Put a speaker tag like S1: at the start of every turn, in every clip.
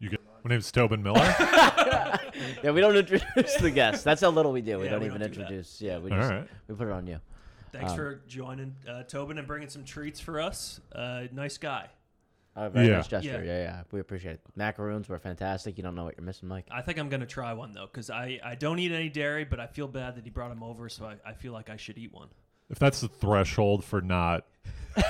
S1: My name's Tobin Miller.
S2: Yeah, we don't introduce the guests. That's how little we do. We
S3: Yeah,
S2: don't
S3: we
S2: even
S3: don't do that.
S2: introduce. yeah, we
S1: All
S2: just
S1: right.
S2: we put it on you.
S3: Thanks
S2: Um,
S3: for joining, uh, Tobin, and bringing some treats for us. Uh, nice guy.
S2: Uh, very
S1: Yeah.
S2: nice gesture.
S3: Yeah.
S2: Yeah. yeah, We appreciate it. Macaroons were fantastic. You don't know what you're missing, Mike.
S3: I think I'm gonna try one though, because I, I don't eat any dairy, but I feel bad that he brought him over, so I, I feel like I should eat one.
S1: if that's the threshold for not,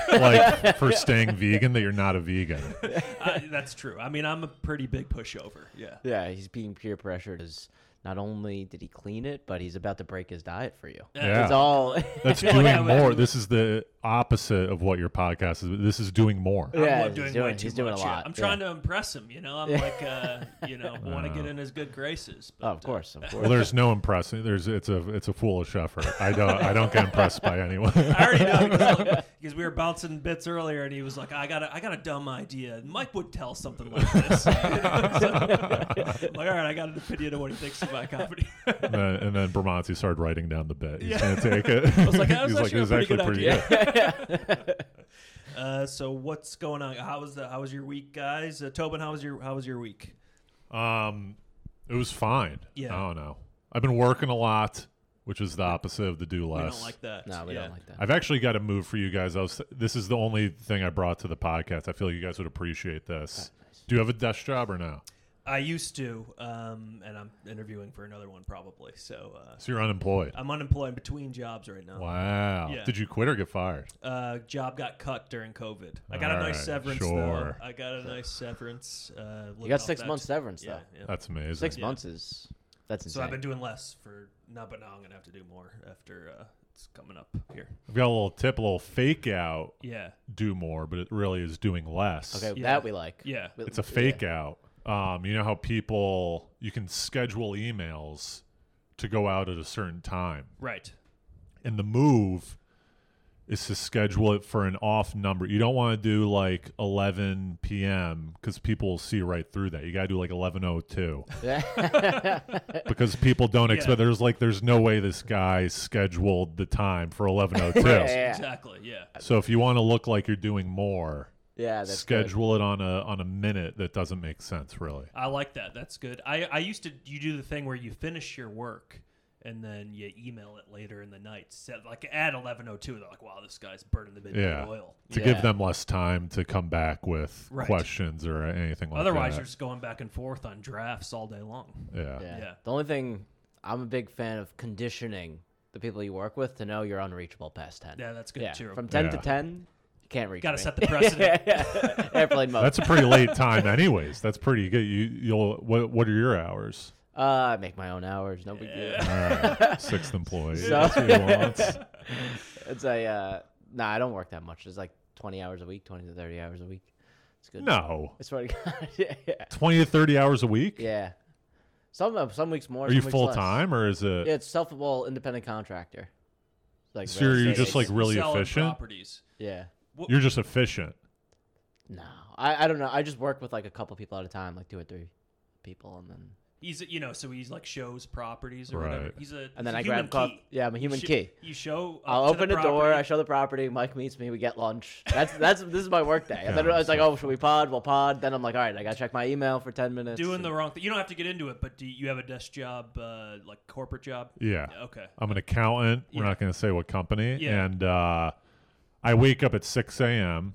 S1: like, for staying vegan, that you're not a vegan.
S3: I, that's true. I mean, I'm a pretty big pushover. Yeah. Uh,
S2: Yeah, he's being peer pressured. As not only did he clean it, but he's about to break his diet for you.
S1: Yeah.
S2: It's all.
S1: That's
S3: feel
S1: doing
S3: like I would-
S1: more. This is the opposite of what your podcast is. This is doing more.
S3: I'm
S2: Yeah,
S3: not
S2: he's
S3: doing, way
S2: doing-
S3: too
S2: he's doing a
S3: much. yeah.
S2: lot,
S3: I'm
S2: yeah.
S3: trying to impress him. You know, I'm like, uh, you know, want to get
S1: Wow.
S3: in his good graces. But,
S2: oh, of
S3: uh,
S2: course, of
S1: Well,
S2: course.
S1: there's no impressing. There's it's a it's a foolish effort. I don't I don't get impressed by anyone.
S3: I already know because- because we were bouncing bits earlier, and he was like, "I got a, I got a dumb idea." And Mike would tell something like this. I'm like, all right, I got an opinion of what he thinks of my company.
S1: and then, and then Bramante started writing down the bit. He's gonna take it. I
S3: was like, that was actually a pretty good idea.
S1: good.
S3: uh, so what's going on? How was the How was your week, guys? Uh, Tobin, how was your How was your week?
S1: Um, it was fine.
S3: Yeah.
S1: I don't know. I've been working a lot, which is the opposite of the do
S3: We
S1: less.
S3: don't like that.
S2: no, we
S3: Yeah.
S2: don't like that.
S1: I've actually got a move for you guys. I was, this is the only thing I brought to the podcast. I feel you guys would appreciate this. Do you have a desk job or no?
S3: I used to, um, and I'm interviewing for another one probably. So uh,
S1: So you're unemployed.
S3: I'm unemployed between jobs right now.
S1: Wow.
S3: Yeah.
S1: Did you quit or get fired?
S3: uh, job got cut during COVID. I got a
S1: All
S3: nice
S1: right,
S3: severance
S1: sure.
S3: though. I got a nice severance. Uh,
S2: You
S3: lived
S2: got
S3: off
S2: six
S3: that.
S2: months severance
S3: Yeah,
S2: though.
S3: yeah.
S1: That's amazing.
S2: Six
S3: Yeah.
S2: months is that's insane.
S3: So I've been doing less for now, but now I'm gonna have to do more after uh, it's coming up here.
S1: I've got a little tip, a little fake out.
S3: Yeah,
S1: Do more, but it really is doing less.
S2: okay,
S3: yeah.
S2: that we like.
S3: yeah,
S2: We-
S1: It's a
S2: yeah.
S1: fake out. Um, you know how people you can schedule emails to go out at a certain time,
S3: right.
S1: and the move is to schedule it for an off number. You don't want to do like 11 p.m. because people will see right through that. You got to do like 11:02 because people don't expect. There's like there's no way this guy scheduled the time for 11:02.
S2: Yeah.
S3: Exactly. Yeah.
S1: So if you want to look like you're doing more,
S2: Yeah, that's good.
S1: schedule it on a on a minute that doesn't make sense really.
S3: I like that. That's good. I, I used to you do the thing where you finish your work and then you email it later in the night. So, like at eleven oh two, they're like, "Wow, this guy's burning the midnight
S1: Yeah.
S3: oil."
S1: to
S2: Yeah.
S1: give them less time to come back with
S3: Right.
S1: questions or anything like
S3: Otherwise, you're
S1: that.
S3: just going back and forth on drafts all day long.
S1: Otherwise, yeah.
S2: Yeah.
S3: Yeah.
S2: The only thing I'm a big fan of conditioning the people you work with to know you're unreachable past ten.
S3: Yeah, that's good too.
S2: From ten to
S1: Yeah.
S2: ten, you can't reach.
S3: Got to
S2: me.
S3: set the precedent.
S2: airplane mode.
S1: That's a pretty late time, anyways. That's pretty good. You, you'll. What, what are your hours?
S2: uh, I make my own hours. No big deal.
S1: All right. Sixth employee.
S2: So-
S1: That's what he wants.
S2: It's a uh, nah. I don't work that much. It's like twenty hours a week, twenty to thirty hours a week. It's good.
S1: No,
S2: I swear to God. yeah, yeah.
S1: twenty to thirty hours a week.
S2: Yeah. Some uh, some weeks more.
S1: Are
S2: some
S1: you
S2: weeks
S1: full
S2: less.
S1: time or is it?
S2: Yeah, it's self well independent contractor. It's Like
S1: So
S2: real
S1: you're
S2: estate
S1: just like
S2: agent.
S1: really
S3: Selling
S1: efficient.
S3: properties.
S2: yeah.
S1: You're just efficient.
S2: No, I, I don't know. I just work with like a couple people at a time, like two or three people, and then
S3: He's you know so he's like shows properties or whatever.
S1: Right.
S3: He's a
S2: and
S3: he's
S2: then
S3: a
S2: I
S3: human
S2: grab coffee.
S3: key.
S2: Yeah, I'm a human
S3: Sh-
S2: key.
S3: You show. Up
S2: I'll
S3: to
S2: open
S3: the
S2: the, door.
S3: property.
S2: I show the property. Mike meets me. We get lunch. That's that's this is my work day. And then
S1: Yeah,
S2: I was like,
S1: so-
S2: oh, should we pod? We'll pod. Then I'm like, all right, I gotta check my email for ten minutes.
S3: doing the
S2: and-
S3: wrong thing. You don't have to get into it, but do you have a desk job, uh, like corporate job?
S1: Yeah.
S3: Okay.
S1: I'm an accountant. We're
S3: Yeah.
S1: not going to say what company.
S3: Yeah.
S1: And uh, I wake up at 6 a.m.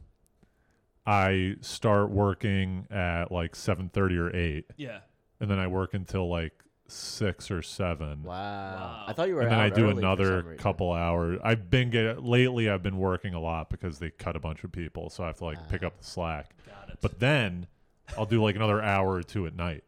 S1: I start working at like 7:30 or 8,
S3: Yeah.
S1: and then I work until like six or seven.
S2: Wow.
S3: Wow.
S2: I thought you were.
S1: And then
S2: out
S1: I do
S2: early for some
S1: another
S2: reason.
S1: couple hours. I've been get, lately. I've been working a lot because they cut a bunch of people, so I have to like
S3: Ah.
S1: pick up the slack.
S3: Got it.
S1: But then I'll do like another hour or two at night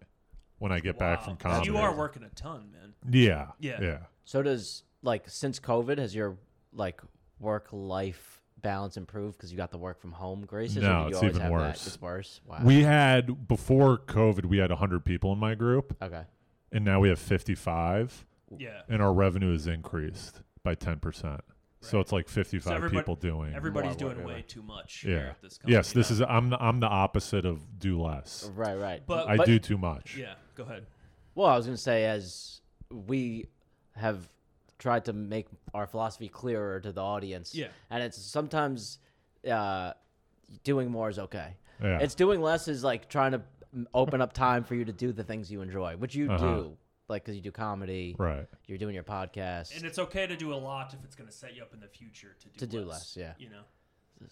S1: when I get back
S3: Wow.
S1: from
S3: So
S1: comedy.
S3: You are working a ton, man.
S1: Yeah,
S3: Yeah.
S1: yeah.
S2: So does like since COVID has your like work life balance improved because you got the work from home graces?
S1: No,
S2: or did you
S1: it's
S2: always
S1: even
S2: have
S1: worse.
S2: That? It's worse. Wow.
S1: We had before COVID, we had 100 people in my group.
S2: okay.
S1: and now we have 55
S3: Yeah.
S1: and our revenue is increased by 10% so
S3: Right.
S1: it's like 55
S3: everybody-
S1: people doing
S3: Everybody's
S2: More,
S3: doing
S2: whatever.
S3: way too much. here
S1: yeah
S3: at this company.
S1: yes this is i'm the, i'm the opposite of do less
S2: Right. Right.
S3: But-
S1: i
S2: But-
S1: do too much
S3: Yeah. Go ahead.
S2: Well, I was going to say, as we have tried to make our philosophy clearer to the audience,
S3: Yeah.
S2: and it's sometimes uh, doing more is okay.
S1: Yeah.
S2: It's doing less is like trying to m- open up time for you to do the things you enjoy, which you
S1: Uh-huh.
S2: do, like because you do comedy,
S1: Right.
S2: you're doing your podcast
S3: And it's okay to do a lot if it's going to set you up in the future to do
S2: to do
S3: less.
S2: less. Yeah,
S3: You know,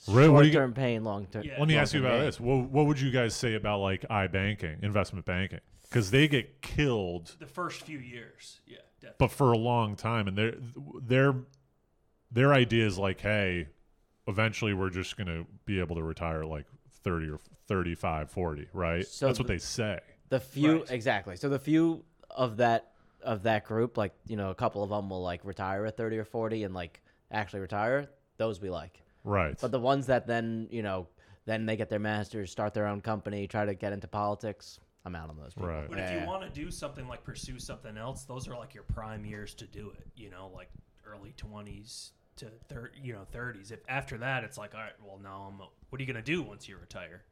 S1: Ray, what do you-
S2: short-term pain, long-term.
S3: Yeah.
S1: Let me ask you
S2: long-term
S1: about
S2: pain.
S1: this. What, what would you guys say about like iBanking, investment banking? Because they get killed,
S3: the first few years. Yeah, definitely.
S1: but for a long time, and their their their idea is like, hey, eventually we're just gonna be able to retire like thirty or 35, 40, right?
S2: So
S1: That's what
S2: the-
S1: they say.
S2: The few
S3: Right.
S2: exactly. So the few of that of that group, like you know, a couple of them will like retire at thirty or forty and like actually retire. Those we like.
S1: Right.
S2: But the ones that then you know, then they get their masters, start their own company, try to get into politics. I'm out on those. People.
S1: Right.
S3: But if
S2: Yeah.
S3: you want to do something like pursue something else, those are like your prime years to do it. You know, like early twenties to thir- you know thirties. If after that, it's like, all right, well, now I'm. What are you gonna do once you retire?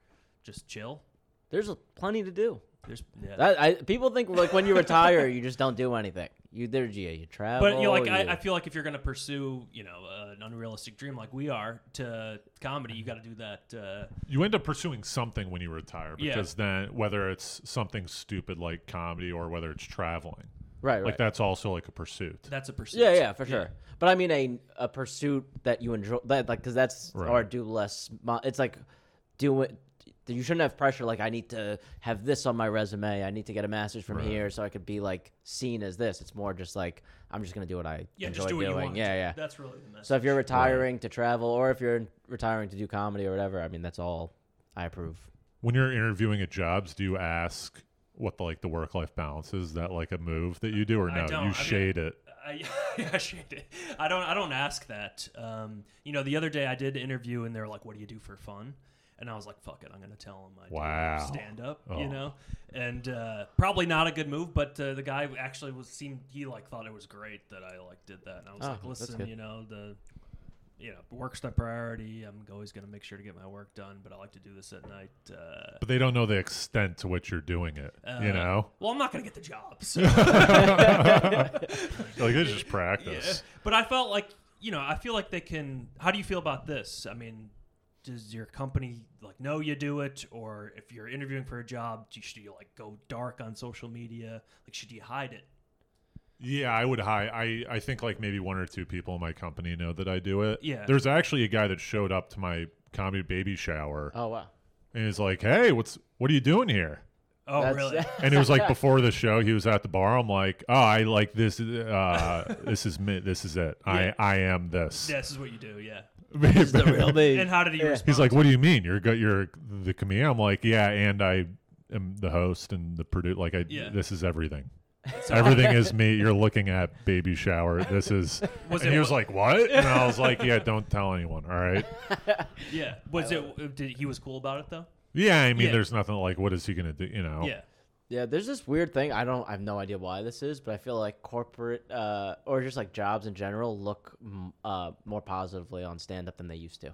S3: Just chill.
S2: There's a- plenty to do.
S3: There's yeah.
S2: That I, people think like when you retire, you just don't do anything. You there, yeah, you travel.
S3: but you know, like I,
S2: you-
S3: I feel like if you're gonna pursue, you know, uh, an unrealistic dream like we are to comedy, you got to do that. Uh,
S1: you end up pursuing something when you retire
S3: Yeah.
S1: because then whether it's something stupid like comedy or whether it's traveling,
S2: right, right.
S1: like that's also like a pursuit.
S3: that's a pursuit.
S2: Yeah, yeah, for sure. But I mean a a pursuit that you enjoy, that like because that's
S1: Right.
S2: or do less. mo- It's like do it. You shouldn't have pressure. Like I need to have this on my resume. I need to get a master's from here so I could be like seen as this. It's more just like I'm just gonna do what I
S3: Yeah,
S2: enjoy
S3: just do what
S2: doing.
S3: you want.
S2: yeah,
S3: to.
S2: yeah.
S3: That's really the message.
S2: So if you're retiring to travel or if you're retiring to do comedy or whatever, I mean that's all I approve.
S1: when you're interviewing at jobs, do you ask what the like the work life balance is? Is that like a move that you do or
S3: I
S1: no?
S3: don't. I
S1: You
S3: mean-
S1: shade it.
S3: I, I shade it. I don't. I don't ask that. Um, you know, the other day I did an interview, and they were like, "What do you do for fun?" And I was like, "Fuck it, I'm gonna tell them I
S1: Wow.
S3: do stand up."
S1: Oh.
S3: You know, and uh, probably not a good move, but uh, the guy actually was seemed he like thought it was great that I like did that, and I was
S2: Oh,
S3: like,
S2: that's
S3: "Listen,
S2: good.
S3: you know the." You know, work's the priority. I'm always going to make sure to get my work done, but I like to do this at night. Uh,
S1: But they don't know the extent to which you're doing it. you
S3: uh,
S1: know?
S3: Well, I'm not going to get the job. So
S1: Like it's just
S3: Yeah,
S1: practice.
S3: but I felt like you know I feel like they can. How do you feel about this? I mean, does your company like know you do it, or if you're interviewing for a job, do you, should you like go dark on social media? Like, should you hide it?
S1: Yeah. I would hire I I think like maybe one or two people in my company know that I do it.
S3: Yeah.
S1: There's actually a guy that showed up to my comedy baby shower
S2: Oh wow,
S1: and he's like, Hey, what's what are you doing here?
S3: Oh,
S2: That's-
S3: really?
S1: and it was like before the show he was at the bar i'm like oh i like this uh this is me this is it
S3: Yeah.
S1: i i am this
S3: this is what you do, yeah.
S2: This is the real me.
S3: And how did he
S2: Yeah.
S3: respond?
S1: he's like what do you mean you're go- you're the comedian i'm like yeah and i am the host and the producer like i
S3: Yeah.
S1: this is everything
S3: So-
S1: everything is me you're looking at baby shower this is
S3: Was
S1: and
S3: it
S1: he was
S3: wha-
S1: like what and i was like yeah don't tell anyone all right
S3: yeah. Was it? Did he was cool about it though?
S1: yeah i mean
S3: Yeah.
S1: there's nothing like what is he gonna do you know
S3: Yeah.
S2: Yeah, there's this weird thing. I don't. I have no idea why this is, but I feel like corporate uh, or just like jobs in general look mm, uh, more positively on stand up than they used to,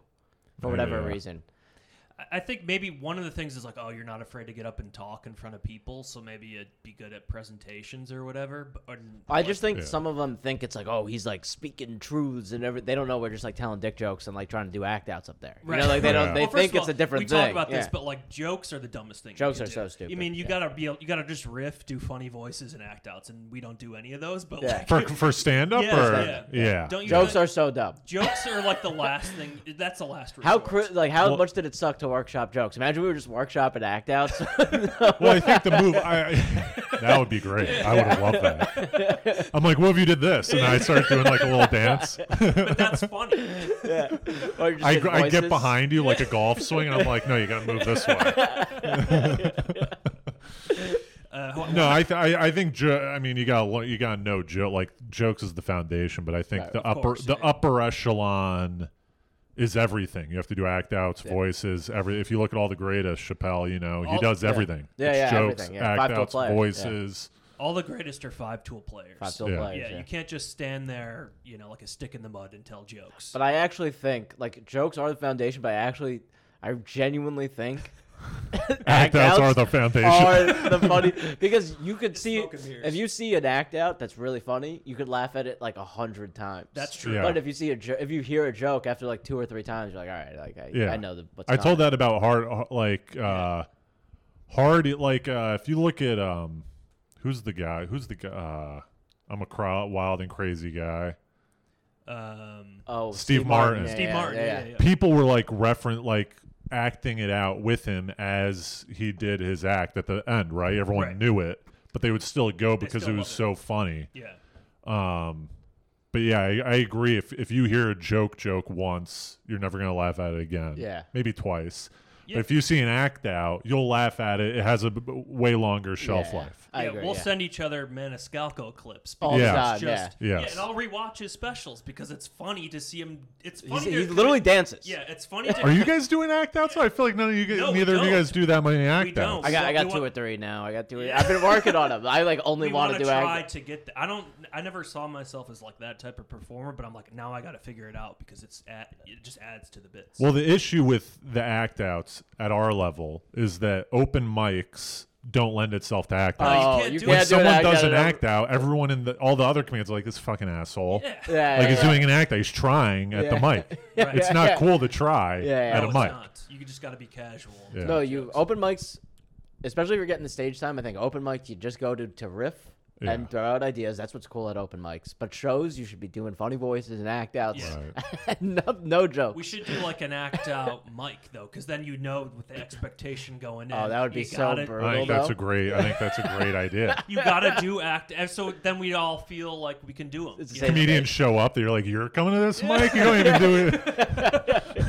S2: for whatever
S1: Yeah.
S2: reason.
S3: I- I think maybe one of the things is like, oh, you're not afraid to get up and talk in front of people, so maybe you'd be good at presentations or whatever. But, or,
S2: I just think
S1: Yeah.
S2: some of them think it's like, oh, he's like speaking truths and everything. They don't know we're just like telling dick jokes and like trying to do act outs up there. You know, like they
S1: Yeah.
S2: don't. They
S3: Well, first
S2: think
S3: of
S2: it's
S3: all,
S2: a different
S3: we
S2: thing.
S3: talk about this,
S2: Yeah.
S3: but like jokes are the dumbest thing. you
S2: Jokes
S3: can
S2: are
S3: do.
S2: so stupid,
S3: I mean, you
S2: yeah.
S3: gotta be, able- you gotta just riff, do funny voices and act outs, and we don't do any of those. But
S2: Yeah.
S3: like,
S1: for for stand-up
S3: Yeah,
S1: or
S3: yeah.
S1: yeah,
S3: don't you
S2: jokes
S3: gotta-
S2: are so dumb.
S3: jokes are like the last thing. That's the last. Resort.
S2: How cri- like how
S1: Well-
S2: much did it suck to workshop jokes? Imagine we were just workshopping act outs.
S1: Well, I think the move. I, I- that would be great. I would have loved that. I'm like, what if you did this? And I start doing like a little dance.
S3: But that's funny.
S2: Or just
S1: I,
S2: did
S1: gr- I get
S2: voices.
S1: behind you like a golf swing, and I'm like, no, you got to move this way.
S3: Uh, wh-
S1: No, I, th- I, I think. Jo- I mean, you got to you got to know joke. Like jokes is the foundation, but I think
S2: Right,
S1: the
S3: of
S1: upper
S3: course,
S1: the
S3: yeah.
S1: upper echelon is everything. You have to do act outs, voices. Every if you look at all the greatest, Chappelle, you know, he
S2: All-
S1: does
S2: yeah.
S1: everything.
S2: Yeah,
S1: It's
S2: yeah,
S1: jokes,
S2: everything, yeah.
S1: act
S2: Five-tool
S1: outs,
S2: player, yeah.
S1: voices.
S3: all the greatest are five tool players.
S2: Five still
S1: Yeah.
S2: players,
S3: yeah,
S2: yeah.
S3: you can't just stand there, you know, like a stick in the mud and tell jokes.
S2: But I actually think like jokes are the foundation. But I actually, I genuinely think
S1: Act outs are
S2: act-outs
S1: the foundation.
S2: are the funny because you could see
S3: smoke and mirrors.
S2: if you see an act out that's really funny, you could laugh at it like a hundred times.
S3: That's true.
S1: Yeah.
S2: But if you see a jo- if you hear a joke after like two or three times, you're like, all right, like I,
S1: Yeah.
S2: I know the. What's
S1: I told
S2: coming."
S1: that about hard, like uh, hard like uh, if you look at um who's the guy who's the guy uh, i'm a crowd wild and crazy guy
S3: Um,
S2: Oh,
S1: Steve Martin.
S2: yeah,
S3: Steve
S2: yeah,
S3: Martin.
S2: yeah,
S3: Yeah,
S2: yeah.
S3: yeah.
S1: people were like referent like acting it out with him as he did his act at the end right everyone
S3: Right.
S1: knew it but they would still go because
S3: still
S1: it was so
S3: love
S1: funny
S3: yeah.
S1: um but yeah I, I agree if if you hear a joke joke once you're never gonna laugh at it again
S2: Yeah.
S1: maybe twice
S3: Yeah.
S1: but if you see an act out you'll laugh at it it has a b- b- way longer shelf
S2: Yeah,
S1: life
S2: I
S3: yeah,
S2: agree.
S3: we'll
S2: yeah.
S3: send each other Maniscalco clips.
S2: All the
S1: Yeah.
S2: time,
S3: It's just,
S1: yeah.
S3: yeah,
S1: Yes.
S3: and I'll rewatch his specials because it's funny to see him. It's
S2: yeah. He's-
S3: funny.
S2: he
S3: to-
S2: literally dances.
S3: Yeah, it's funny. To,
S1: Are you guys doing act outs? I feel like none of you, guys,
S3: No, we
S1: neither of you
S3: don't.
S1: guys do that many act
S3: don't.
S1: outs.
S2: I got I
S3: So
S2: got
S3: we
S2: two
S3: wa-
S2: or three now. I got two. I've been working on them. I like only
S3: we
S2: want to
S3: wanna
S2: do
S3: try
S2: act.
S3: to get. The, I don't. I never saw myself as like that type of performer, but I'm like now I got to figure it out because it's at, it just adds to the bits.
S1: Well, the issue with the act outs at our level is that open mics don't lend itself to act outs.
S2: Oh,
S3: can't
S2: you
S3: do it.
S1: when
S2: can't do an
S1: someone
S2: act
S1: does
S2: out
S1: an
S2: of-
S1: act out, everyone in the all the other comedians are like this fucking asshole.
S3: yeah.
S2: Yeah,
S1: Like
S2: yeah,
S1: he's
S2: yeah.
S1: doing an act out, he's trying at the
S2: Yeah.
S1: mic.
S3: Right.
S1: It's not cool to try
S2: Yeah, yeah.
S1: at
S3: No,
S1: a
S3: it's
S1: mic.
S3: not. You just got to be casual.
S1: Yeah.
S2: No, you open mics, especially if you're getting the stage time. I think open mics, you just go to to riff
S1: Yeah.
S2: and throw out ideas. That's what's cool at open mics. But shows, you should be doing funny voices and act outs.
S3: Yeah.
S2: no, no joke.
S3: We should do like an act out mic though, because then you know with the expectation going in.
S2: Oh, that would be
S3: you
S2: so
S3: gotta-
S2: brutal.
S1: I think
S2: Although-
S1: that's a great. I think that's a great idea.
S3: You gotta do act, and so then we all feel like we can do them.
S2: It's the same-
S1: Comedians show up. They're like, "You're coming to this mic? You don't even do it.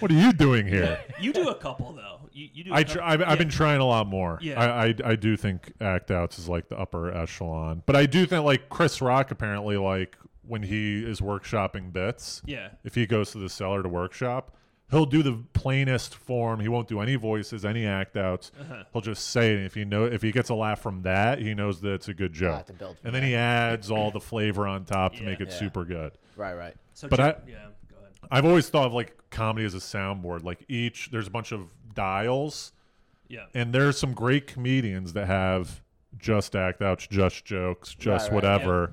S1: what are you doing here?"
S3: You do a couple though. You, you do. a
S1: I
S3: couple-
S1: tr- I've,
S3: yeah.
S1: I've been trying a lot more.
S3: Yeah.
S1: I, I I do think act outs is like the upper echelon, but I do think like Chris Rock apparently like when he is workshopping bits,
S3: Yeah.
S1: if he goes to the cellar to workshop, he'll do the plainest form. He won't do any voices, any act outs. He'll just say it. And if he know if he gets a laugh from that, he knows that it's a good
S2: Ah,
S1: joke.
S2: to build from
S1: and then he adds all the flavor on top to
S3: Yeah.
S1: make it
S2: Yeah.
S1: super good.
S2: Right, right.
S3: So
S1: but
S3: ju-
S1: I-
S3: yeah, go ahead.
S1: I've always thought of like comedy as a soundboard. Like each there's a bunch of dials.
S3: Yeah.
S1: and there's some great comedians that have just act outs, just jokes, just
S2: right,
S1: whatever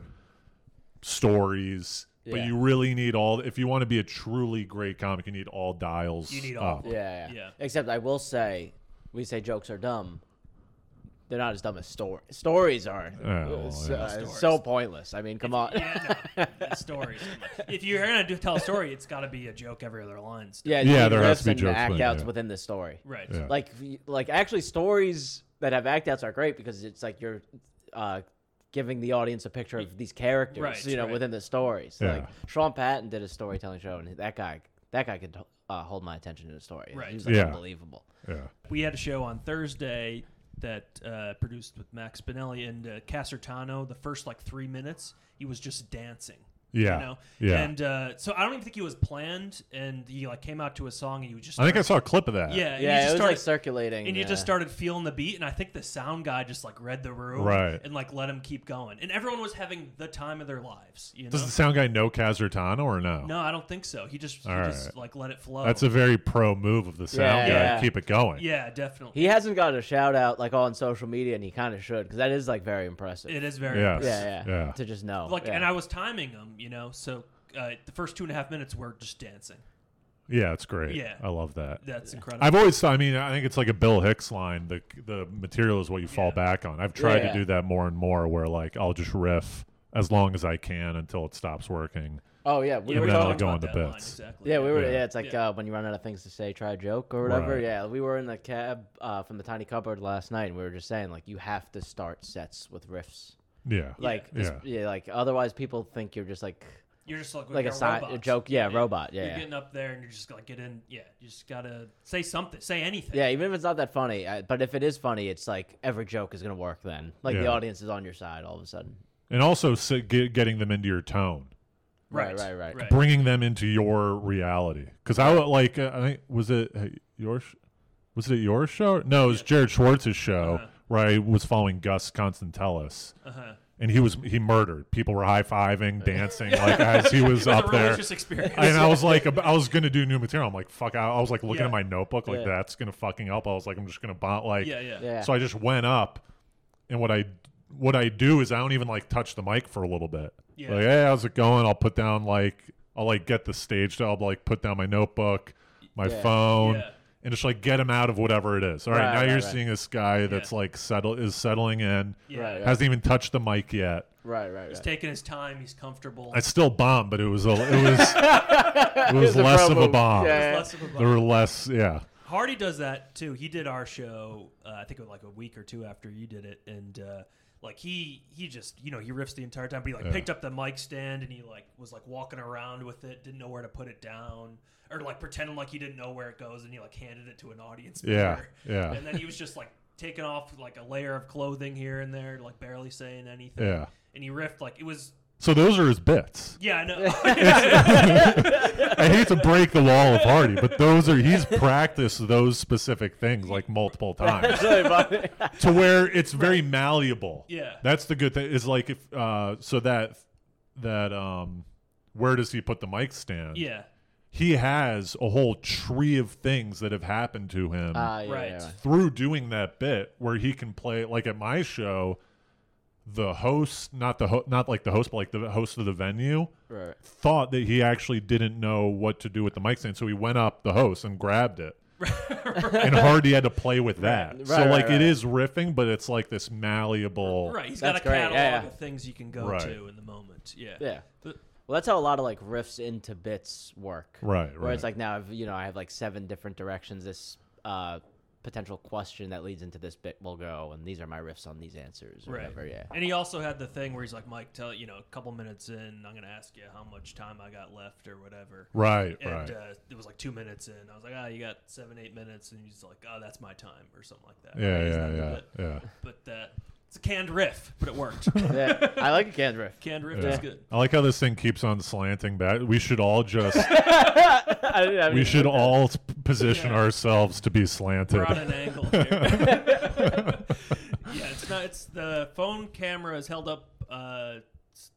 S1: stories.
S2: Yeah.
S1: But you really need all. If you want to be a truly great comic, you need all dials.
S3: You need all
S1: up.
S3: of
S2: Yeah, yeah.
S3: Yeah.
S2: Except I will say, we say jokes are dumb. They're not as dumb as stories. Stories are
S1: Oh,
S2: so,
S1: yeah.
S2: it's
S3: Stories.
S2: so pointless. I mean, come on.
S3: Yeah, no. stories. If you're gonna do tell a story, it's got to be a joke every other line. Still.
S2: Yeah,
S1: Yeah,
S2: the
S1: there has
S2: riffs
S1: to be
S2: and the
S1: jokes
S2: act
S1: within
S2: outs
S1: it.
S2: within the story.
S3: Right.
S1: Yeah.
S2: Like, f- like actually, stories that have act outs are great because it's like you're uh, giving the audience a picture of these characters,
S3: Right,
S2: you know,
S3: right.
S2: within the stories.
S1: Yeah.
S2: Like Sean Patton did a storytelling show, and that guy, that guy could uh, hold my attention in a story.
S3: Right.
S2: He was like,
S1: Yeah.
S2: unbelievable.
S1: Yeah.
S3: We had a show on Thursday that uh, produced with Max Spinelli and uh, Casertano. The first like three minutes, he was just dancing.
S1: Yeah.
S3: You know?
S1: Yeah.
S3: And uh, so I don't even think he was planned, and he like came out to a song, and you just
S1: I think I
S3: started-
S1: saw a clip of that.
S3: yeah, and you
S2: Yeah, it
S3: just
S2: was
S3: started,
S2: like circulating.
S3: and you just
S2: uh,
S3: started feeling the beat, and I think the sound guy just like read the room,
S1: Right.
S3: and like let him keep going, and everyone was having the time of their lives. You know,
S1: Does the sound guy know Casertano or no?
S3: no, I don't think so. He just he
S1: All right.
S3: just like let it flow.
S1: That's a very pro move of the sound
S2: Yeah.
S1: guy.
S2: Yeah.
S1: Keep it going.
S3: yeah, definitely.
S2: He hasn't got a shout out like on social media, and he kind of should because that is like very impressive.
S3: It is very
S1: Yeah.
S3: impressive.
S2: yeah, yeah,
S1: Yeah.
S2: To just know,
S3: like
S2: yeah.
S3: and i was timing them you know so uh, the first two and a half minutes were just dancing
S1: Yeah, it's great.
S3: Yeah.
S1: I love that.
S3: that's incredible
S1: I've always thought. I mean, I think it's like a Bill Hicks line. The the material is what you fall
S3: Yeah.
S1: back on. I've tried
S2: Yeah.
S1: to do that more and more, where like I'll just riff as long as I can until it stops working.
S2: oh yeah, we
S3: Yeah,
S2: were
S1: then
S3: talked
S1: I'll
S2: talking.
S1: go
S3: about
S1: on to
S3: that line,
S1: bits.
S3: exactly
S2: Yeah, we were.
S1: Yeah.
S2: Yeah, it's like
S3: Yeah.
S2: Uh, when you run out of things to say, try a joke or whatever.
S1: Right.
S2: Yeah, we were in the cab uh, from the tiny cupboard last night, and we were just saying like you have to start sets with riffs.
S1: Yeah,
S2: Like yeah,
S1: Yeah.
S2: yeah like otherwise people think you're just like
S3: you're just like,
S2: like a,
S3: side
S2: si- a joke. Yeah, robot.
S3: you're
S2: Yeah, yeah.
S3: getting up there and you're just like get in yeah you just gotta say something say anything
S2: Yeah, even if it's not that funny, I, but if it is funny, it's like every joke is gonna work. Then like the
S1: Yeah.
S2: audience is on your side all of a sudden.
S1: and also si- get, getting them into your tone,
S3: right
S2: right, right, right.
S1: bringing them into your reality. Because I would like, uh, I think was it uh, your, sh- was it your show? No, it was Jared Schwartz's show
S3: Uh-huh.
S1: where I was following Gus Constantelis,
S3: uh-huh.
S1: and he was he murdered. People were high fiving, dancing like as he was
S3: it was
S1: up
S3: a
S1: there.
S3: religious experience
S1: and I was like, ab- I was gonna do new material. I'm like, fuck. I, I was like looking
S3: Yeah.
S1: at my notebook, like
S2: Yeah.
S1: that's gonna fucking help. I was like, I'm just gonna bot like.
S3: yeah yeah
S2: Yeah.
S1: So I just went up, and what I what I do is I don't even like touch the mic for a little bit.
S3: Yeah.
S1: Like, hey, how's it going? I'll put down like I'll like get the stage. I'll like put down my notebook, my
S2: Yeah.
S1: phone,
S3: Yeah.
S1: and just like get him out of whatever it is. All right,
S2: Right,
S1: now
S2: right,
S1: you're
S2: right.
S1: seeing this guy that's like settle is settling in,
S3: Yeah.
S2: Right, right,
S1: hasn't even touched the mic yet.
S2: right, right.
S3: He's
S2: right.
S3: taking his time. He's comfortable.
S1: I still bomb, but it was a, it was it was
S2: a
S1: less
S2: pro
S1: of a
S2: move.
S1: bomb.
S2: Yeah.
S3: Less of a
S1: There were less, yeah.
S3: Hardy does that too. He did our show, uh, I think it was like a week or two after you did it, and uh, like he he just you know he riffs the entire time. But he like
S1: Yeah.
S3: picked up the mic stand and he like was like walking around with it, didn't know where to put it down, or like pretending like he didn't know where it goes, and he like handed it to an audience
S1: Yeah,
S3: member.
S1: yeah.
S3: And then he was just like taking off like a layer of clothing here and there, like barely saying anything.
S1: Yeah.
S3: And he riffed like it was
S1: So those are his bits.
S3: yeah I know
S1: I hate to break the wall of Hardy, but those are he's practiced those specific things like multiple times
S2: Really funny.
S1: to where it's very malleable.
S3: Yeah.
S1: that's the good thing. Is like if uh, so that that um, where does he put the mic stand?
S3: yeah
S1: he has a whole tree of things that have happened to him
S2: Ah, yeah,
S3: Right.
S2: yeah, right.
S1: through doing that bit where he can play like at my show the host not the ho- not like the host but like the host of the venue
S2: Right, right.
S1: thought that he actually didn't know what to do with the mic stand so he went up the host and grabbed it and hardy had to play with that
S2: Right,
S1: so
S2: right,
S1: like
S2: right.
S1: it is riffing but it's like this malleable
S3: right. He's
S2: That's
S3: got a
S2: great.
S3: catalog
S2: Yeah, yeah.
S3: of things you can go
S1: Right.
S3: to in the moment.
S2: Yeah.
S3: But-
S2: Well, that's how a lot of like riffs into bits work.
S1: right
S2: Where
S1: right.
S2: it's like now I've you know I have like seven different directions this uh, potential question that leads into this bit will go, and these are my riffs on these answers. Or
S3: Right.
S2: Whatever. Yeah.
S3: And he also had the thing where he's like, Mike, tell you know, a couple minutes in, I'm gonna ask you how much time I got left or whatever.
S1: right
S3: And
S1: right
S3: uh, it was like two minutes in. I was like, ah, you got seven, eight minutes, and he's like, oh, that's my time or something like that.
S1: yeah
S3: Right? He's
S1: yeah
S3: not the
S1: yeah
S3: bit.
S1: yeah
S3: But uh, it's a canned riff, but it worked.
S2: yeah. I like a canned riff.
S3: canned riff
S1: Yeah.
S3: is good.
S1: I like how this thing keeps on slanting back. We should all just
S2: I didn't have
S1: we
S2: any-
S1: should all p- position
S3: Yeah.
S1: ourselves to be
S3: We're on
S1: slanted.
S3: an angle here. yeah, it's not. It's the phone camera is held up. Uh,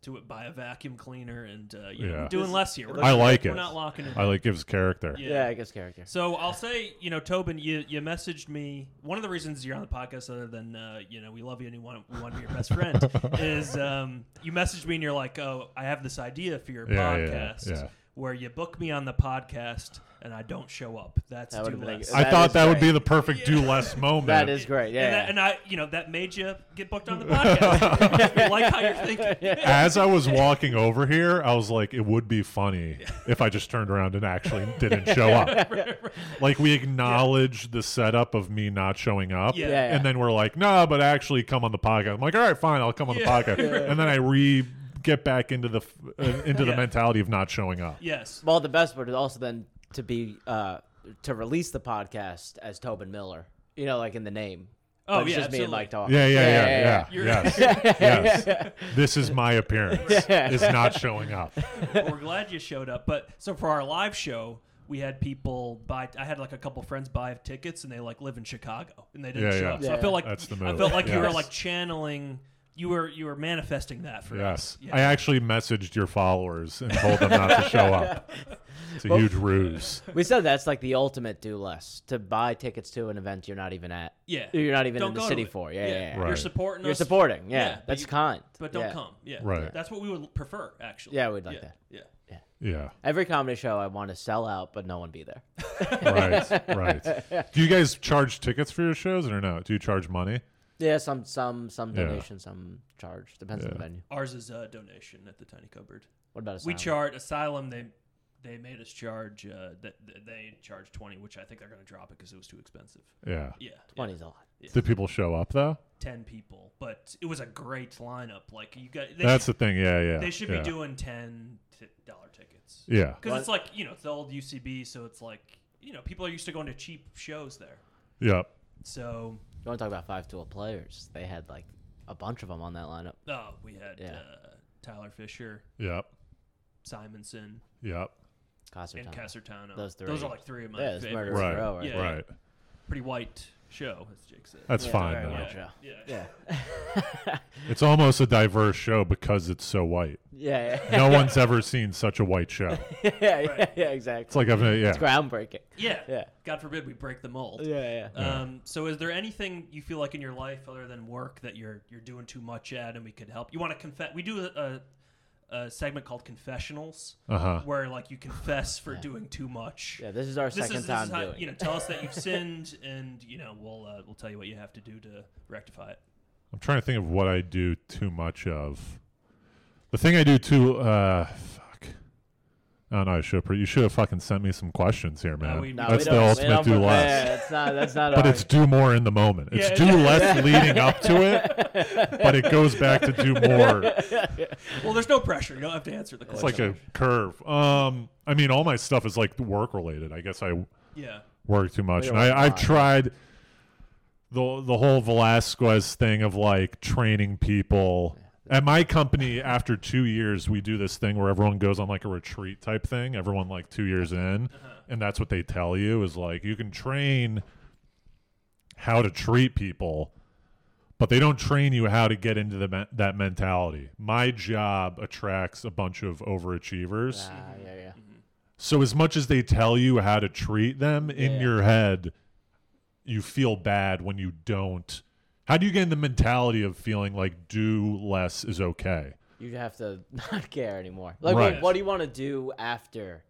S3: to it by a vacuum cleaner, and uh, you know,
S1: Yeah.
S3: we're doing less here. We're
S1: I
S3: not-
S1: like
S3: we're
S1: it.
S3: not locking it.
S1: I like gives character.
S2: Yeah, I guess character.
S3: So I'll say, you know, Tobin, you, you messaged me. One of the reasons you're on the podcast, other than uh, you know we love you and you want we want to be your best friend, is um, you messaged me and you're like, oh, I have this idea for your
S1: Yeah, yeah,
S3: podcast
S1: yeah.
S3: where you book me on the podcast and I don't show up. That's
S2: That
S3: too
S2: would've been a
S3: less.
S2: good-
S1: I
S2: That
S1: thought
S2: is
S1: that would
S2: great.
S1: be the perfect do less moment.
S2: That is great. Yeah.
S3: and, that, and I, you know, that made you get booked on the podcast. I like how you're thinking.
S1: As I was walking over here, I was like, it would be funny if I just turned around and actually didn't show up. Like we acknowledge the setup of me not showing up.
S3: Yeah.
S2: Yeah, yeah.
S1: And then we're like, no, but actually come on the podcast. I'm like, all right, fine, I'll come on
S3: Yeah.
S1: the podcast. And then I re get back into the f- uh, into the
S3: Yeah.
S1: mentality of not showing up.
S3: Yes.
S2: well, the best part is also then to be uh, to release the podcast as Tobin Miller. You know, like in the name.
S3: Oh,
S2: But it's
S3: yeah,
S2: just me and
S3: absolutely.
S2: Mike talking.
S1: Yeah, yeah, yeah, yeah.
S3: You're-
S1: Yes, yes. This is my appearance. It's not showing up.
S3: Well, we're glad you showed up. But so for our live show, we had people buy. I had like a couple friends buy tickets, and they like live in Chicago, and they didn't
S1: Yeah,
S3: show
S1: yeah.
S3: up. So I
S2: Yeah.
S3: felt like
S1: That's the
S3: I
S1: move.
S3: felt like you were
S1: Yes.
S3: like channeling. You were you were manifesting that for
S1: Yes.
S3: us. Yeah.
S1: I actually messaged your followers and told them not to show up. It's a huge ruse.
S2: We said that's like the ultimate do less to buy tickets to an event you're not even at.
S3: yeah.
S2: You're not even in the
S3: go
S2: city
S3: to it.
S2: for. Yeah, yeah. yeah.
S1: Right.
S3: You're supporting.
S2: You're
S3: us,
S2: supporting. Yeah,
S3: but
S2: that's
S3: you-
S2: kind.
S3: But don't
S2: Yeah.
S3: come. Yeah.
S1: Right.
S3: That's what we would prefer, actually.
S2: Yeah, we'd like that.
S3: Yeah.
S1: Yeah.
S2: Every comedy show I want to sell out, but no one be there.
S1: Right. Right. Do you guys charge tickets for your shows or no? Do you charge money?
S2: Yeah, some some some
S1: Yeah.
S2: donation, some charge. Depends on the
S1: Yeah.
S2: venue.
S3: Ours is a donation at the tiny cupboard.
S2: What about a
S3: We
S2: silent?
S3: charge asylum. They they made us charge. Uh, that that they charge twenty, which I think they're going to drop it because it was too expensive.
S1: Yeah.
S3: Yeah. yeah.
S2: Twenty's a lot.
S1: Did people show up though?
S3: 10 people, but it was a great lineup. Like you got they
S1: That's
S3: should,
S1: the thing. Yeah. Yeah.
S3: they should
S1: yeah.
S3: be doing 10 t- dollar tickets.
S1: Yeah.
S3: Cuz it's like, you know, it's the old UCB, so it's like, you know, people are used to going to cheap shows there.
S1: Yeah.
S3: So,
S2: You want to talk about five tool players? They had like a bunch of them on that lineup.
S3: oh, we had
S2: Yeah.
S3: uh, Tyler Fisher,
S1: Yep.
S3: Simonson,
S1: Yep.
S2: Cosser
S3: and
S2: time.
S3: Casertano.
S2: Those
S3: Those
S2: three.
S3: are like three of my
S2: Yeah, it's
S3: favorites.
S2: murderers in a
S1: Right.
S2: row, right?
S3: Yeah.
S1: Right.
S3: Pretty white show, as Jake said.
S1: That's
S2: Yeah,
S1: fine.
S2: very
S1: though.
S2: much.
S3: yeah.
S2: show.
S3: Yeah.
S2: Yeah,
S1: It's almost a diverse show because it's so white.
S2: yeah, yeah,
S1: No one's ever seen such a white show.
S2: yeah, yeah,
S3: Right.
S2: yeah
S1: It's
S2: exactly.
S1: like I've yeah.
S2: It's groundbreaking.
S3: Yeah.
S2: Yeah,
S3: God forbid we break the mold.
S2: yeah, yeah.
S3: Um, so is there anything you feel like in your life other than work that you're you're doing too much at and we could help? You want to confess? We do a, a segment called confessionals
S1: Uh huh.
S3: where like you confess for doing too much.
S2: Yeah, this is our
S3: This
S2: second
S3: is, this
S2: time
S3: is how,
S2: doing.
S3: you know,
S2: it.
S3: tell us that you've sinned and you know, we'll uh, we'll tell you what you have to do to rectify it.
S1: I'm trying to think of what I do too much of. The thing I do too. Uh, fuck. I don't know. I should. Have, you should have fucking sent me some questions here, man.
S3: we-
S2: No,
S1: That's the
S2: we don't- we
S1: ultimate
S2: don't
S1: do
S2: prepare.
S1: less.
S2: That's not. That's not.
S1: But
S2: our-
S1: it's do more in the moment. It's
S3: Yeah,
S1: do
S3: yeah.
S1: less leading up to it, but it goes back to do more.
S3: Well, there's no pressure. You don't have to answer the
S1: It's
S3: question.
S1: like a curve. Um, I mean, all my stuff is like work related. I guess I
S3: yeah.
S1: work too much.
S2: We
S1: And
S2: work a
S1: I, I've
S2: lot.
S1: tried the the whole Velasquez thing of like training people. At my company, after two years, we do this thing where everyone goes on like a retreat type thing. Everyone like two years in,
S3: Uh-huh.
S1: and that's what they tell you is like you can train how to treat people, but they don't train you how to get into the men- that mentality. My job attracts a bunch of overachievers.
S2: Ah, yeah, yeah.
S1: So as much as they tell you how to treat them in
S2: Yeah.
S1: your head, you feel bad when you don't. How do you get in the mentality of feeling like do less is okay?
S2: You have to not care anymore. Like,
S1: Right.
S2: what, what do you want to do after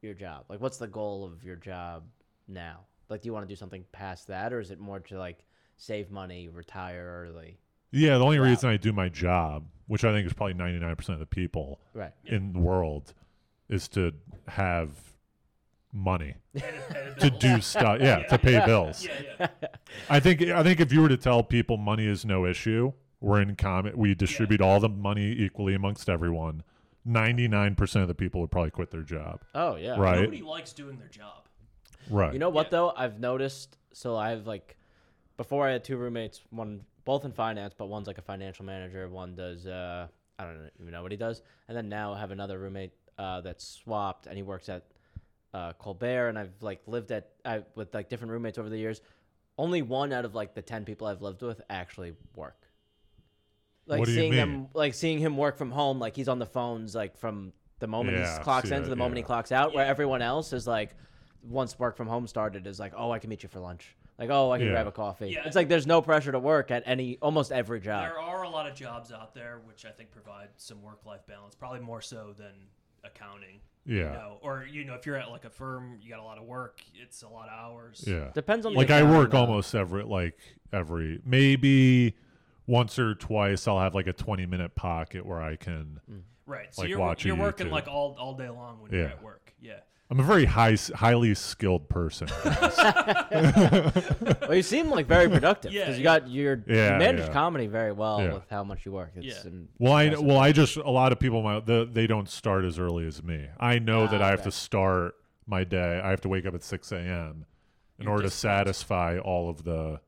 S2: your job? Like, what's the goal of your job now? Like, do you want to do something past that, or is it more to like save money, retire early?
S1: Yeah, the only reason I do my job, which I think is probably 99% of the people
S2: Right.
S1: in the world, is to have money
S3: And-
S1: to
S3: and-
S1: do stuff, yeah, to pay bills.
S3: yeah, yeah.
S1: I think I think if you were to tell people money is no issue, we're in common. We distribute all the money equally amongst everyone. Ninety nine percent of the people would probably quit their job.
S2: Oh yeah.
S1: Right.
S3: Nobody likes doing their job.
S1: Right.
S2: You know what
S3: Yeah.
S2: though? I've noticed. So I have like, before I had two roommates, one both in finance, but one's like a financial manager. One does uh, I don't even know what he does. And then now I have another roommate uh, that's swapped, and he works at uh, Colbert. And I've like lived at I, with like different roommates over the years. Only one out of like the ten people I've lived with actually work. Like
S1: What do you
S2: seeing them,
S1: mean?
S2: like seeing him work from home, like he's on the phones, like from the moment
S1: Yeah,
S2: he clocks
S1: see
S2: in to
S1: that,
S2: the moment he
S1: yeah.
S2: clocks out. Where everyone else is like, once work from home started is like, oh, I can meet you for lunch. Like, oh, I can
S1: Yeah.
S2: grab a coffee.
S3: Yeah.
S2: It's like there's no pressure to work at any almost every job.
S3: There are a lot of jobs out there which I think provide some work-life balance, probably more so than accounting. You
S1: Yeah.
S3: know? Or you know, if you're at like a firm, you got a lot of work. It's a lot of hours.
S1: Yeah.
S2: Depends on the
S1: Like I work
S2: economy, though.
S1: almost every like every maybe once or twice I'll have like a twenty minute pocket where I can.
S2: Mm.
S3: Right. So
S1: Like
S3: you're
S1: watching
S3: you're working
S1: YouTube.
S3: like all all day long when you're
S1: Yeah.
S3: at work. Yeah.
S1: I'm a very high highly skilled person.
S2: Well, you seem like very productive
S3: Yeah,
S2: because you
S3: yeah.
S2: got your
S1: Yeah,
S2: you manage
S1: yeah.
S2: comedy very well
S1: Yeah.
S2: with how much you work. It's
S3: Yeah.
S2: in-
S1: well, I well I just a lot of people my the, they don't start as early as me. I know that
S2: Ah,
S1: I have
S2: okay.
S1: to start my day. I have to wake up at six a.m. in order to satisfy all of the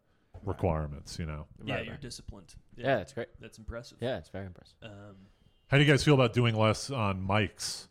S1: requirements. You know.
S3: Yeah.
S2: Right,
S3: You're
S2: right.
S3: disciplined.
S2: yeah, it's great.
S3: That's impressive.
S2: Yeah, it's very impressive.
S3: Um,
S1: How do you guys feel about doing less on mics?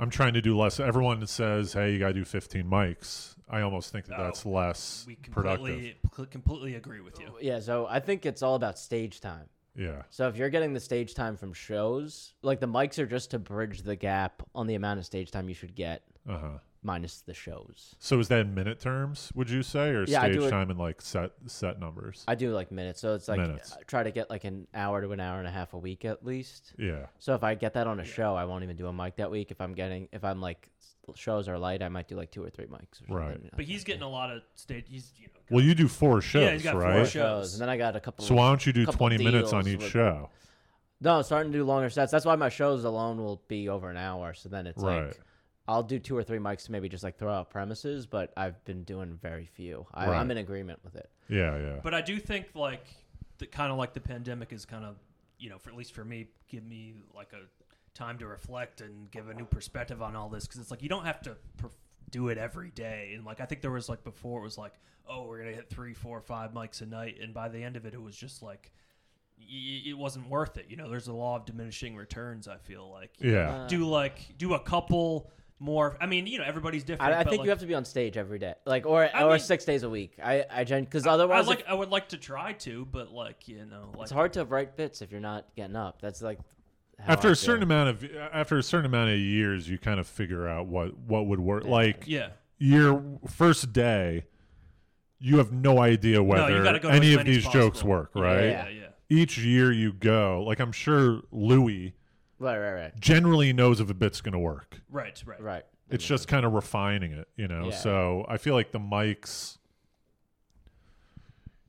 S1: I'm trying to do less. Everyone says, "Hey, you got to do 15 mics." I almost think that
S3: Oh,
S1: that's less
S3: we
S1: productive.
S3: completely cl- completely agree with you.
S2: Yeah, so I think it's all about stage time.
S1: Yeah,
S2: So if you're getting the stage time from shows, like the mics are just to bridge the gap on the amount of stage time you should get
S1: uh huh.
S2: minus the shows.
S1: So is that in minute terms? Would you say, or
S2: Yeah, I do
S1: stage
S2: it-
S1: time and like set set numbers?
S2: I do like minutes, so it's like
S1: Minutes.
S2: I try to get like an hour to an hour and a half a week at least.
S1: yeah,
S2: So if I get that on a show, I won't even do a mic that week. If I'm getting if I'm like s- shows are light, I might do like two or three mics. Or
S1: Right.
S2: something.
S3: But he's getting a lot of stage. He's you know. got-
S1: Well, you do four shows,
S3: Yeah, he's got four
S1: right?
S3: shows.
S2: and then I got a couple.
S1: So why don't you do
S2: Couple
S1: 20 minutes on
S2: deals
S1: each
S2: with-
S1: show?
S2: No, I'm starting to do longer sets. That's why my shows alone will be over an hour. So then it's
S1: Right.
S2: like I'll do two or three mics to maybe just like throw out premises, but I've been doing very few. I, I'm
S1: Right.
S2: in agreement with it.
S1: Yeah, yeah.
S3: But I do think like the kind of like the pandemic is kind of you know for at least for me give me like a time to reflect and give a new perspective on all this because it's like you don't have to perf- do it every day and like I think there was like before it was like oh we're gonna hit three four five mics a night and by the end of it it was just like y- y- it wasn't worth it you know there's a law of diminishing returns I feel like
S1: yeah.
S2: Uh,
S3: do like do a couple more I mean you know everybody's different
S2: I, I
S3: but,
S2: think
S3: like,
S2: you have to be on stage every day, like or
S3: I
S2: or
S3: mean-
S2: six days a week. I I because otherwise
S3: I
S2: if-
S3: like I would like to try to but like you know like
S2: it's hard to write bits if you're not getting up. That's like how
S1: after
S2: I
S1: a certain
S2: feel.
S1: amount of after a certain amount of years, you kind of figure out what what would work. Like
S3: yeah
S1: your first day, you have no idea whether
S3: gotta go to
S1: any
S3: as
S1: of
S3: many as
S1: these jokes
S3: possible.
S1: work, right?
S3: Yeah, yeah.
S1: Each year you go, like I'm sure Louis
S2: Right, right, right,
S1: generally knows if a bit's going to work.
S3: Right, right.
S2: right.
S1: It's just kind of refining it, you know.
S2: Yeah.
S1: So I feel like the mics,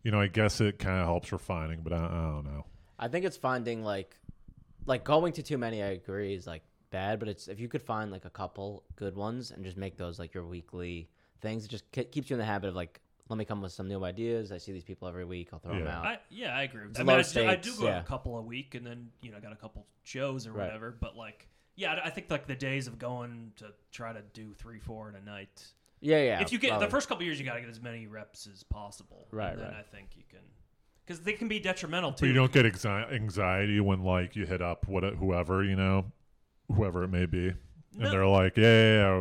S1: you know, I guess it kind of helps refining, but I, I don't know.
S2: I think it's finding like, like going to too many. I agree is like bad, but it's if you could find like a couple good ones and just make those like your weekly things. It just ke- keeps you in the habit of like, let me come with some new ideas. I see these people every week. I'll throw them
S1: Yeah.
S2: out.
S3: I, yeah, I agree. With
S2: It's
S3: that. I mean,
S2: low
S3: I do, I do
S2: stakes,
S3: go
S2: yeah.
S3: a couple a week, and then you know, got a couple shows or
S2: Right.
S3: whatever. But like, yeah, I- I think like the days of going to try to do three, four in a night.
S2: yeah, yeah.
S3: if you get
S2: probably.
S3: the first couple years, you got to get as many reps as possible.
S2: Right,
S3: and then
S2: right.
S3: I think you can, because they can be detrimental too.
S1: But you don't get exi- anxiety when like you hit up what whoever you know, whoever it may be, and
S3: No.
S1: they're like, yeah,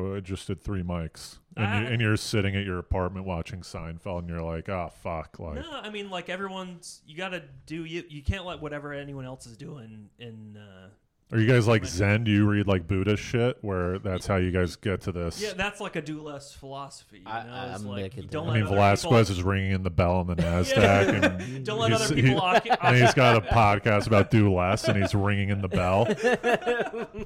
S1: yeah, yeah, I just did three mics, and, you,
S3: I-
S1: and you're sitting at your apartment watching Seinfeld, and you're like, ah, fuck, like,
S3: No, I mean like everyone's. You got to do you. You can't let whatever anyone else is doing in. Uh,
S1: are you guys like Zen? Do you read like Buddhist shit? Where that's how you guys get to this?
S3: yeah, that's like a do less philosophy. You know?
S2: I- I-
S3: It's
S2: I'm
S3: like,
S2: making
S3: you don't
S1: I
S3: let
S1: mean,
S3: other
S1: Velasquez
S3: people,
S1: is ringing in the bell on the
S3: Yeah.
S1: Nasdaq, and
S3: Don't let
S1: he's-
S3: other
S1: he-
S3: people occupy.
S1: and he's got a podcast about do less, and he's ringing in the bell.
S3: Don't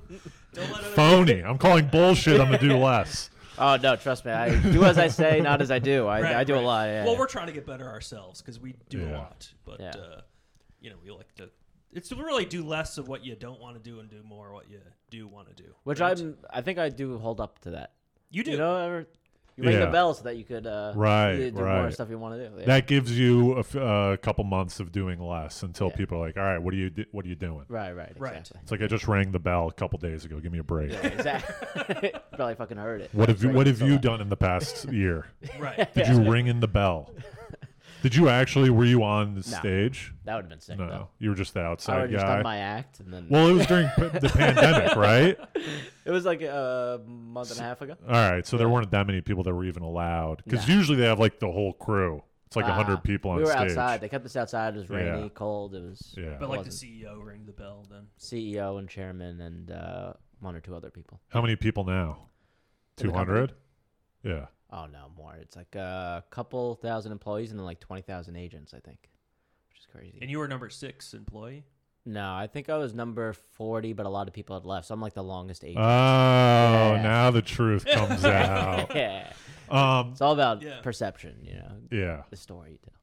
S3: let other
S1: Phony. I'm calling bullshit on the do less.
S2: Oh no, trust me. I do as I say, not as I do. I,
S3: Right,
S2: I do
S3: right.
S2: a lot. Yeah.
S3: Well, we're trying to get better ourselves because we do a
S1: Yeah.
S3: lot, but
S2: Yeah.
S3: uh, you know, we like to. It's to really do less of what you don't want to do and do more what you do want to do.
S2: which
S3: right?
S2: I'm. I think I do hold up to that.
S3: You do.
S2: You know, ever, you ring
S1: Yeah.
S2: the bell so that you could uh,
S1: Right,
S2: do more
S1: right.
S2: stuff you want to do. Yeah.
S1: That gives you a f- uh, couple months of doing less until
S2: Yeah.
S1: people are like, "All right, what are you do- what are you doing?"
S2: right, right,
S3: Right.
S2: exactly.
S1: It's like I just rang the bell a couple days ago. Give me a break.
S2: Yeah, exactly. Probably fucking heard it.
S1: What have you
S2: Right,
S1: What have
S2: so
S1: you
S2: that-
S1: done in the past year?
S3: right.
S1: Did you ring in the bell? Did you actually? Were you on the stage?
S2: That would have been sick.
S1: No,
S2: Though.
S1: you were just the
S2: I would
S1: outside
S2: have just done
S1: guy.
S2: my act, and then
S1: well, it was during p- the pandemic, right?
S2: it was like a month and a half ago.
S1: All right, so there weren't that many people that were even allowed because
S2: Nah.
S1: usually they have like the whole crew. It's like a
S2: Ah,
S1: hundred people on
S2: We were
S1: stage.
S2: outside. They kept us outside. It was rainy,
S1: Yeah.
S2: cold. It was
S1: Yeah.
S3: But
S2: it
S3: like the
S2: wasn't.
S3: CEO ring the bell then.
S2: CEO and chairman and uh, one or two other people.
S1: How many people now?
S2: In
S1: Two
S2: the company?
S1: hundred. Yeah.
S2: Oh no, more. It's like uh, a couple thousand employees and then like twenty thousand agents, I think, which is crazy.
S3: And you were number six employee.
S2: no, I think I was number forty, but a lot of people had left, so I'm like the longest agent.
S1: Oh,
S2: Yeah.
S1: now the truth comes out.
S2: yeah,
S1: Um,
S2: it's all about
S3: Yeah.
S2: perception, you know,
S1: yeah.
S2: the story you tell.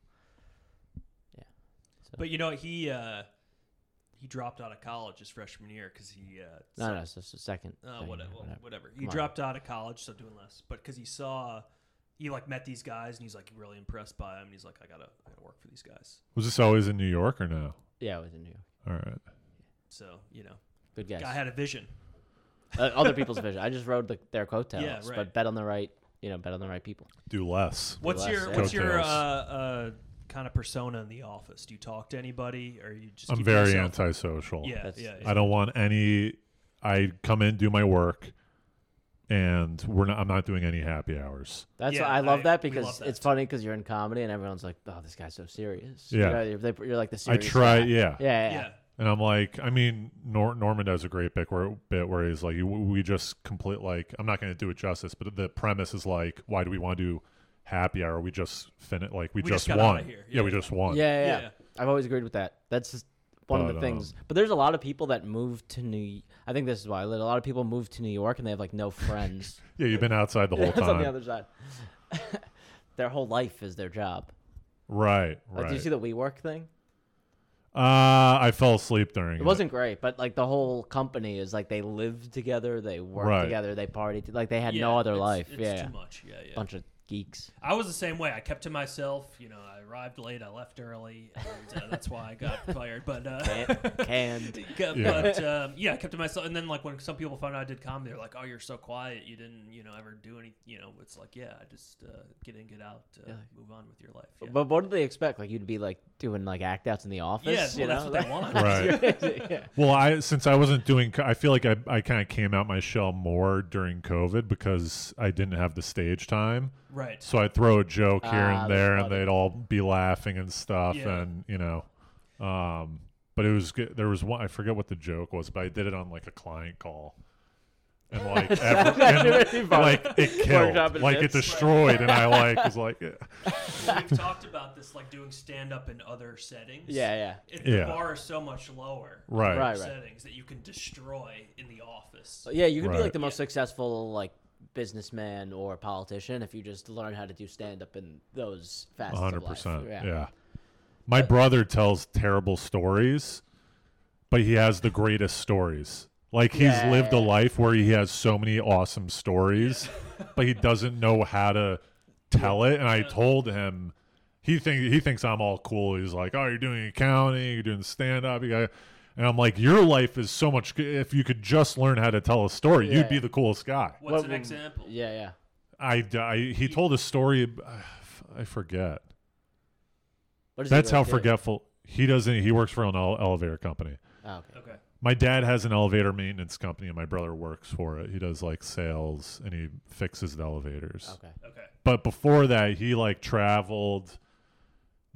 S3: But you know he uh, he dropped out of college his freshman year because he uh,
S2: No, no, it's just a second.
S3: Uh,
S2: thing,
S3: whatever,
S2: or
S3: whatever. He
S2: Come on.
S3: dropped out of college, so doing less. But because he saw, he like met these guys, and he's like really impressed by them. And he's like, I gotta, I gotta work for these guys.
S1: Was this always in New York or no?
S2: Yeah, it was in New York.
S1: All right.
S3: So you know,
S2: Good guess.
S3: guy had a vision.
S2: uh, other people's vision. I just rode the, their coattails,
S3: Yeah, right.
S2: but bet on the right, you know, bet on the right people.
S1: Do less.
S3: What's
S2: less,
S3: your,
S2: yeah.
S3: what's your uh,
S1: Coattails.
S3: uh, kind of persona in the office? Do you talk to anybody, or you just?
S1: I'm
S3: keep
S1: very
S3: yourself?
S1: antisocial.
S3: Yeah,
S2: That's-
S3: yeah.
S1: I don't want any. I come in, do my work, and we're not. I'm not doing any happy hours.
S2: That's
S3: Yeah,
S2: why I love
S3: I-
S2: that
S3: we
S2: because
S3: love that.
S2: it's funny because you're in comedy and everyone's like, "Oh, this guy's so serious."
S1: Yeah.
S2: you know, you're, they- you're like the
S1: I
S2: serious.
S1: try.
S2: guy.
S1: Yeah.
S2: Yeah, yeah,
S3: yeah.
S2: yeah.
S1: And I'm like, I mean, Nor- Norman does a great bit where bit where he's like, we just complete like, I'm not going to do it justice, but the premise is like, why do we want to do happy hour? We just fin like we,
S3: We
S1: just,
S3: just got
S1: won.
S3: outta here.
S1: Yeah. we
S3: Yeah.
S1: just won.
S2: Yeah, yeah,
S3: Yeah.
S2: yeah. I've always agreed with that. That's just one of
S1: But, um,
S2: the things. but there's a lot of people that move to New. I think this is why a lot of people move to New York and they have like no friends.
S1: Yeah, you've been outside the whole
S2: That's
S1: time.
S2: on the other side. their whole life is their job.
S1: Right,
S2: Like,
S1: right.
S2: did you see the WeWork thing?
S1: uh, I fell asleep during it.
S2: It wasn't great, but like the whole company is like they live together, they work
S1: Right.
S2: together, they party. To, like they had
S3: Yeah,
S2: no other
S3: it's-
S2: life.
S3: It's
S2: yeah,
S3: too much. Yeah, yeah.
S2: bunch of geeks.
S3: I was the same way. I kept to myself. You know, I arrived late. I left early, and uh, that's why I got fired. But uh,
S2: Can- canned.
S3: Yeah,
S1: Yeah.
S3: But um, yeah, I kept to myself. And then like when some people found out I did comedy, they're like, "Oh, you're so quiet. You didn't, you know, ever do any." You know, it's like, yeah, I just uh, get in, get out, uh,
S2: Yeah.
S3: move on with your life. Yeah,
S2: But what did they expect? Like you'd be like doing like act outs in the
S3: yeah
S2: office.
S3: well,
S2: you
S3: that's
S2: know?
S3: what they want.
S1: Right.
S2: yeah.
S1: Well, I since I wasn't doing, co- I feel like I, I kind of came out my shell more during COVID because I didn't have the stage time.
S3: right.
S1: So I'd throw a joke here
S2: Ah,
S1: and there,
S2: that's
S1: and
S2: funny.
S1: they'd all be laughing and stuff,
S3: Yeah.
S1: and you know. Um, but it was good. There was one I forget what the joke was, but I did it on like a client call, and like ever, and, like it
S2: Workshop
S1: killed, like it
S2: admits.
S1: destroyed, and I like was like, yeah.
S3: Well, we've talked about this, like doing stand up in other settings.
S2: Yeah, yeah.
S3: If
S1: Yeah.
S3: the bar is so much lower,
S1: right,
S2: Right.
S3: settings that you can destroy in the office.
S2: So, yeah, you could be
S1: Right.
S2: like the most successful like businessman or politician if you just learn how to do stand up in those
S1: A
S2: facets.
S1: hundred
S2: Hundred
S1: percent,
S2: Yeah.
S1: yeah. My brother tells terrible stories, but he has the greatest stories. Like he's
S2: Yeah.
S1: lived a life where he has so many awesome stories, but he doesn't know how to tell it. And I told him, he think he thinks I'm all cool. He's like, "Oh, you're doing accounting, you're doing stand up." You got, and I'm like, "Your life is so much. g- If you could just learn how to tell a story,
S2: Yeah.
S1: you'd be the coolest guy."
S3: What's
S2: What
S3: an
S2: would-
S3: example?
S2: Yeah, yeah.
S1: I, I he told a story. ab- I forget.
S2: What does he
S1: That's
S2: really
S1: how
S2: do?
S1: forgetful he doesn't. He works for an ele- elevator company.
S2: Oh, okay.
S3: Okay.
S1: My dad has an elevator maintenance company, and my brother works for it. He does like sales and he fixes the elevators.
S2: Okay.
S3: Okay.
S1: But before that, he like traveled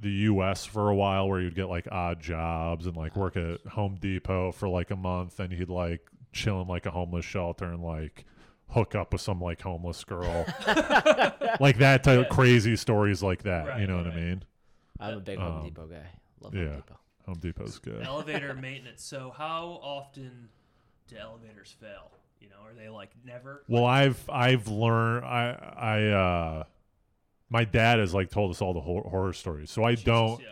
S1: the U.S. for a while, where he'd get like odd jobs and like work at Home Depot for like a month, and he'd like chill in like a homeless shelter and like hook up with some like homeless girl, like that type of crazy stories like that. you
S3: Right,
S1: know what I
S3: right.
S1: mean?
S2: I'm a big Home
S1: Um,
S2: Depot guy. Love
S1: yeah.
S2: Home Depot.
S1: Home Depot's good.
S3: Elevator maintenance. So how often do elevators fail? You know, are they like never?
S1: Well, I've I've learned I I uh my dad has like told us all the hor- horror stories. So I don't
S3: Yeah.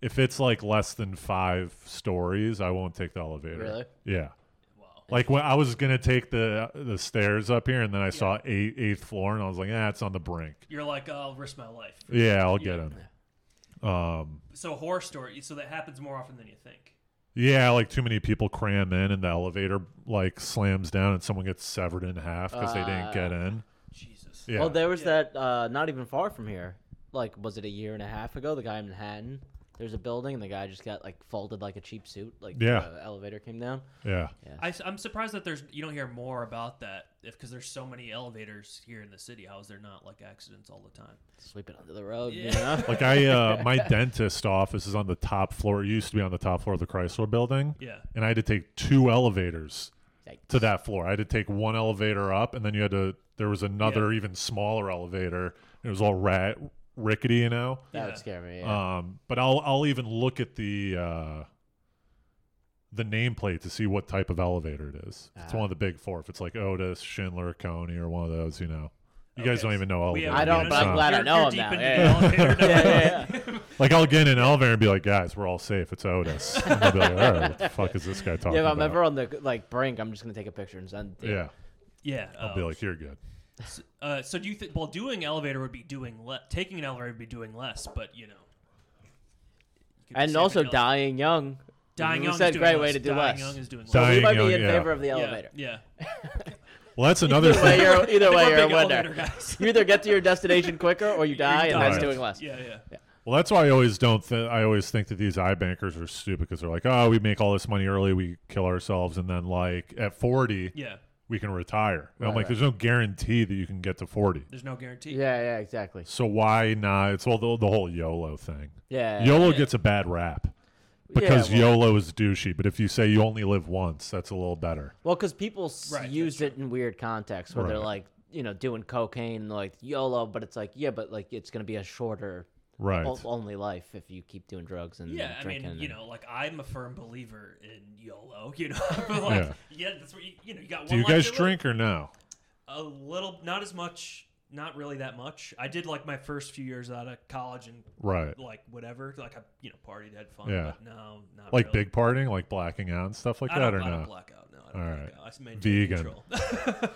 S1: if it's like less than 5 stories, I won't take the elevator.
S2: Really?
S1: Yeah.
S3: Wow.
S1: Like when I was going to take the the stairs up here and then I saw eight, eighth floor and I was like, "Ah, it's on the brink."
S3: You're like, "Oh, I'll risk my life.
S1: Yeah, I'll
S3: Yeah.
S1: get him. Um
S3: So horror story. So that happens more often than you think.
S1: yeah, like too many people cram in and the elevator like slams down and someone gets severed in half cuz they didn't
S2: Ah.
S1: get in.
S3: Jesus.
S1: Yeah.
S2: Well, there was
S3: Yeah.
S2: that uh, not even far from here. Like, was it a year and a half ago? The guy in Manhattan. There's a building, and the guy just got like folded like a cheap suit. Like,
S1: Yeah.
S2: the elevator came down.
S1: yeah.
S3: I, am surprised that there's you don't hear more about that if because there's so many elevators here in the city. How is there not like accidents all the time?
S2: Sweep it under the rug. You
S3: Yeah.
S2: know?
S1: Like I, uh, my dentist office is on the top floor. It used to be on the top floor of the Chrysler Building,
S3: Yeah.
S1: and I had to take two elevators
S2: Yikes.
S1: to that floor. I had to take one elevator up, and then you had to. There was another, even smaller elevator. It was all rat rickety, you know.
S2: That
S3: Yeah.
S2: would scare me. Yeah.
S1: Um, but I'll I'll even look at the uh, the nameplate to see what type of elevator it is. If it's
S2: Ah.
S1: one of the big four. If it's like Otis, Schindler, Coney, or one of those, you know. You guys
S3: Okay.
S1: don't even know
S3: We
S1: elevator.
S3: have-
S2: I don't,
S1: names,
S2: but I'm
S1: huh?
S2: glad I
S3: You're-
S2: know
S3: you're
S2: him
S3: deep
S2: now.
S3: into
S2: Yeah,
S3: the elevator.
S2: yeah, yeah, yeah.
S1: Like I'll get in an elevator and be like, guys, we're all safe. It's Otis. And I'll be like, all right, what the fuck is this guy talking
S2: Yeah, if I'm
S1: about?
S2: ever on the like brink, I'm just gonna take a picture and send. it.
S1: yeah,
S3: Yeah.
S1: I'll
S3: oh.
S1: be like, you're good.
S3: S- uh, so do you think? Well, doing elevator would be doing le- taking an elevator would be doing less, but you know. you could
S2: And
S3: save
S2: also
S3: an ele-
S2: dying young.
S3: Dying
S2: We
S3: young.
S2: said
S3: is doing
S2: great
S3: less.
S2: way to do
S3: dying
S2: less.
S3: Young is doing less.
S2: So
S1: Dying
S2: we might be
S1: young,
S2: in
S1: yeah.
S2: favor of the
S3: Yeah,
S2: elevator.
S3: Yeah.
S1: Well, that's another
S2: Either way,
S1: thing.
S2: you're,
S3: I
S2: either
S3: think
S2: way,
S3: we're
S2: you're a
S3: big
S2: winner.
S3: elevator guys.
S2: You either get to your destination quicker or you die, and that's
S1: die.
S2: doing less.
S3: Yeah, yeah.
S1: Well, that's why I always don't. Th- I always think that these iBankers are stupid because they're like, oh, we make all this money early, we kill ourselves, and then like at forty,
S3: Yeah.
S1: we can retire. And I'm
S2: Right,
S1: like,
S2: right.
S1: there's no guarantee that you can get to forty.
S3: There's no guarantee.
S2: Yeah, yeah, exactly.
S1: So why not? It's all the, the whole YOLO thing.
S2: Yeah,
S1: YOLO
S3: yeah.
S1: gets a bad rap
S2: yeah,
S1: because
S2: well-
S1: YOLO is douchey. But if you say you only live once, that's a little better.
S2: Well, because people s
S3: Right,
S2: use it in weird contexts where they're
S1: Right.
S2: like, you know, doing cocaine, like YOLO, but it's like, yeah, but like it's gonna be a shorter,
S1: Right.
S2: o- only life if you keep doing drugs and
S3: Yeah, I
S2: drinking.
S3: mean, you
S2: and-
S3: know, like I'm a firm believer in YOLO. You know, but like
S1: Yeah.
S3: yeah. that's what you, you know. You got one.
S1: Do you
S3: life
S1: guys
S3: to live.
S1: drink or no?
S3: A little, not as much, not really that much. I did like my first few years out of college and
S1: Right.
S3: like whatever, like I you know partied, had fun.
S1: Yeah.
S3: but no, not
S1: Like
S3: really.
S1: big partying, like blacking out and stuff like
S3: I
S1: that,
S3: don't,
S1: or
S3: I don't
S1: no?
S3: black out. No, I don't
S1: All
S3: black
S1: right.
S3: out. I just maintain
S1: Vegan.
S3: control.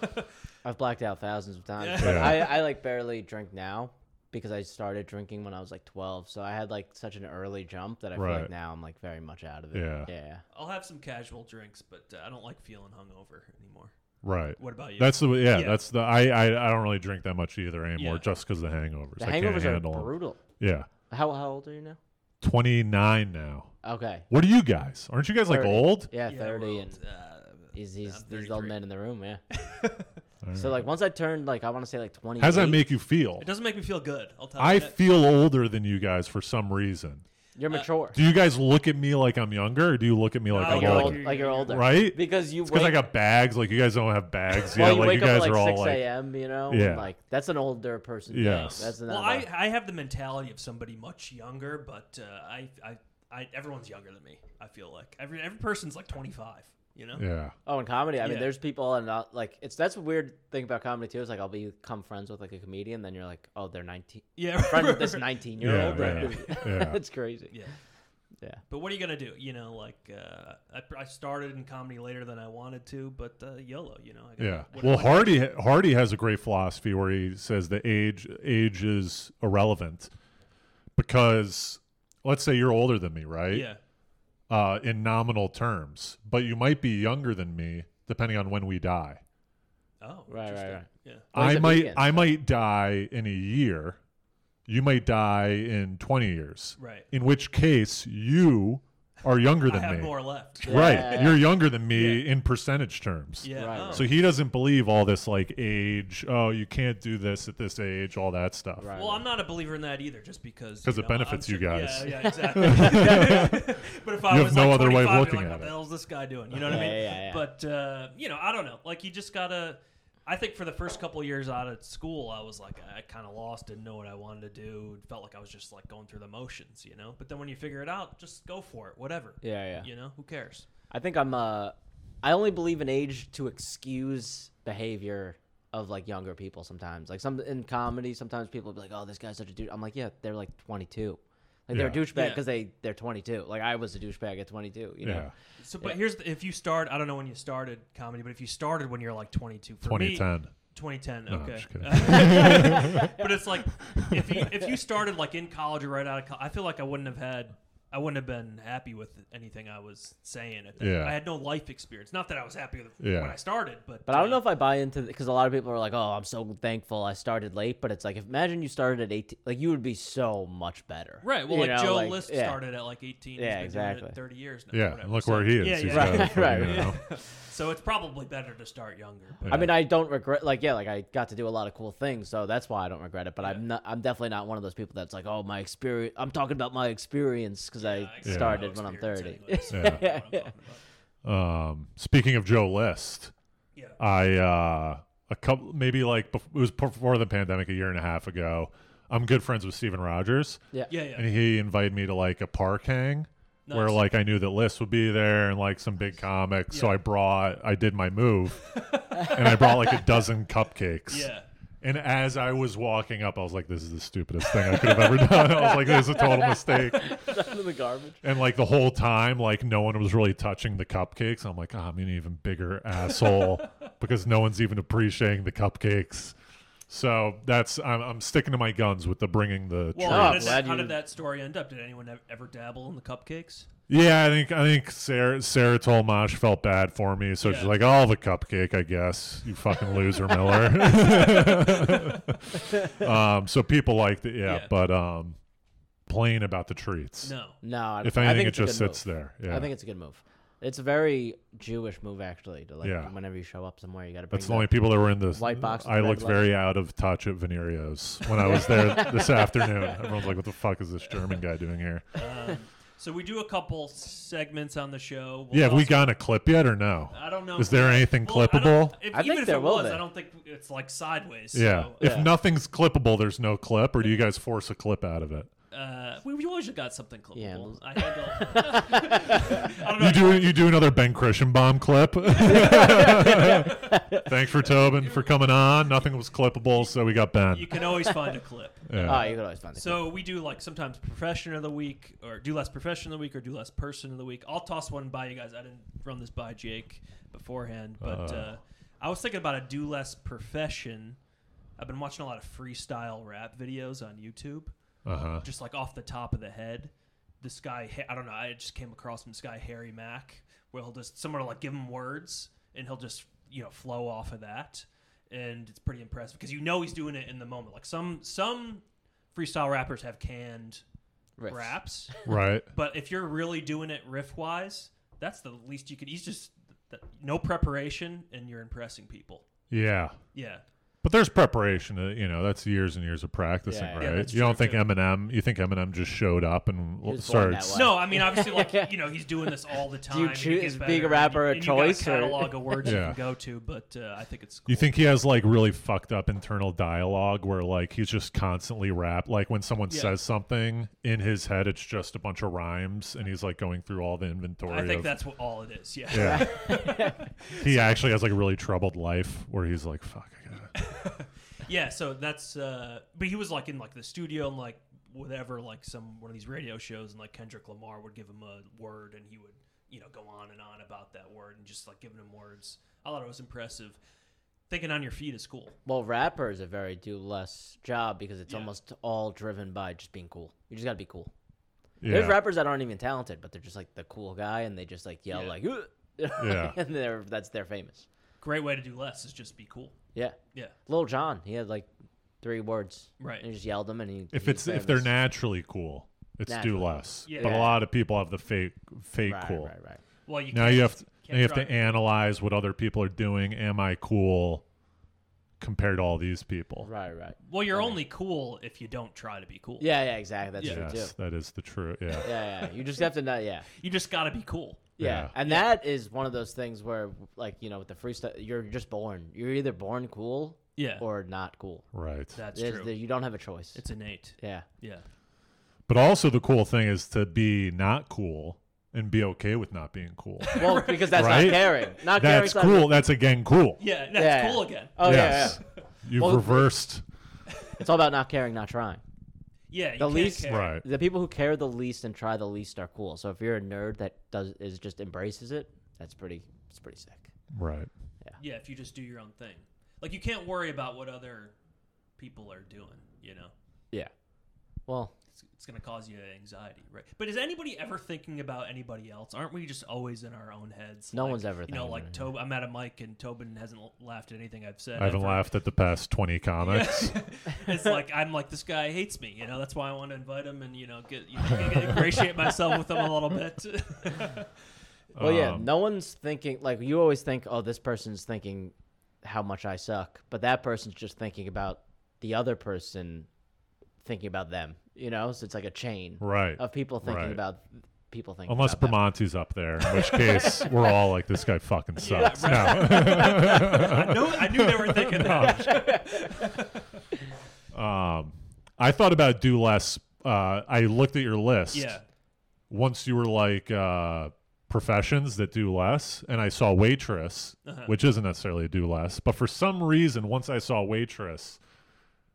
S2: I've blacked out thousands of times,
S3: Yeah.
S2: but
S1: Yeah.
S2: I, I like barely drink now because I started drinking when I was like 12. So I had like such an early jump that I feel
S1: Right.
S2: like now I'm like very much out of it.
S1: Yeah.
S2: Yeah.
S3: I'll have some casual drinks, but uh, I don't like feeling hungover anymore.
S1: Right.
S3: What about you?
S1: That's the yeah,
S3: Yeah.
S1: That's the I, I I don't really drink that much either anymore,
S3: Yeah.
S1: just because the hangovers.
S2: The
S1: I can't
S2: hangovers are
S1: handle 'em.
S2: brutal.
S1: Yeah,
S2: How, how old are you now?
S1: twenty nine now.
S2: Okay.
S1: What are you guys? Aren't you guys like
S2: 30.
S1: old?
S2: Yeah,
S3: Yeah,
S2: 30
S3: well,
S2: and
S3: uh,
S2: he's, he's,
S3: I'm
S2: these old
S3: 33.
S2: men in the room, yeah.
S1: All
S2: So
S1: right.
S2: like once I turned like I want to say like 20.
S1: how does that make you feel?
S3: it doesn't make me feel good. I'll tell you.
S1: I
S3: that.
S1: feel older than you guys for some reason.
S2: You're
S3: Uh,
S2: mature.
S1: Do you guys look at me like I'm younger, or do you look at me like
S3: No,
S1: I'm
S2: you're
S3: you're
S1: older?
S2: old,
S3: older.
S2: like you're older,
S1: Right?
S2: Because you
S1: It's because I
S2: wake-
S1: got bags. Like you guys don't have bags.
S2: well,
S1: yeah,
S2: you
S1: like you
S2: wake
S1: guys
S2: up
S1: are
S2: at like
S1: all
S2: six
S1: like,
S2: a.m. You know,
S1: Yeah.
S2: and, like that's an older person.
S1: Yes.
S2: thing. that's not
S3: Well, I,
S2: about-
S3: I have the mentality of somebody much younger, but uh, I, I, I, everyone's younger than me. I feel like every every person's like 25. You know,
S1: yeah,
S2: Oh, in comedy, I mean,
S3: Yeah.
S2: there's people and not like it's that's a weird thing about comedy too. Is like I'll become friends with like a comedian, then you're like, oh, they're 19.
S3: yeah,
S2: Friends with this 19 year
S1: yeah,
S2: old.
S1: yeah,
S2: Like,
S1: yeah.
S2: it's crazy.
S3: yeah.
S2: Yeah.
S3: But what are you gonna do? You know, like uh, I, pr- I started in comedy later than I wanted to, but uh, YOLO. You know, I gotta-
S1: Yeah.
S3: what-
S1: Well,
S3: what-
S1: Hardy Hardy has a great philosophy where he says that age age is irrelevant because let's say you're older than me, right?
S3: Yeah,
S1: Uh, in nominal terms, but you might be younger than me depending on when we die.
S3: oh,
S2: Right, right,
S3: interesting.
S2: right.
S3: Yeah,
S2: Well, he's
S1: I
S2: a
S1: might
S2: vegan,
S1: I might die in a year. You might die in 20 years.
S3: right.
S1: In which case you are younger
S3: I
S1: than
S3: have
S1: me.
S3: more left.
S1: Right.
S2: Yeah.
S1: You're younger than me
S3: Yeah.
S1: in percentage terms.
S3: Yeah.
S2: Right,
S3: oh.
S1: So he doesn't believe all this like age. Oh, you can't do this at this age. All that stuff.
S2: Right.
S3: Well, I'm not a believer in that either, just because
S1: 'Cause
S3: you
S1: it
S3: know, I'm
S1: benefits you
S3: sure-
S1: guys.
S3: Yeah, yeah, exactly. but if I
S1: You have
S3: was
S1: no
S3: like
S1: other way of
S3: 25, you're
S1: looking
S3: like,
S1: at
S3: what the
S1: it.
S3: hell's this guy doing? You know what I
S2: Yeah,
S3: mean?
S2: yeah, yeah.
S3: But uh, you know, I don't know. Like you just gotta. I think for the first couple of years out of school, I was like, I kind of lost, didn't know what I wanted to do. It felt like I was just like going through the motions, you know. But then when you figure it out, just go for it, whatever.
S2: Yeah, yeah.
S3: You know, who cares?
S2: I think I'm uh I only believe in age to excuse behavior of like younger people sometimes. Like some in comedy, sometimes people be like, "Oh, this guy's such a dude." I'm like, "Yeah, they're like 22." Like they're a
S1: Yeah.
S2: douchebag
S3: Yeah.
S2: because they they're 22. Like I was a douchebag at 22. You know.
S1: Yeah.
S3: So, but here's the, if you start, I don't know when you started comedy, but if you started when you're like 22, for me,
S1: 2010.
S3: 2010.
S1: No, I'm
S3: okay.
S1: just kidding.
S3: but it's like if you if you started like in college or right out of college, I feel like I wouldn't have had I wouldn't have been happy with anything I was saying. At that.
S1: Yeah.
S3: I had no life experience. Not that I was happy with
S1: Yeah.
S3: when I started, but
S2: But I don't know
S3: uh,
S2: if I buy into because a lot of people are like, "Oh, I'm so thankful I started late." But it's like, if, imagine you started at 18, like you would be so much better.
S3: Right. Well,
S2: You
S3: like
S2: know,
S3: Joe List
S2: yeah.
S3: started at like 18.
S2: Yeah,
S3: He's been doing it
S2: exactly.
S3: 30 years now.
S1: Yeah.
S3: whatever.
S1: And look
S3: So-
S1: where he is.
S3: Yeah,
S1: He's
S3: yeah.
S1: got
S2: Right,
S1: a fucking,
S2: right,
S1: you
S2: yeah.
S1: know.
S3: So it's probably better to start younger. But
S2: I mean, I don't regret like yeah, like I got to do a lot of cool things, so that's why I don't regret it. But I'm not, I'm definitely not one of those people that's like, oh, my experience. I'm talking about my experience because I
S3: I got
S2: started
S3: no
S2: when I'm
S3: experience
S2: 30.
S3: anyway, so I
S1: Yeah.
S3: don't know what I'm talking about.
S1: Um, speaking of Joe List,
S3: Yeah.
S1: I uh, a couple maybe like bef- it was before the pandemic, a year and a half ago. I'm good friends with Steven Rogers,
S3: Yeah.
S1: and
S3: Yeah.
S1: he invited me to like a park hang. Where
S3: Nice.
S1: like I knew that List would be there and like some big comics, so
S3: Yeah.
S1: I brought I did my move, and I brought like a dozen cupcakes.
S3: Yeah.
S1: And as I was walking up, I was like, "This is the stupidest thing I could have ever done." I was like, "This is a total mistake."
S2: the garbage.
S1: And like the whole time, like no one was really touching the cupcakes. I'm like, "Ah, I'm an even bigger asshole because no one's even appreciating the cupcakes. So that's I'm, I'm sticking to my guns with the bringing the
S3: Well,
S1: treat.
S3: how,
S2: I'm
S3: did that,
S2: Oh, glad
S3: how
S2: you-
S3: did that story end up? Did anyone ev- ever dabble in the cupcakes?
S1: Yeah, I think I think Sarah Sarah Tolmash felt bad for me, so she's
S3: Yeah.
S1: like, "I'll have a cupcake, I guess." You fucking loser, Miller. um, so people liked it, yeah,
S3: Yeah.
S1: but um, plain about the treats.
S3: No.
S2: No, I,
S1: If
S2: I
S1: anything,
S2: think
S1: it
S2: it's a
S1: just
S2: good
S1: sits
S2: move.
S1: there. Yeah,
S2: I think it's a good move. It's a very Jewish move actually. To like
S1: Yeah.
S2: whenever you show up somewhere, you got to.
S1: that's the only people that were in this.
S2: White box
S1: I
S2: with red
S1: looked
S2: letters.
S1: very out of touch at Veneerio's when I was there this afternoon. Everyone's like, "What the fuck is this German guy doing here?"
S3: Um, so we do a couple segments on the show. We'll
S1: yeah, have we
S3: also-
S1: got a clip yet or no?
S3: I don't know.
S1: Is there anything
S3: Well, I don't-
S1: clippable?
S3: If,
S2: I think
S3: even if
S2: there
S3: it
S2: will
S3: was,
S2: be.
S3: I don't think it's like sideways.
S1: Yeah.
S3: So,
S1: If
S2: Yeah.
S1: nothing's clippable, there's no clip, or do you guys force a clip out of it?
S3: uh, we, we always got something clippable.
S2: Yeah, those-
S3: I, handle, I don't know.
S1: You do you do another Ben Christian bomb clip. Thanks for Tobin for coming on. Nothing was clippable, so we got
S3: You uh,
S1: Ben.
S3: can always find a clip.
S1: Yeah.
S2: Oh, you could always find it.
S3: So we do like sometimes profession of the week, or do less profession of the week, or do less person of the week. I'll toss one by you guys. I didn't run this by Jake beforehand, but uh,
S1: Uh.
S3: I was thinking about a do less profession. I've been watching a lot of freestyle rap videos on YouTube.
S1: Uh huh.
S3: just like off the top of the head. This guy, Ha- I don't know, I just came across him, this guy, Harry Mack, where he'll just, someone will like give him words and he'll just, you know, flow off of that. And it's pretty impressive because you know he's doing it in the moment. Like some, some freestyle rappers have canned
S2: Riffs.
S3: raps,
S1: Right.
S3: but if you're really doing it riff wise, that's the least you could, he's just, th- no preparation and you're impressing people.
S1: Yeah.
S3: Yeah.
S1: But there's preparation. uh, You know, that's years and years of practicing,
S2: Yeah,
S3: yeah. Yeah,
S1: right?
S3: that's
S1: you don't
S3: true,
S1: think
S3: too.
S1: Eminem? You think Eminem just showed up and
S2: He
S1: l-
S2: was born
S1: started?
S2: that
S1: s-
S2: way.
S3: No, I mean obviously, like you know, he's doing this all the time.
S2: you
S3: and he gets
S2: choose being
S3: better,
S2: a rapper
S3: and
S2: a
S3: you- and
S2: choice,
S3: You
S2: or-
S3: got a catalog of words you
S1: Yeah.
S3: can go to, but uh, I think it's. Cool.
S1: You think he has like really fucked up internal dialogue where like he's just constantly rap? Like when someone
S3: Yeah.
S1: says something in his head, it's just a bunch of rhymes, and he's like going through all the inventory.
S3: I think
S1: of,
S3: that's what all it is. Yeah.
S1: Yeah. he actually has like a really troubled life where he's like, "Fuck, I gotta."
S3: Yeah, so that's uh but he was like in like the studio and like whatever like some one of these radio shows and like Kendrick Lamar would give him a word and he would, you know, go on and on about that word and just like giving him words. I thought it was impressive. Thinking on your feet is cool.
S2: Well, rapper is a very do less job because it's
S3: Yeah.
S2: almost all driven by just being cool. You just gotta be cool. There's
S1: Yeah.
S2: rappers that aren't even talented, but they're just like the cool guy, and they just like yell
S3: Yeah.
S2: like, "Ugh,"
S1: Yeah.
S2: and they're that's they're famous.
S3: Great way to do less is just be cool.
S2: Yeah,
S3: Yeah.
S2: Lil John, he had like three words,
S3: Right.
S2: And he just yelled them, and he
S1: if
S2: he's
S1: it's if they're
S2: famous.
S1: naturally cool, it's
S2: Naturally.
S1: do less.
S3: Yeah.
S1: But a
S2: Yeah.
S1: lot of people have the fake fake
S2: right,
S1: cool.
S2: right, right.
S3: Well, you
S1: Now
S3: can't-
S1: you have to,
S3: can't
S1: now you have
S3: try.
S1: to analyze what other people are doing. Am I cool compared to all these people?
S2: Right, right.
S3: Well, you're only cool if you don't try to be cool.
S2: Yeah, yeah, exactly. That's true
S1: Yes,
S2: too.
S1: that is the true. Yeah.
S2: Yeah, yeah. You just have to know. Yeah,
S3: You just got to be
S2: yeah.
S3: cool.
S1: Yeah.
S2: And that is one of those things where, like, you know, with the freestyle, you're just born. You're either born cool
S3: Yeah.
S2: or not cool.
S1: Right.
S3: that's
S2: There's-
S3: true.
S2: there- you don't have a choice.
S3: it's innate.
S2: yeah,
S3: Yeah.
S1: But also the cool thing is to be not cool and be okay with not being cool.
S2: well, because that's
S1: Right?
S2: not caring.
S1: That's
S2: Not caring's not-
S1: cool. That's again cool.
S3: Yeah, that's
S2: Yeah, yeah.
S3: cool again.
S2: Oh yeah,
S1: yes.
S2: yeah,
S1: You've
S2: Well,
S1: reversed.
S2: it's all about not caring, not trying.
S3: Yeah, you
S2: The
S3: can't
S2: least-
S3: care.
S1: Right.
S2: The people who care the least and try the least are cool. So if you're a nerd that does is just embraces it, that's pretty. It's pretty sick.
S1: Right.
S3: Yeah, if you just do your own thing. Like you can't worry about what other people are doing, you know.
S2: Yeah. Well,
S3: It's, it's going to cause you anxiety, right? But is anybody ever thinking about anybody else? Aren't we just always in our own heads?
S2: No
S3: Like,
S2: one's ever
S3: You know,
S2: thinking
S3: like
S2: about
S3: Tobin, I'm at a mic and Tobin hasn't l- laughed at anything I've said.
S1: I haven't
S3: ever.
S1: laughed at the past 20 comics.
S3: It's like I'm like this guy hates me, you know. That's why I want to invite him and you know get you know, ingratiate myself with him a little bit.
S2: well, yeah.
S1: Um,
S2: No one's thinking like you always think. Oh, this person's thinking how much I suck, but that person's just thinking about the other person thinking about them. You know, so it's like a chain
S1: Right.
S2: of people thinking
S1: Right.
S2: about people thinking.
S1: Unless
S2: about them.
S1: Bramonti's up there, in which case we're all like, this guy fucking
S3: Yeah,
S1: sucks.
S3: right. I knew I knew they were thinking that.
S1: No. Um, I thought about do less. Uh, I looked at your list.
S3: Yeah,
S1: Once you were like uh, professions that do less, and I saw waitress,
S3: Uh-huh.
S1: which isn't necessarily a do less, but for some reason, once I saw waitress,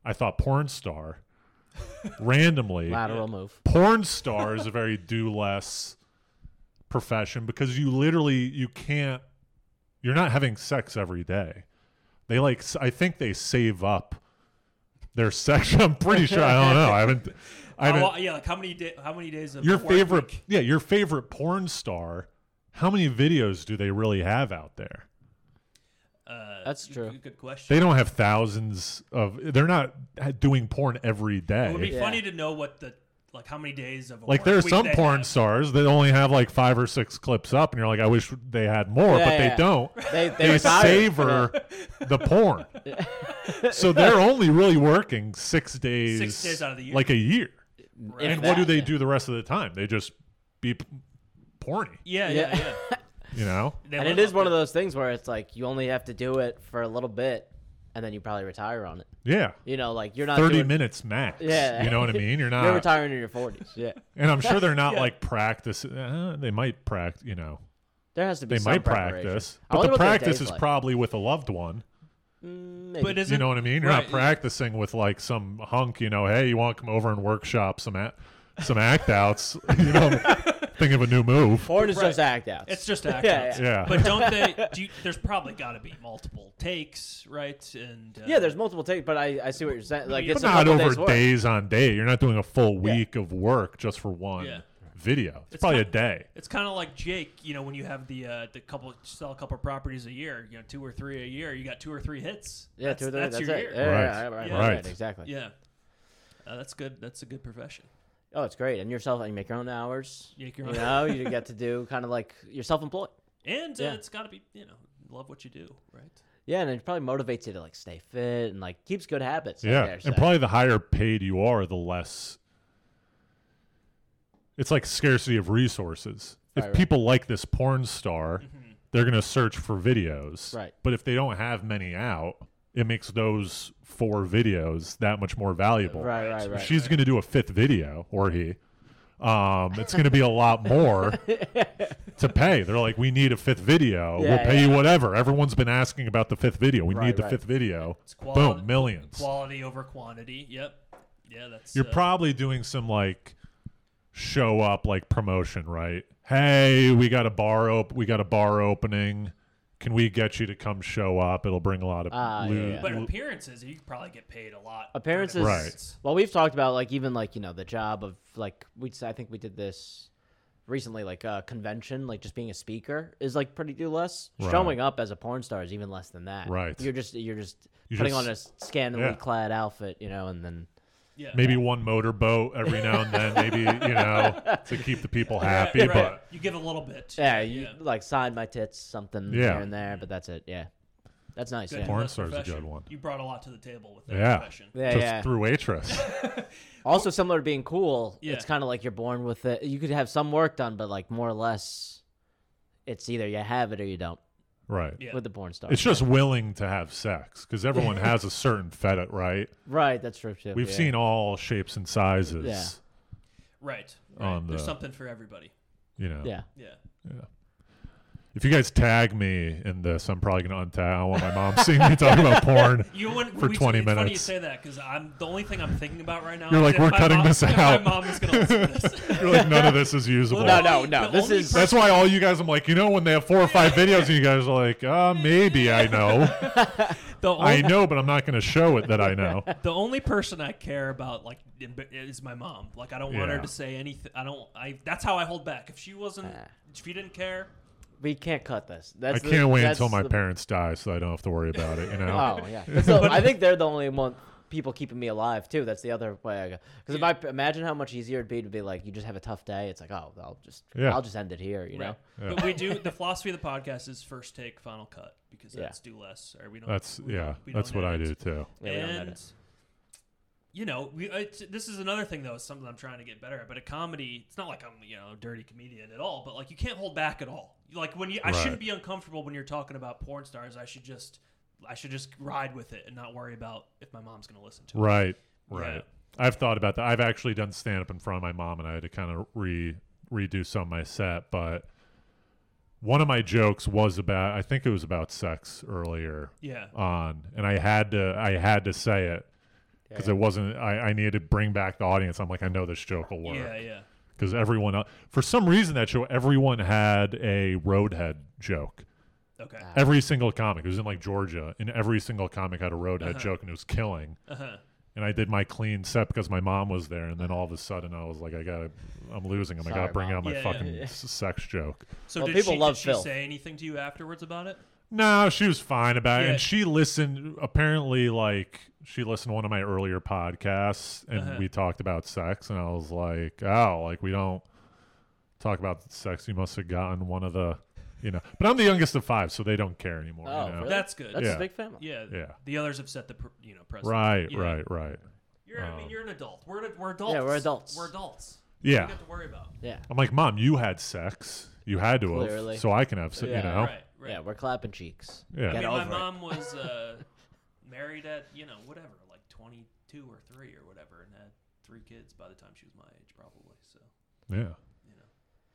S1: I thought porn star. randomly,
S2: lateral move.
S1: porn star is a very do less profession because you literally you can't you're not having sex every day they like s- i think they save up their sex i'm pretty sure i don't know i haven't i
S3: How
S1: haven't
S3: lo- yeah. Like how many da- how many days of
S1: your
S3: work
S1: favorite
S3: week?
S1: yeah your favorite porn star how many videos do they really have out there
S3: Uh,
S2: That's
S3: g-
S2: true.
S3: g- Good question.
S1: they don't have thousands of they're not ha- doing porn every day
S3: It would be
S2: Yeah.
S3: funny to know what the like how many days of a
S1: Like
S3: work
S1: there are
S3: week
S1: some
S3: they
S1: porn
S3: have.
S1: stars that only have like five or six clips up, and you're like, I wish they had more,
S2: Yeah,
S1: but
S2: yeah.
S1: they don't.
S2: They they,
S1: They
S2: retired.
S1: savor the porn, so they're only really working six days,
S3: Six days out of the year.
S1: like a year.
S2: If
S1: and
S2: that,
S1: what do they
S2: yeah.
S1: do the rest of the time? They just be p- porny,
S3: Yeah, yeah, yeah.
S2: Yeah.
S1: you know?
S3: They
S2: and
S3: live
S2: it is
S3: off
S2: one of
S3: that.
S2: those things where it's like you only have to do it for a little bit, and then you probably retire on it.
S1: Yeah,
S2: You know, like you're not
S1: thirty Ah.
S2: doing,
S1: minutes max.
S2: Yeah.
S1: you know what I mean. You're not,
S2: You're retiring in your forties. Yeah,
S1: and I'm sure they're not
S3: Yeah.
S1: like practice. Uh, they might practice, you know.
S2: there has to be.
S1: They
S2: some
S1: might
S2: preparation.
S1: practice,
S2: I
S1: but
S2: wonder
S1: the
S2: what their
S1: practice
S2: day's
S1: is
S2: like.
S1: probably with a loved one.
S2: Mm, maybe.
S3: But isn't
S1: You know what I mean? You're
S3: right.
S1: not practicing with like some hunk, you know, hey, you want to come over and workshop some a- some act outs, you know, think of a new move.
S2: porn is
S3: Right.
S2: just act out.
S3: It's just act
S2: Yeah,
S3: outs.
S1: yeah.
S3: But don't they? Do you, there's probably got to be multiple takes, right? And uh,
S2: yeah, there's multiple takes, but I, I see what you're saying. Like
S3: But
S1: But
S2: it's
S1: not
S2: a couple
S1: over
S2: days work.
S1: days on day. You're not doing a full week of work just for one
S3: Yeah.
S1: video. It's,
S3: It's
S1: probably
S3: not-
S1: a day.
S3: It's kind of like Jake, you know, when you have the uh, the couple sell a couple properties a year, you know, two or three a year, you got two or three hits.
S2: Yeah,
S3: that's,
S2: two or three,
S3: that's,
S2: that's
S3: your
S2: it.
S3: year.
S2: Yeah,
S1: Right.
S2: yeah, right,
S3: Yeah.
S2: right,
S1: Right.
S2: exactly.
S3: Yeah, uh, that's good. That's a good profession.
S2: Oh, it's great. And yourself, you make your own hours.
S3: You make
S2: You
S3: your own-
S2: know, you get to do kind of like you're self-employed.
S3: And uh,
S2: Yeah.
S3: it's got to be, you know, love what you do, right?
S2: Yeah, and it probably motivates you to like stay fit and like keeps good habits. I
S1: yeah,
S2: dare say.
S1: and probably the higher paid you are, the less. It's like scarcity of resources. If
S2: Right, right.
S1: people like this porn star, they're gonna search for videos.
S2: Right.
S1: But if they don't have many out, it makes those four videos that much more valuable.
S2: right, right,
S1: If
S2: right.
S1: she's gonna do a fifth video, or he. Um, it's gonna be a lot more to pay. They're like, we need a fifth video.
S2: Yeah,
S1: we'll pay
S2: yeah.
S1: you whatever. Everyone's been asking about the fifth video. We
S2: Right,
S1: need the
S2: right.
S1: fifth video.
S3: It's quality,
S1: Boom, millions.
S3: quality over quantity. Yep. Yeah, that's
S1: You're
S3: uh,
S1: probably doing some like show up like promotion, right? Hey, we got a bar op- we got a bar opening. Can we get you to come show up? It'll bring a lot of
S2: Ah,
S1: loo-
S2: yeah, yeah.
S3: But
S1: loo-
S3: appearances, you probably get paid a lot. for an
S2: Appearances-
S1: Right.
S3: appearance.
S2: Well, we've talked about like even like you know the job of like we I think we did this recently like a convention like just being a speaker is like pretty do less
S1: Right.
S2: showing up as a porn star is even less than that
S1: Right.
S2: you're just you're just
S1: You
S2: putting
S1: just-
S2: on a s- scantily
S1: yeah.
S2: clad outfit you know and then
S3: Yeah.
S1: maybe one motorboat every now and then, maybe, you know, to keep the people happy.
S3: Right, right.
S1: But
S3: you give a little bit.
S2: yeah you like sign my tits something
S1: Yeah.
S2: here and there but that's it yeah that's nice
S3: Good
S2: yeah.
S3: for
S1: Porn
S3: that
S1: star's a good
S3: profession.
S1: one.
S3: You brought a lot to the table with that
S1: Yeah.
S3: profession.
S2: yeah
S1: just
S2: yeah
S1: through waitress.
S2: also similar to being cool
S3: Yeah.
S2: it's kind of like you're born with it you could have some work done but like more or less it's either you have it or you don't
S1: right.
S3: Yeah.
S2: with the porn star
S1: It's just willing to have sex because everyone has a certain fetish, right?
S2: Right, that's true too.
S1: We've
S2: yeah.
S1: seen all shapes and sizes.
S2: Yeah.
S3: Right. right.
S1: On
S3: There's
S1: the-
S3: something for everybody.
S1: You know.
S2: Yeah.
S3: Yeah.
S1: If you guys tag me in this, I'm probably gonna untag. I don't want my mom seeing me talking about porn.
S3: You wouldn't,
S1: For
S3: we-
S1: 20
S3: it's Funny you
S1: minutes.
S3: say that because I'm the only thing I'm thinking about right now.
S1: You're
S3: is
S1: like,
S3: if
S1: we're
S3: my
S1: cutting
S3: mom-
S1: this
S3: if
S1: out.
S3: My mom is gonna listen to this.
S1: You're like, none of this is usable.
S2: No, no,
S3: only-
S2: no.
S3: the
S2: This
S3: only
S2: is
S1: That's why all you guys, I'm like, you know, when they have four or five videos, and you guys are like, uh, maybe I know,
S3: The only,
S1: I know, but I'm not gonna show it that I know.
S3: the only person I care about like imb- is my mom. Like I don't want her
S1: Yeah.
S3: to say anything. I don't. I. That's how I hold back. If she wasn't,
S2: Ah.
S3: if she didn't care,
S2: we can't cut this.
S1: I
S2: That's the-
S1: can't wait
S2: that's
S1: until my
S2: the-
S1: parents die, so I don't have to worry about it. You know.
S2: Oh yeah. That's the- I think they're the only one people keeping me alive too. That's the other way I go. Because if I p- imagine how much easier it'd be to be like, you just have a tough day. It's like, oh, I'll just,
S1: Yeah.
S2: I'll just end it here. You know.
S1: Yeah.
S3: But we do. The philosophy of the podcast is first take, final cut because
S2: Yeah.
S3: that's do less or we don't.
S1: That's
S3: we don't-
S1: yeah.
S3: we don't
S1: That's what I
S3: edit.
S1: do too.
S2: Yeah, we don't edit.
S3: and you know, we, it's, this is another thing though. It's something I'm trying to get better at. But a comedy, it's not like I'm you know a dirty comedian at all. But like you can't hold back at all. Like when you, I
S1: Right.
S3: shouldn't be uncomfortable when you're talking about porn stars. I should just, I should just ride with it and not worry about if my mom's gonna listen to it.
S1: Right.
S3: Yeah.
S1: Right. I've thought about that. I've actually done stand up in front of my mom, and I had to kind of re redo some of my set. But one of my jokes was about I think it was about sex earlier
S3: Yeah.
S1: on, and I had to I had to say it because it wasn't I, I needed to bring back the audience. I'm like I know this joke will
S3: Yeah.
S1: work
S3: Yeah.
S1: because everyone el- for some reason that show everyone had a roadhead joke.
S3: Okay.
S2: Ah.
S1: Every single comic it was in like Georgia, and every single comic had a roadhead
S3: Uh-huh.
S1: joke, and it was killing
S3: Uh huh.
S1: and I did my clean set because my mom was there, and then all of a sudden I was like, I gotta, I'm losing him. I
S2: Sorry,
S1: gotta bring
S2: Mom.
S1: out my
S3: Yeah, yeah,
S1: fucking
S2: yeah.
S1: s- sex joke.
S3: So
S2: Well,
S3: did
S2: people
S3: she,
S2: love
S3: did
S2: filth.
S3: she say anything to you afterwards about it?
S1: No, she was fine about it,
S3: Yeah.
S1: and she listened. Apparently, like she listened to one of my earlier podcasts, and
S3: Uh-huh.
S1: we talked about sex, and I was like, oh, like we don't talk about sex. You must have gotten one of the, you know. But I'm the youngest of five, so they don't care anymore.
S2: Oh,
S1: you know?
S2: really?
S3: That's good.
S2: That's
S1: Yeah.
S2: a big family.
S3: Yeah.
S1: Yeah.
S3: The others have set the pr- you know precedent.
S1: Right,
S3: Yeah.
S1: right, right.
S3: You're, I mean,
S1: Um,
S3: you're an adult. We're, ad- we're adults.
S2: we're adults.
S3: We're adults.
S1: Yeah.
S3: You got to worry about.
S2: Yeah.
S1: I'm like, mom, you had sex. You had to
S2: Clearly.
S1: have, so I can have, se- you
S2: Yeah,
S1: know.
S3: Right. Right.
S2: Yeah, we're clapping cheeks.
S1: Yeah.
S2: Get
S3: I mean,
S2: over
S3: my
S2: it.
S3: mom was uh, married at you know whatever, like twenty two or three or whatever, and had three kids by the time she was my age, probably. So
S1: Yeah.
S3: you know,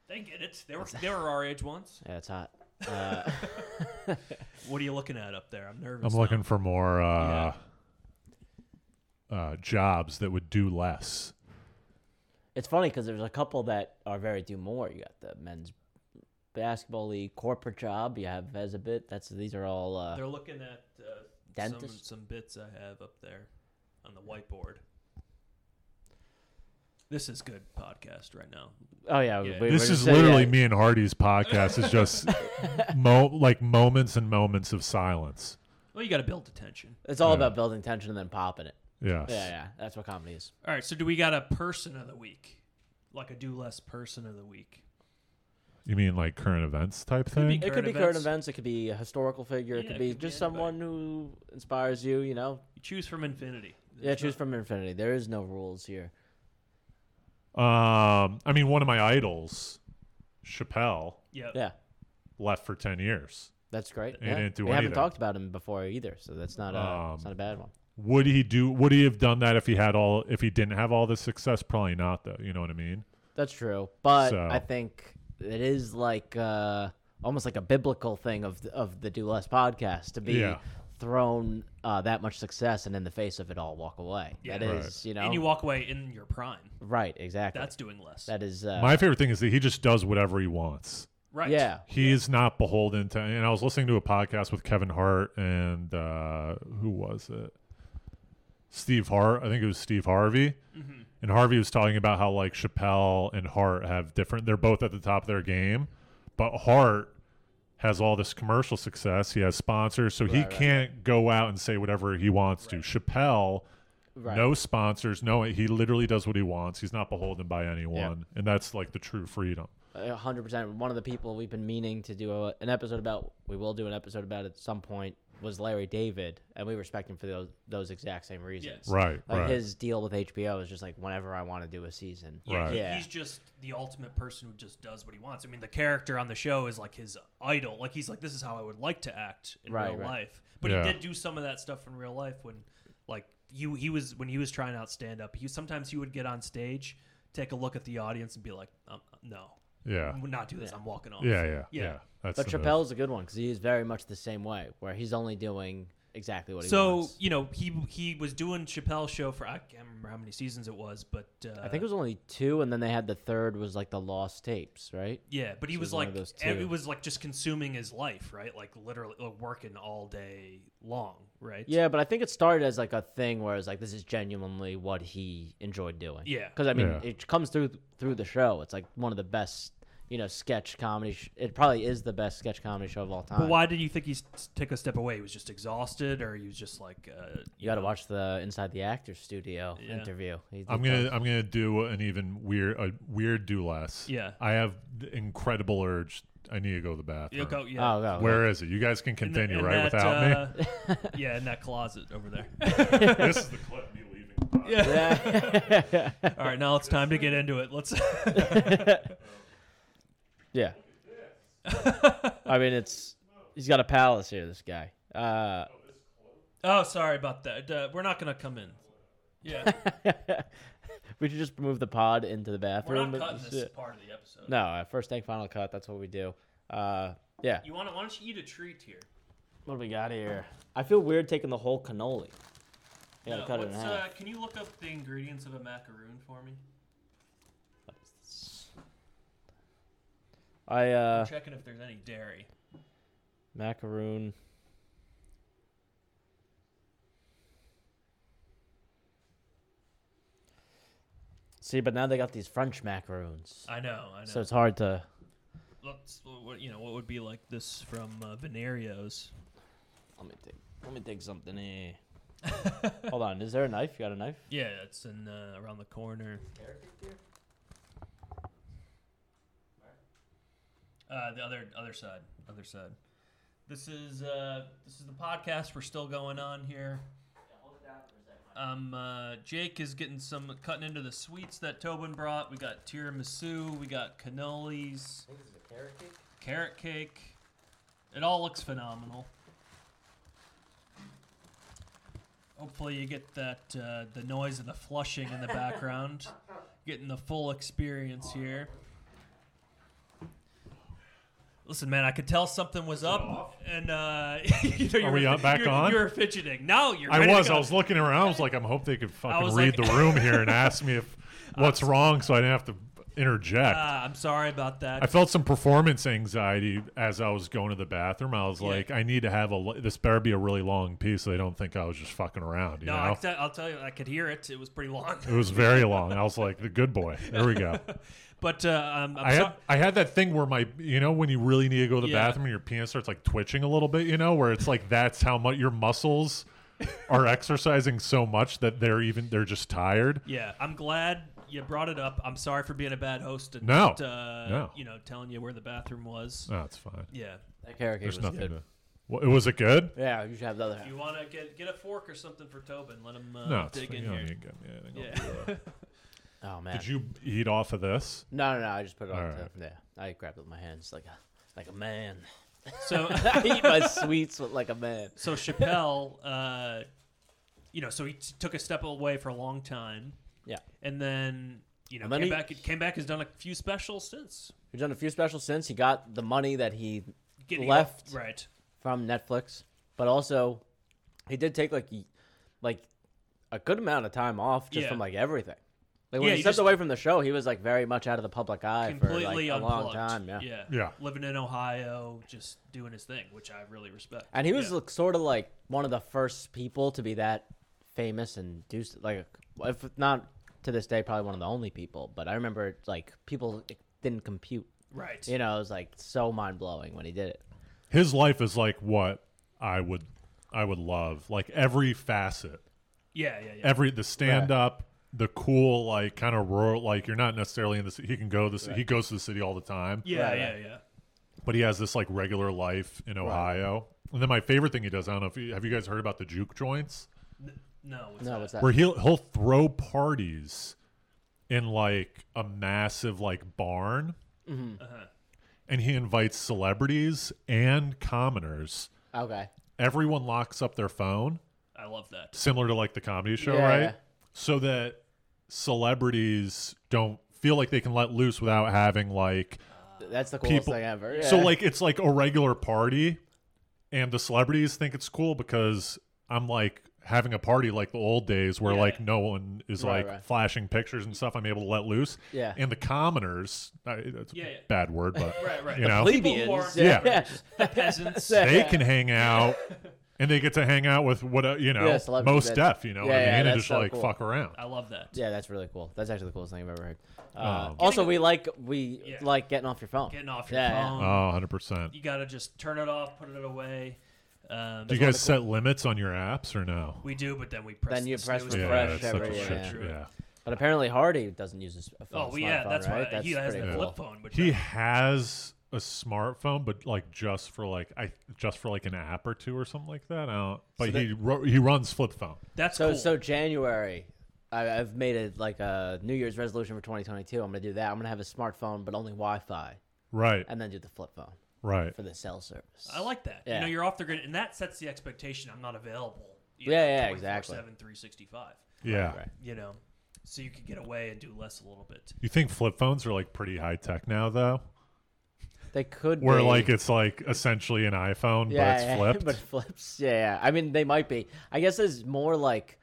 S3: they get it. They were they were our age once.
S2: Yeah, it's hot. Uh,
S3: What are you looking at up there? I'm nervous.
S1: I'm
S3: now.
S1: looking for more uh, uh, jobs that would do less.
S2: it's funny because there's a couple that are very do more. You got the men's basketball league, corporate job. You have Vezabit. That's these are all. Uh,
S3: They're looking at uh, some
S2: Dentist?
S3: some bits I have up there on the whiteboard. This is good podcast right now.
S2: oh yeah,
S3: Yeah.
S2: we-
S1: this
S2: we're
S1: is
S2: just- yeah,
S1: literally
S2: yeah.
S1: me and Hardy's podcast. It's just mo- like moments and moments of silence.
S3: Well, you got to build attention.
S2: It's all
S1: Yeah.
S2: about building tension and then popping it.
S1: Yes.
S2: Yeah, yeah, that's what comedy is.
S3: All right, so do we got a person of the week? Like a do less person of the week.
S1: You mean like current events type
S3: Could be
S1: thing?
S2: It could
S3: Current
S2: be current
S3: events.
S2: events. It could be a historical figure. it
S3: Yeah,
S2: could be just
S3: anybody.
S2: someone who inspires you. You know,
S3: You choose from infinity.
S2: yeah.
S3: There's
S2: Choose
S3: no-
S2: from infinity. There is no rules here.
S1: Um, I mean, one of my idols, Chappelle,
S3: Yeah.
S2: Yeah,
S1: left for ten years.
S2: that's great.
S1: He
S2: yeah.
S1: didn't do
S2: we haven't
S1: anything.
S2: talked about him before either, so that's not a it's
S1: Um,
S2: not a bad one.
S1: Would he do? Would he have done that if he had all? If he didn't have all this success, probably not. Though, you know what I mean?
S2: That's true, but
S1: So-
S2: I think it is like uh, almost like a biblical thing of the, of the Do Less podcast to be
S1: Yeah.
S2: thrown uh, that much success and in the face of it all walk away.
S3: Yeah.
S2: That
S1: Right.
S2: is, you know,
S3: And you walk away in your prime.
S2: right? Exactly.
S3: That's doing less.
S2: that is uh,
S1: My favorite thing is that he just does whatever he wants.
S3: right.
S2: yeah.
S1: He is not beholden to. And I was listening to a podcast with Kevin Hart and uh, who was it? Steve Hart. I think it was Steve Harvey.
S2: Mm-hmm.
S1: And Harvey was talking about how like Chappelle and Hart have different. They're both at the top of their game, but Hart has all this commercial success. He has sponsors, so he
S2: Right, right.
S1: can't go out and say whatever he wants to. Chappelle.
S2: Right.
S1: No sponsors, no. He literally does what he wants. He's not beholden by anyone, and that's like the true freedom.
S2: A hundred percent. One of the people we've been meaning to do a, an episode about, we will do an episode about at some point, was Larry David, and we respect him for those those exact same reasons.
S3: Yes.
S1: Right,
S2: Like
S1: right.
S2: his deal with HBO is just like whenever I want to do a season.
S3: Yeah,
S1: Right.
S3: he-
S2: Yeah.
S3: he's just the ultimate person who just does what he wants. I mean, the character on the show is like his idol. Like he's like, this is how I would like to act in
S2: Right,
S3: real
S2: right.
S3: life. But
S1: Yeah.
S3: he did do some of that stuff in real life when, like, you he was when he was trying out stand up. He sometimes he would get on stage, take a look at the audience, and be like, um, no,
S1: Yeah,
S3: I would not do this. I'm walking off.
S1: yeah, yeah,
S3: Yeah.
S1: yeah. That's
S2: But
S1: the move.
S2: Chappelle's a good one because he is very much the same way, where he's only doing exactly what he
S3: So
S2: wants.
S3: you know he he was doing Chappelle's show for I can't remember how many seasons it was, but uh,
S2: I think it was only two, and then they had the third was like the lost tapes, right?
S3: Yeah, but he
S2: So
S3: was
S2: he's one
S3: like,
S2: of those
S3: ev-
S2: two.
S3: it was like just consuming his life, right? Like literally like working all day long, right?
S2: Yeah, but I think it started as like a thing where it's like this is genuinely what he enjoyed doing.
S3: Yeah.
S2: because I mean
S1: Yeah.
S2: it comes through through the show. It's like one of the best, you know, sketch comedy. Sh- it probably is the best sketch comedy show of all time.
S3: But why did you think he s- took a step away? He was just exhausted, or he was just like, uh,
S2: You got to watch the Inside the Actors Studio
S3: Yeah.
S2: interview. He
S1: I'm
S2: did
S1: gonna
S2: those.
S1: I'm gonna do an even weird a weird do less.
S3: Yeah.
S1: I have the incredible urge. I need to go to the bathroom.
S3: you go, yeah,
S2: Oh no,
S1: Where is it? You guys can continue right without
S3: uh,
S1: me.
S3: me. yeah, in that closet over there.
S1: this is the clip of me leaving. the podcast.
S3: yeah.
S2: Yeah.
S3: All right, now it's time to get into it. Let's.
S2: yeah. I mean, it's he's got a palace here. This guy. Uh,
S3: oh, sorry about that. Uh, we're not gonna come in. Yeah,
S2: we should just move the pod into the
S3: we're
S2: bathroom.
S3: not cutting
S2: It's-
S3: this part of the episode.
S2: No, uh, first take, final cut. That's what we do. Uh, yeah.
S3: You want? Why don't you eat a treat here?
S2: What do we got here? I feel weird taking the whole cannoli. You gotta
S3: No,
S2: cut it in
S3: what's,
S2: half.
S3: uh, can you look up the ingredients of a macaroon for me?
S2: What is this? I uh
S3: I'm checking if there's any dairy.
S2: macaroon. See, but now they got these French macaroons,
S3: I know, I know.
S2: so it's hard to.
S3: Let's, what, you know, what would be like this from uh, Venerio's?
S2: Let me dig. Let me dig something here. Hold on. Is there a knife? You got a knife?
S3: Yeah, it's in uh, around the corner. Uh, the other other side, other side. This is uh, this is the podcast. We're still going on here. Um, uh, Jake is getting some cutting into the sweets that Tobin brought. We got tiramisu. We got cannolis. carrot cake. It all looks phenomenal. Hopefully, you get that uh, the noise of the flushing in the background, getting the full experience here. Listen, man, I could tell something was up, and uh, you know, you
S1: Are
S3: were-
S1: we up- back
S3: you're-
S1: on?
S3: You were fidgeting. No, you're.
S1: I
S3: ready to
S1: was. I
S3: go.
S1: was looking around. I was like, I'm hope they could fucking
S3: was
S1: read
S3: like-
S1: the room here and ask me if what's wrong, so I didn't have to interject.
S3: Ah, I'm sorry about that.
S1: I felt some performance anxiety as I was going to the bathroom. I was
S3: Yeah.
S1: like, I need to have a. l- This better be a really long piece. So they don't think I was just fucking around. You
S3: no,
S1: know,
S3: I te- I'll tell you, I could hear it. It was pretty long,
S1: it was very long. I was like, the good boy. There we go.
S3: but uh, um, I'm
S1: I
S3: sorry.
S1: had I had that thing where my you know when you really need to go to the
S3: Yeah.
S1: bathroom and your penis starts like twitching a little bit. You know where it's like that's how much your muscles are exercising so much that they're even they're just tired.
S3: Yeah, I'm glad you brought it up. I'm sorry for being a bad host and
S1: No.
S3: not, uh,
S1: No. Uh,
S3: you know, telling you where the bathroom was.
S1: No, it's fine.
S3: yeah.
S2: That carrot cake
S1: There's
S2: was
S1: nothing
S2: good.
S1: to. Well, was it good?
S2: Yeah, you should have the other
S3: If
S2: half.
S3: you want to get get a fork or something for Tobin, let him uh,
S1: no, it's
S3: dig
S1: fine.
S3: in
S1: You don't
S3: here.
S1: need to get me anything. I'll
S3: Yeah.
S1: do that.
S2: Oh man.
S1: Did you eat off of this?
S2: No, no, no. I just put it on.
S1: All
S2: the
S1: right.
S2: Yeah, I grabbed it with my hands like a like a man.
S3: so
S2: I eat my sweets with, like a man.
S3: so Chappelle, uh, you know, so he t- took a step away for a long time.
S2: Yeah.
S3: and then you know
S2: And then
S3: came
S2: he-
S3: back. Came back has done a few specials since
S2: He's done a few specials since he got the money that he
S3: Getting
S2: Left.
S3: off- right.
S2: from Netflix, but also he did take like y- like a good amount of time off just
S3: Yeah.
S2: from like everything. Like when
S3: Yeah,
S2: he
S3: you
S2: stepped
S3: just-
S2: away from the show, he was like very much out of the public eye
S3: Completely
S2: for like a long
S3: unplugged.
S2: time. Yeah.
S3: yeah,
S1: Yeah.
S3: Living in Ohio, just doing his thing, which I really respect.
S2: And he was
S3: Yeah.
S2: like, sort of like one of the first people to be that famous and do s- like if not to this day probably one of the only people. But I remember like people it didn't compute.
S3: right.
S2: You know, it was like so mind blowing when he did it.
S1: His life is like what I would, I would love. Like every facet,
S3: yeah, yeah, yeah.
S1: every the stand up, the cool like kind of rural. Like you're not necessarily in the. ci- He can go this. He goes to the city all the time.
S3: yeah,
S2: Right,
S3: yeah,
S2: right.
S3: yeah.
S1: but he has this like regular life in Ohio. And then my favorite thing he does, I don't know if you, have you guys heard about the juke joints,
S3: No, it's
S2: No,
S3: not.
S2: what's that?
S1: where he'll he'll throw parties in like a massive like barn,
S3: Uh-huh.
S1: and he invites celebrities and commoners.
S2: Okay.
S1: Everyone locks up their phone,
S3: I love that.
S1: similar to like the comedy show,
S2: Yeah,
S1: right?
S2: yeah.
S1: So that celebrities don't feel like they can let loose without having like
S2: Th- That's the coolest
S1: people-
S2: thing ever.
S1: So
S2: Yeah.
S1: like it's like a regular party, and the celebrities think it's cool because I'm like having a party like the old days where
S3: Yeah.
S1: like no one is
S2: Right,
S1: like
S2: right.
S1: flashing pictures and stuff. I'm able to let loose.
S2: Yeah.
S1: And the commoners, I, that's
S3: Yeah,
S1: a
S3: yeah.
S1: bad word, but
S3: Right, right.
S1: you know
S2: plebeians.
S1: who
S3: People
S1: are-
S2: Yeah.
S3: The peasants.
S2: Yeah.
S1: they can hang out. And they get to hang out with what uh, you know,
S2: Yeah, celebrities,
S1: most
S2: that's-
S1: deaf, you know,
S2: yeah,
S1: what I mean,
S2: yeah,
S1: and
S2: that's
S1: just
S2: so
S1: like
S2: cool.
S1: fuck around.
S3: I love that.
S2: Yeah, that's really cool. That's actually the coolest thing I've ever heard.
S3: Oh.
S2: Uh,
S1: Um,
S2: also, we like we
S3: Yeah.
S2: like getting off your phone.
S3: Getting off your
S2: Yeah, yeah.
S1: Oh,
S3: phone.
S1: 100 percent.
S3: You got to just turn it off, put it away. Um,
S1: Do you guys set limits on your apps or no?
S3: we do, but then we press.
S2: Then you
S3: the
S2: press
S3: snooze
S2: It's
S1: yeah,
S2: refresh fresh
S3: button.
S1: it's such
S2: every-
S1: a
S2: yeah,
S1: shit
S2: yeah.
S1: show. yeah.
S2: But apparently, Hardy doesn't use his phone.
S3: Oh, well,
S2: smartphone,
S3: yeah, that's
S2: right?
S3: why he has
S2: pretty
S3: the
S2: cool.
S3: flip phone. But
S1: He has a smartphone, but like just for like I just for like an app or two or something like that. I don't, but he ru- he runs flip phone.
S3: that's
S2: So
S3: cool.
S2: so January, I, I've made it like a New Year's resolution for 2022. I'm gonna do that. I'm gonna have a smartphone, but only Wi-Fi,
S1: Right,
S2: and then do the flip phone
S1: right.
S2: for the cell service.
S3: I like that.
S2: Yeah.
S3: You know, you're off the grid, and that sets the expectation. I'm not available. you
S2: Yeah,
S3: know,
S2: yeah,
S3: 24/7,
S2: exactly.
S3: 365.
S1: yeah.
S2: Right.
S3: You know, so you could get away and do less a little bit.
S1: You think flip phones are like pretty high tech now though?
S2: They could
S1: Where
S2: be-
S1: like it's like essentially an iPhone, but it's flipped.
S2: but it flips. Yeah, yeah. I mean, they might be. I guess it's more like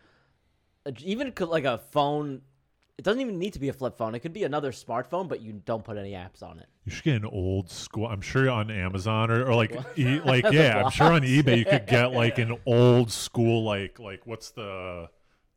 S2: a- even co- like a phone. It doesn't even need to be a flip phone. It could be another smartphone, but you don't put any apps on it.
S1: you should get an old school. I'm sure on Amazon or, or like e, like yeah, I'm sure on eBay you could get like an old school like like what's the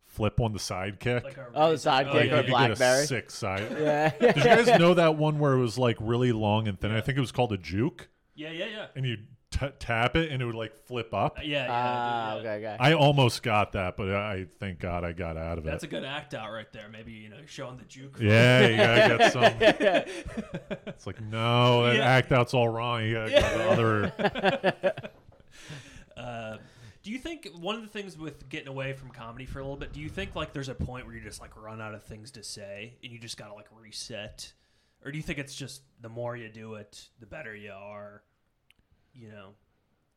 S1: flip on the sidekick?
S3: Like our
S2: Oh, the
S3: razor-
S1: Like, you
S2: sidekick or
S3: yeah,
S1: could
S3: yeah.
S1: get
S2: Blackberry.
S1: a six side.
S2: Yeah,
S1: Did you guys know that one where it was like really long and thin? I think it was called a juke,
S3: yeah, yeah, yeah,
S1: and you t- tap it and it would like flip up.
S3: Uh, yeah, yeah.
S2: Ah,
S3: yeah.
S2: okay, okay.
S1: I almost got that, but I thank God I got out of it.
S3: That's a good act out right there. Maybe you know, showing the juke.
S1: yeah, you gotta get some. it's like no, that
S3: Yeah.
S1: act out's all wrong. You gotta go to other.
S3: Uh, do you think one of the things with getting away from comedy for a little bit? Do you think like there's a point where you just like run out of things to say and you just gotta like reset, or do you think it's just the more you do it, the better you are? You know,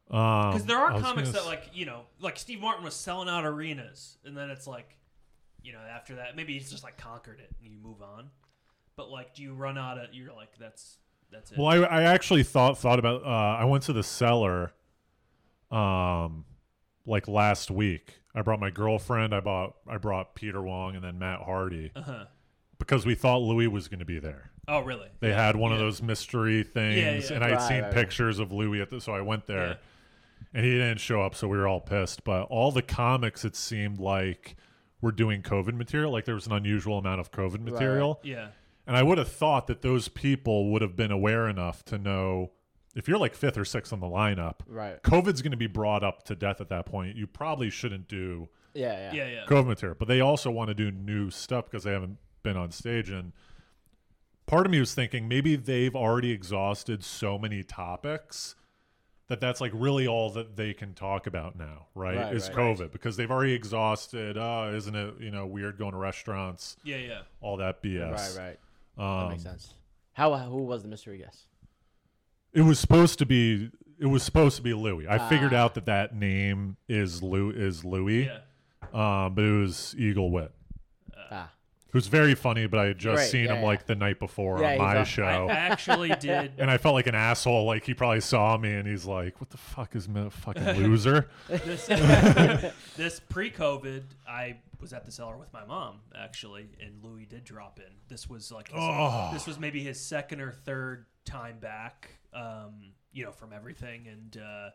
S3: because
S1: Because
S3: there are comics that like you know, like Steve Martin was selling out arenas, and then it's like, you know, after that maybe he's just like conquered it and you move on. But like, do you run out of? You're like, that's that's it.
S1: Well, I, I actually thought thought about. Uh, I went to the cellar, um, like last week. I brought my girlfriend. I bought I brought Peter Wong and then Matt Hardy
S3: uh huh.
S1: because we thought Louis was going to be there.
S3: Oh, really?
S1: They had one of
S3: Yeah.
S1: those mystery things,
S3: yeah.
S1: and I had
S2: Right,
S1: seen
S2: right, right.
S1: pictures of Louis at the. So I went there,
S3: Yeah.
S1: and he didn't show up. So we were all pissed. But all the comics, it seemed like were doing COVID material. Like there was an unusual amount of COVID material,
S3: Yeah.
S1: and I would have thought that those people would have been aware enough to know if you're like fifth or sixth on the lineup.
S2: right.
S1: COVID's going to be brought up to death at that point. You probably shouldn't do
S2: Yeah, yeah.
S3: Yeah. Yeah.
S1: COVID material, but they also want to do new stuff because they haven't been on stage and part of me was thinking maybe they've already exhausted so many topics that that's like really all that they can talk about now, right?
S2: Right,
S1: is
S2: right.
S1: COVID because they've already exhausted. Oh, isn't it you know weird going to restaurants?
S3: Yeah, yeah.
S1: All that BS.
S2: Right, right. That
S1: Um,
S2: makes sense. How who was the mystery guest?
S1: It was supposed to be. It was supposed to be Louis. I figured
S2: Ah.
S1: out that that name is Lou is Louis,
S3: Yeah.
S1: um, but it was Eagle Wit,
S3: Uh,
S2: Ah,
S1: who's very funny. But I had just
S2: Right,
S1: seen
S2: yeah,
S1: him
S2: yeah.
S1: like the night before
S2: Yeah,
S1: on
S2: he's
S1: my
S2: on-
S1: show,
S3: I actually did.
S1: and I felt like an asshole. Like he probably saw me, and he's like, "What the fuck is me, fucking loser?"
S3: this, this pre-COVID, I was at the cellar with my mom actually, and Louis did drop in. This was like his-
S1: Oh.
S3: this was maybe his second or third time back, um, you know, from everything, and uh,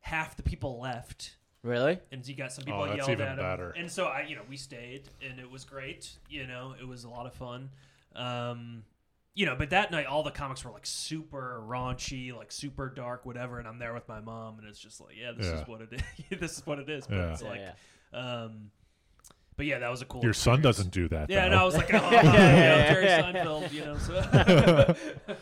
S3: half the people left.
S2: really?
S3: And he got some people
S1: Oh, that's
S3: yelled
S1: even
S3: at him,
S1: better.
S3: and so I, you know, we stayed, and it was great. You know, it was a lot of fun. Um, you know, but that night all the comics were like super raunchy, like super dark, whatever. And I'm there with my mom, and it's just like, yeah, this
S1: Yeah.
S3: is what it is. this is what it is. But
S1: Yeah.
S3: it's
S2: Yeah,
S3: like,
S2: yeah.
S3: um, but yeah, that was a cool.
S1: Your son
S3: experience.
S1: doesn't do that.
S3: Yeah,
S1: though.
S3: and I was like, oh,
S2: Yeah, yeah,
S3: you know, Jerry
S2: yeah.
S3: Seinfeld, you know. So,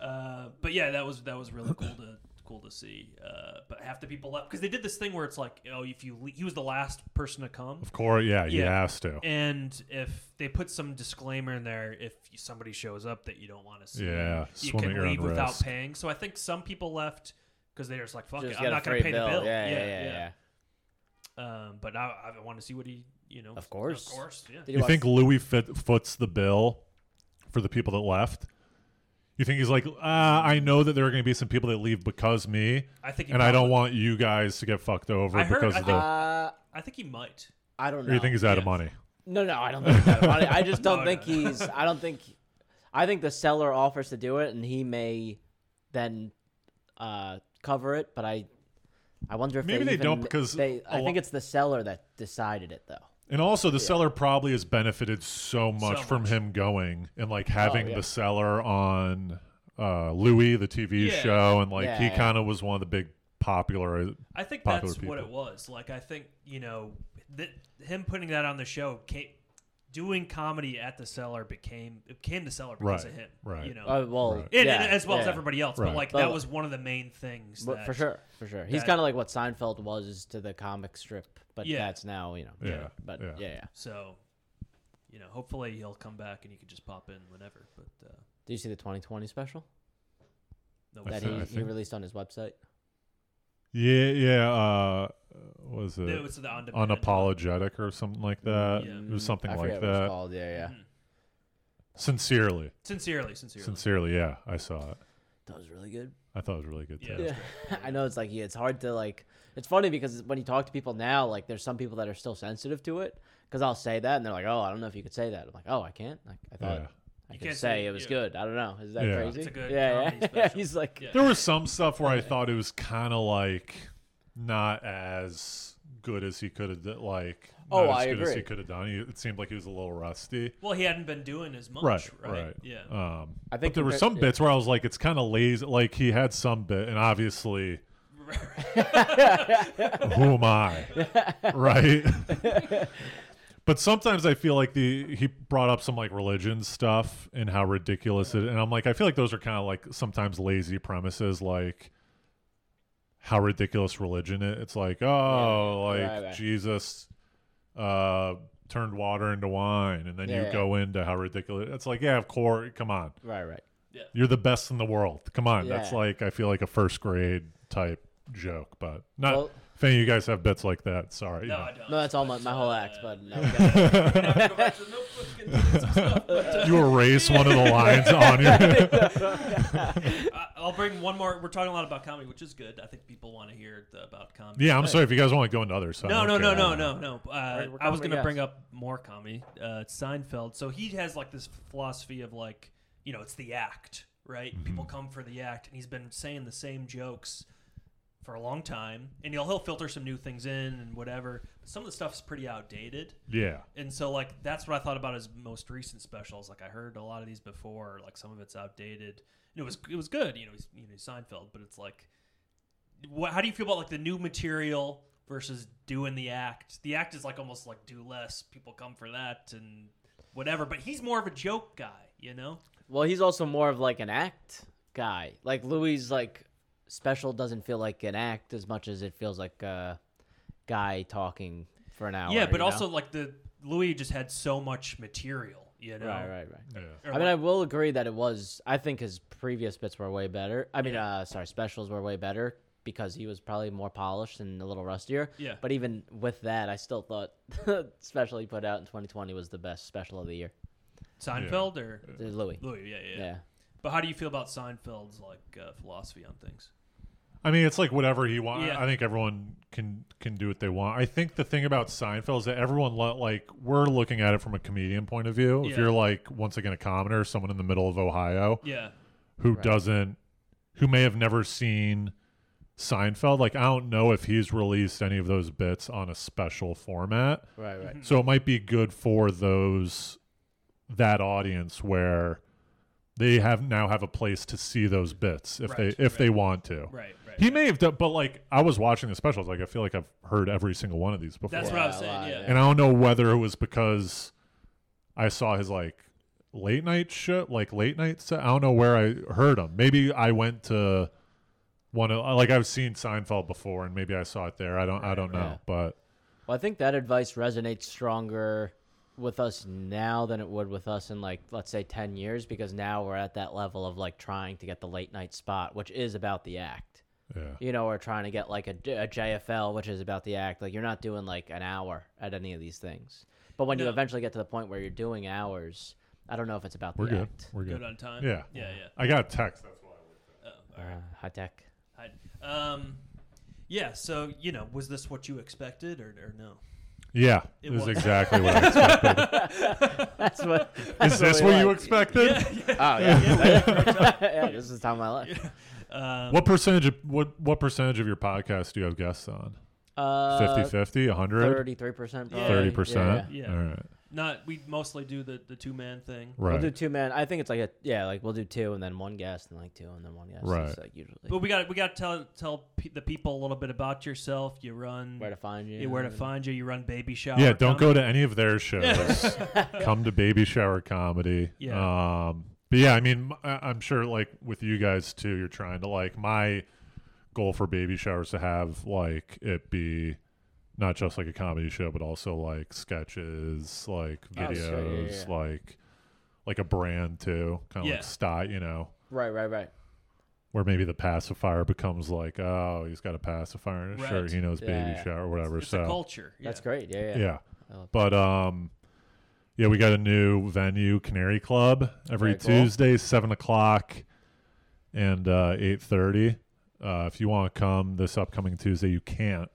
S3: uh, but yeah, that was that was really cool to cool to see. Uh, but half the people left because they did this thing where it's like, oh, if you le- he was the last person to come,
S1: Of course, yeah, he
S3: Yeah.
S1: has to.
S3: and if they put some disclaimer in there, if somebody shows up that you don't want to see,
S1: Yeah,
S3: you
S1: swim at
S3: can
S1: your own
S3: leave without
S1: risk.
S3: paying. So I think some people left because they're just like, fuck
S2: Just
S3: it, I'm
S2: get a
S3: not going
S2: free
S3: to pay the bill.
S2: Yeah, yeah, yeah. yeah.
S3: Um, but I, I want to see what he, you know,
S2: Of course.
S3: of course, yeah.
S2: Did
S1: You
S2: watch-
S1: think Louis fit, foots the bill for the people that left? You think he's like, uh, I know that there are going to be some people that leave because me,
S3: I think, he
S1: and I don't
S3: probably-
S1: want you guys to get fucked over
S3: I heard-
S1: because
S3: I
S1: of the.
S3: think-
S2: Uh,
S3: I think he might.
S2: I don't
S1: or
S2: know.
S1: you think he's out of
S3: Yeah.
S1: money?
S2: No, no, I don't think that. about it. I just don't
S3: No, no,
S2: think
S3: no.
S2: he's. I don't think. I think the seller offers to do it, and he may then uh, cover it. But I, I wonder if
S1: Maybe they
S2: even-
S1: don't because
S2: they.
S1: a
S2: I think
S1: lo-
S2: it's the seller that decided it, though.
S1: And also, the seller probably has benefited so much
S3: So
S1: from
S3: much. Oh,
S1: him going and like having
S2: yeah.
S1: the seller on uh, Louis, the TV
S3: Yeah.
S1: show, and like
S2: Yeah,
S1: he
S2: yeah.
S1: kind of was one of the big popular. uh,
S3: I think
S1: Popular
S3: that's what it
S1: people.
S3: was. Like, I think you know, that him putting that on the show, came, doing comedy at the cellar became it became the cellar because
S1: Right,
S3: of him.
S1: right.
S3: You know,
S2: Uh, well,
S1: Right.
S3: and,
S2: yeah,
S3: and as Oh, well as
S2: yeah.
S3: everybody else.
S1: Right.
S3: But like,
S2: But-
S3: that was one of the main things.
S2: But
S3: that,
S2: for sure, for sure, he's
S3: that-
S2: kind of like what Seinfeld was to the comic strip, but
S3: Yeah.
S2: that's now you know.
S1: Yeah,
S2: But
S1: yeah.
S2: yeah, yeah.
S3: So, you know, hopefully he'll come back and you can just pop in whenever. But uh,
S2: Do you see the 2020 special
S3: no,
S1: I
S2: that
S1: thi-
S2: he,
S1: I
S2: he
S1: think-
S2: released on his website?
S1: Yeah, yeah. Uh, what was
S3: no,
S1: it?
S3: it was the on demand.
S1: unapologetic or something like that.
S3: Yeah.
S1: It was something
S2: I
S1: like
S2: forget What it's
S1: that.
S2: called. Yeah, yeah.
S3: Mhm.
S1: Sincerely,
S3: Sincerely, sincerely.
S1: sincerely, yeah, I saw it.
S2: That was really good.
S1: I thought it was really good too.
S3: Yeah.
S2: Yeah. I know it's like yeah, it's hard to like it's funny because when you talk to people now, like there's some people that are still sensitive to it because I'll say that and they're like, "Oh, I don't know if you could say that." I'm like, "Oh, I can't." Like I thought
S1: Yeah.
S2: I
S3: You
S2: could
S3: can't
S2: say
S3: say-
S2: it was
S3: yeah.
S2: good. I don't know. Is that
S1: Yeah.
S2: crazy?
S3: It's a good
S2: yeah,
S3: comedy
S2: yeah. yeah.
S3: special.
S2: He's like,
S3: Yeah.
S1: There was some stuff where I thought it was kind of like not as good as he could have done. Like,
S2: Oh,
S1: not as
S2: I
S1: good as he
S2: agree.
S1: could have done. He- It seemed like he was a little rusty.
S3: Well, he hadn't been doing as much,
S1: Right,
S3: right?
S1: right.
S3: Yeah.
S1: Um,
S2: I
S1: but
S2: think
S1: there were
S2: compar-
S1: some
S2: yeah.
S1: bits where I was like, it's kind of lazy. Like he had some bit, and obviously, who am I, right? but sometimes I feel like the he brought up some like religion stuff and how ridiculous it, and I'm like, I feel like those are kind of like sometimes lazy premises, like how ridiculous religion is. It's like, oh,
S2: Yeah,
S1: like
S2: right, right.
S1: Jesus. Uh, turned water into wine, and then
S2: Yeah,
S1: you
S2: yeah.
S1: go into how ridiculous. It's like, yeah, of course, come on.
S2: right, right.
S1: You're the best in the world. Come on. That's
S2: Yeah.
S1: like I feel like a first grade type joke, but not
S2: Well-
S1: if any of you guys have bits like that, sorry.
S3: No,
S1: you know.
S3: I don't.
S2: No, that's all my,
S3: But,
S2: my whole
S3: uh,
S2: act, but no,
S3: I'm gonna have to go back to the notebook and do some stuff, but, uh,
S1: you erase one of the lines on your
S3: I- I'll bring one more. We're talking a lot about comedy, which is good. I think people want to hear the, about comedy.
S1: Yeah, I'm sorry if you guys want to go into others. Oh, I
S3: No, no,
S1: don't
S3: no,
S1: care.
S3: no, no, no. Uh,
S2: We're- we're
S3: I
S2: coming
S3: was going to
S2: to
S3: bring
S2: guess.
S3: up more comedy. Uh, it's Seinfeld. So he has like this philosophy of like, you know, it's the act, right?
S1: Mm-hmm.
S3: People come for the act, and he's been saying the same jokes for a long time. And he'll he'll filter some new things in and whatever. But some of the stuff's pretty outdated.
S1: Yeah.
S3: And so like that's what I thought about his most recent specials. Like I heard a lot of these before. Like some of it's outdated. And it was it was good. You know, he's you know Seinfeld, but it's like, what, how do you feel about like the new material versus doing the act? The act is like almost like do less. People come for that, and whatever. But he's more of a joke guy, you know.
S2: Well, he's also more of like an act guy. Like Louis, like special doesn't feel like an act as much as it feels like a guy talking for an hour.
S3: yeah, but
S2: you know?
S3: also like the Louis just had so much material, you know.
S2: right, right, right.
S1: Yeah.
S3: Or,
S2: I mean,
S3: like,
S2: I will agree that it was. I think his previous bits were way better. I mean, uh, sorry, specials were way better because he was probably more polished and a little rustier.
S3: Yeah.
S2: But even with that, I still thought special he put out in 2020 was the best special of the year.
S3: Seinfeld or
S2: Louis.
S3: Louis, yeah, yeah,
S2: Yeah.
S3: But how do you feel about Seinfeld's like uh, philosophy on things?
S1: I mean, it's like whatever he wants.
S3: Yeah.
S1: I think everyone can can do what they want. I think the thing about Seinfeld is that everyone lo- like we're looking at it from a comedian point of view. If
S3: Yeah.
S1: you're like once again a commoner, someone in the middle of Ohio
S3: Yeah,
S1: who
S2: Right.
S1: doesn't, who may have never seen Seinfeld, like I don't know if he's released any of those bits on a special format.
S2: Right, right.
S1: So it might be good for those that audience where they have now have a place to see those bits if
S3: Right,
S1: they if
S3: right.
S1: they want to.
S3: right, right.
S1: He may have done, but like I was watching the specials, like I feel like I've heard every single one of these before,
S3: That's
S2: Yeah,
S3: what I was
S2: a
S3: saying.
S2: lot,
S3: yeah.
S2: yeah.
S1: and I don't know whether it was because I saw his like late night shit, like late night set. I don't know where I heard him. Maybe I went to one of like I've seen Seinfeld before, and maybe I saw it there. I don't, I don't know,
S2: yeah.
S1: but
S2: Well, I think that advice resonates stronger with us now than it would with us in like let's say 10 years because now we're at that level of like trying to get the late night spot which is about the act
S1: yeah.
S2: you know or trying to get like a, J- a jfl which is about the act like you're not doing like an hour at any of these things but when you
S3: No.
S2: eventually get to the point where you're doing hours i don't know if it's about
S1: We're
S2: the
S1: good.
S2: act
S1: We're good.
S3: Good on time.
S1: Yeah.
S3: yeah,
S1: I got a text. That's why.
S3: yeah. Oh,
S2: uh, high tech
S3: I'd- Um, yeah. So you know, was this what you expected or, or no?
S1: Yeah,
S3: It
S1: it was
S3: was.
S1: exactly what I expected.
S2: that's what that's
S1: Is this
S2: we
S1: what you
S2: like.
S1: expected?
S2: oh yeah, yeah this is the time of my life
S3: Um,
S1: What percentage of what what percentage of your podcast do you have guests on?
S2: uh,
S1: 50 50, 100,
S2: 33 percent.
S3: Yeah.
S1: 30
S2: Yeah,
S1: percent.
S3: yeah. Yeah.
S1: All right.
S3: Not. We mostly do the the two man thing.
S2: We'll
S1: Right.
S2: do two man. I think it's like a yeah, like we'll do two and then one guest and like two and then one guest.
S1: Right.
S2: It's like usually
S3: But we got we got to tell tell pe- the people a little bit about yourself. You run
S2: where to find you.
S3: yeah, where to find you. You run baby shower.
S1: yeah, don't
S3: comedy.
S1: go to any of their shows. Come to Baby Shower Comedy.
S3: Yeah.
S1: Um, but yeah, I mean, I- I'm sure like with you guys too, you're trying to like my goal for Baby Shower is to have like it be not just like a comedy show, but also like sketches, like
S2: Oh,
S1: videos,
S2: sure, yeah, yeah, yeah.
S1: like like a brand too, kind of
S3: Yeah.
S1: like sty, you know.
S2: Right, right, right.
S1: where maybe the pacifier becomes like, oh, he's got a pacifier in his
S3: Right.
S1: shirt. He knows baby
S2: Yeah.
S1: shower or whatever.
S3: It's
S1: so
S3: a culture. Yeah.
S2: That's great. Yeah, yeah.
S1: yeah.
S2: I love
S1: but um, yeah, we got a new venue, Canary Club, every
S2: Very cool.
S1: Tuesday, seven o'clock and uh, eight thirty. Uh, if you want to come this upcoming Tuesday, you can't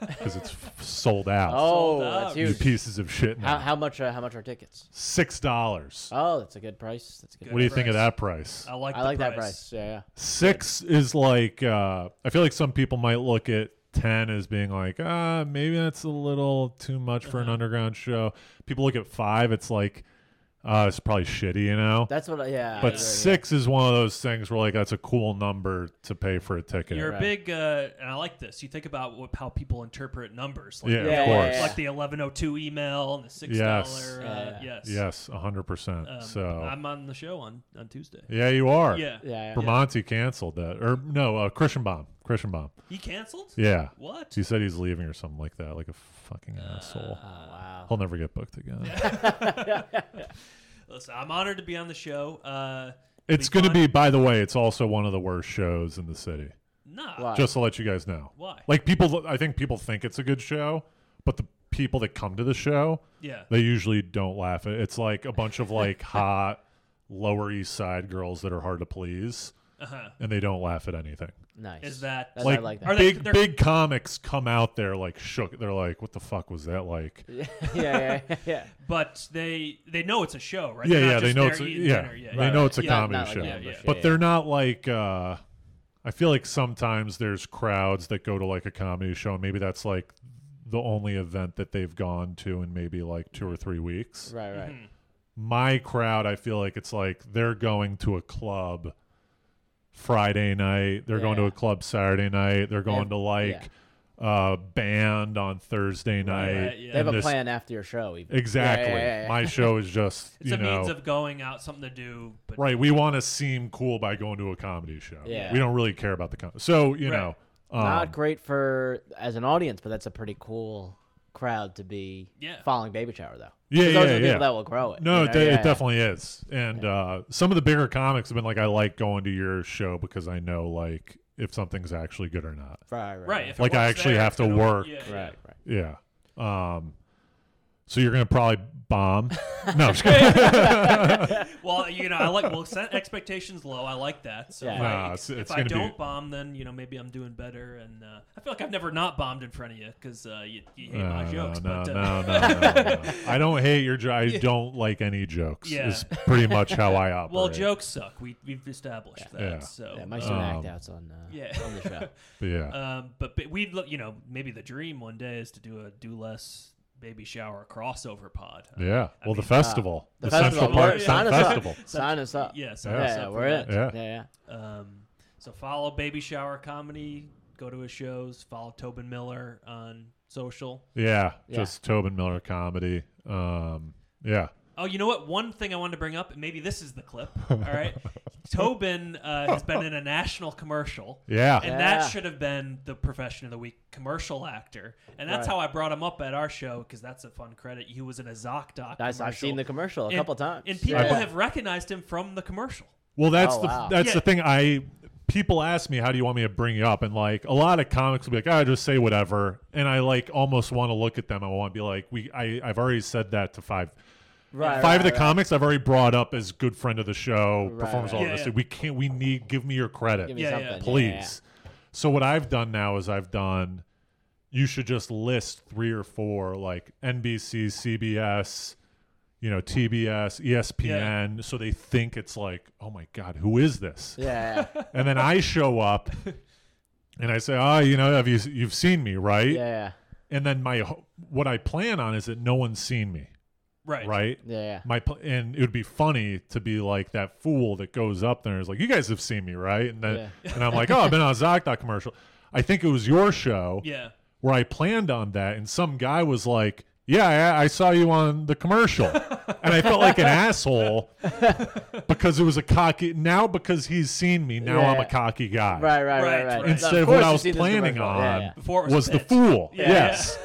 S1: because it's f- sold out.
S2: Oh,
S3: Sold out.
S2: that's
S1: you
S2: huge.
S1: pieces of shit.
S2: How,
S1: Now.
S2: how much? Uh, how much are tickets?
S1: Six dollars.
S2: Oh, that's a good price. That's a good.
S1: what do you think of
S3: price.
S1: that price?
S3: I like.
S2: I
S3: the
S2: like
S3: price.
S2: that price. Yeah, yeah.
S1: Six is like uh, I feel like some people might look at ten as being like ah maybe that's a little too much for an
S3: Uh-huh.
S1: underground show. People look at five, it's like uh, it's probably shitty, you know.
S2: That's what. I- Yeah. I
S1: but
S2: agree,
S1: six is one of those things where like that's a cool number to pay for a ticket.
S3: You're a
S2: Right.
S3: big, uh, and I like this. You think about what, how people interpret numbers. Like,
S1: yeah,
S2: Yeah,
S1: of
S2: yeah,
S1: course.
S2: yeah.
S3: like the 1102 email and the six dollar.
S1: Yes.
S3: Uh,
S2: Yeah.
S3: yes.
S1: Yes, hundred percent.
S3: Um,
S1: so
S3: I'm on the show on on Tuesday.
S1: yeah, you are.
S3: Yeah.
S2: Yeah. yeah, yeah.
S1: Bermonti canceled that, or no, uh, Christian Bomb. Christian Bomb.
S3: He canceled.
S1: Yeah,
S3: What?
S1: he said he's leaving or something like that, like a fucking asshole.
S3: uh,
S2: Oh, wow.
S1: He'll never get booked again.
S3: Listen, I'm honored to be on the show. Uh,
S1: It's
S3: It'll
S1: going
S3: be
S1: to be, by the way, it's also one of the worst shows in the city.
S3: nah.
S2: Why?
S1: Just to let you guys know.
S3: Why?
S1: Like, people, I think people think it's a good show, but the people that come to the show,
S3: Yeah.
S1: they usually don't laugh. at it. It's like a bunch of like hot Lower East Side girls that are hard to please,
S3: Uh-huh.
S1: and they don't laugh at anything.
S2: Nice.
S3: Is that
S2: That's- I
S1: Like,
S2: like that.
S3: Are they-
S1: big,
S3: they're-
S1: big comics come out there like shook. They're like, what the fuck was that like?
S2: yeah, yeah, yeah, yeah.
S3: But they they know it's a show, right?
S1: Yeah,
S3: They're not
S1: yeah, they
S3: just
S1: know
S3: there
S1: it's a,
S3: eating
S1: yeah,
S3: dinner. yeah,
S1: they
S3: yeah.
S1: know it's a
S2: Not-
S1: comedy
S2: not like
S1: show.
S2: an
S3: Yeah,
S2: ambush,
S3: yeah.
S1: but
S2: yeah,
S1: they're not like uh i feel like sometimes there's crowds that go to like a comedy show and maybe that's like the only event that they've gone to in maybe like two or three weeks
S2: yeah. right, right.
S3: Mhm.
S1: my crowd i feel like it's like they're going to a club friday night they're going to
S2: Yeah.
S1: a club saturday night they're going to like uh, band on Thursday night.
S3: right, yeah.
S2: They have
S1: and
S2: a
S1: this-
S2: plan after your show. Even.
S1: Exactly.
S2: Yeah, yeah, yeah, yeah.
S1: My show is just
S3: It's
S1: you
S3: a
S1: know
S3: means of going out, something to do. But
S1: right. We want to seem cool by going to a comedy show.
S2: Yeah.
S1: We don't really care about the comedy. So you
S3: Right.
S1: know, um,
S2: Not great for as an audience, but that's a pretty cool crowd to be
S3: Yeah.
S2: following baby shower though. 'Cause
S1: Yeah,
S2: those
S1: yeah,
S2: are the
S1: yeah.
S2: people that will grow it.
S1: No,
S2: you
S1: it,
S2: know?
S1: de-
S2: Yeah,
S1: it
S2: yeah.
S1: definitely is. And uh, some of the bigger comics have been like, I like going to your show because I know like if something's actually good or not.
S2: Right, right,
S3: right.
S2: right.
S3: if it
S1: Like, I
S3: works
S1: actually
S3: there,
S1: have
S3: it's
S1: to
S3: gonna
S1: work.
S3: Yeah, yeah.
S2: Right, right.
S1: Yeah. Um. So you're gonna probably bomb. no, I'm just kidding.
S3: Well, you know, I like well set expectations low. I like that. So
S2: Yeah.
S3: if,
S2: Nah,
S3: I,
S1: it's- it's
S3: if I
S1: gonna be-
S3: don't bomb, then you know maybe I'm doing better. And uh, I feel like I've never not bombed in front of you because uh, you, you hate my
S1: No,
S3: jokes.
S1: no,
S3: but,
S1: no,
S3: uh,
S1: no, no, no, no. I don't hate your jo- I don't like any jokes.
S3: Yeah.
S1: Is pretty much how I operate.
S3: well, jokes suck. We we've established that.
S1: Yeah.
S3: So
S2: Yeah,
S3: uh,
S2: my some act
S1: Um,
S2: outs on uh,
S3: yeah.
S2: on the show.
S1: But yeah.
S3: Um, but, but we, you know, maybe the dream one day is to do a do less baby shower crossover pod. Uh,
S1: yeah. Well, the
S3: mean,
S1: festival.
S2: uh, the
S1: Central
S2: festival.
S1: Park Sun
S3: Yeah. Sign us up.
S1: Festival.
S3: Such-
S2: Sign us up.
S3: Yeah, sign
S1: Yeah.
S3: us
S2: Yeah,
S3: up
S2: we're
S3: for
S2: in.
S3: that.
S1: Yeah.
S2: Yeah, yeah.
S3: Um, so follow Baby Shower Comedy. Go to his shows. Follow Tobin Miller on social.
S1: Yeah.
S2: Yeah.
S1: Just Tobin Miller comedy. Um. Yeah.
S3: Oh, you know what? One thing I wanted to bring up, and maybe this is the clip. All right, Tobin uh, has been in a national commercial.
S1: Yeah.
S3: And that
S2: Yeah.
S3: should have been the profession of the week, commercial actor, and that's
S2: Right.
S3: how I brought him up at our show because that's a fun credit. He was in a ZocDoc
S2: Nice.
S3: commercial.
S2: I've seen the commercial a
S3: And-
S2: couple times.
S3: and people
S2: Yeah.
S3: have recognized him from the commercial.
S1: Well, that's
S2: Oh,
S1: the
S2: wow.
S1: that's
S3: Yeah.
S1: the thing. I people ask me, how do you want me to bring you up? And like a lot of comics will be like, I just say whatever. And I like almost want to look at them. I want to be like, we. I I've already said that to five.
S2: Right,
S1: Five of the
S2: right, right.
S1: comics I've already brought up as good friend of the show,
S2: Right,
S1: performers
S2: right.
S1: all
S3: Yeah,
S1: this.
S3: yeah.
S1: We can't. We need. Give me your credit.
S2: Give me
S3: Yeah,
S2: something.
S3: yeah.
S2: Yeah,
S1: please.
S2: yeah.
S1: So what I've done now is I've done you should just list three or four like NBC, CBS, you know, TBS, ESPN so they think it's like, "Oh my god, who is this?"
S2: Yeah, yeah,
S1: And then I show up and I say, "Oh, you know, have you you've seen me, right?"
S2: yeah, yeah,
S1: And then my ho- what I plan on is that no one's seen me,
S3: Right.
S1: right?
S2: yeah, yeah.
S1: my pl- and it would be funny to be like that fool that goes up there and is like, "You guys have seen me, right?" And then and I'm like, "Oh, I've been on a Zocdoc commercial." I think it was your show
S3: Yeah.
S1: where I planned on that, and some guy was like, "Yeah, I, I saw you on the commercial," and I felt like an asshole because it was a cocky. Now because he's seen me, now I'm
S2: Yeah.
S1: a cocky guy.
S2: Right, right,
S3: Right,
S2: right, right.
S3: right.
S1: Instead
S2: No,
S1: of
S2: course
S1: what I
S2: you've
S1: was
S2: seen this
S1: planning
S2: commercial.
S1: on
S2: Yeah, yeah.
S3: Before it
S1: was,
S3: was,
S1: the
S3: pitched.
S1: fool.
S3: Yeah,
S1: yes.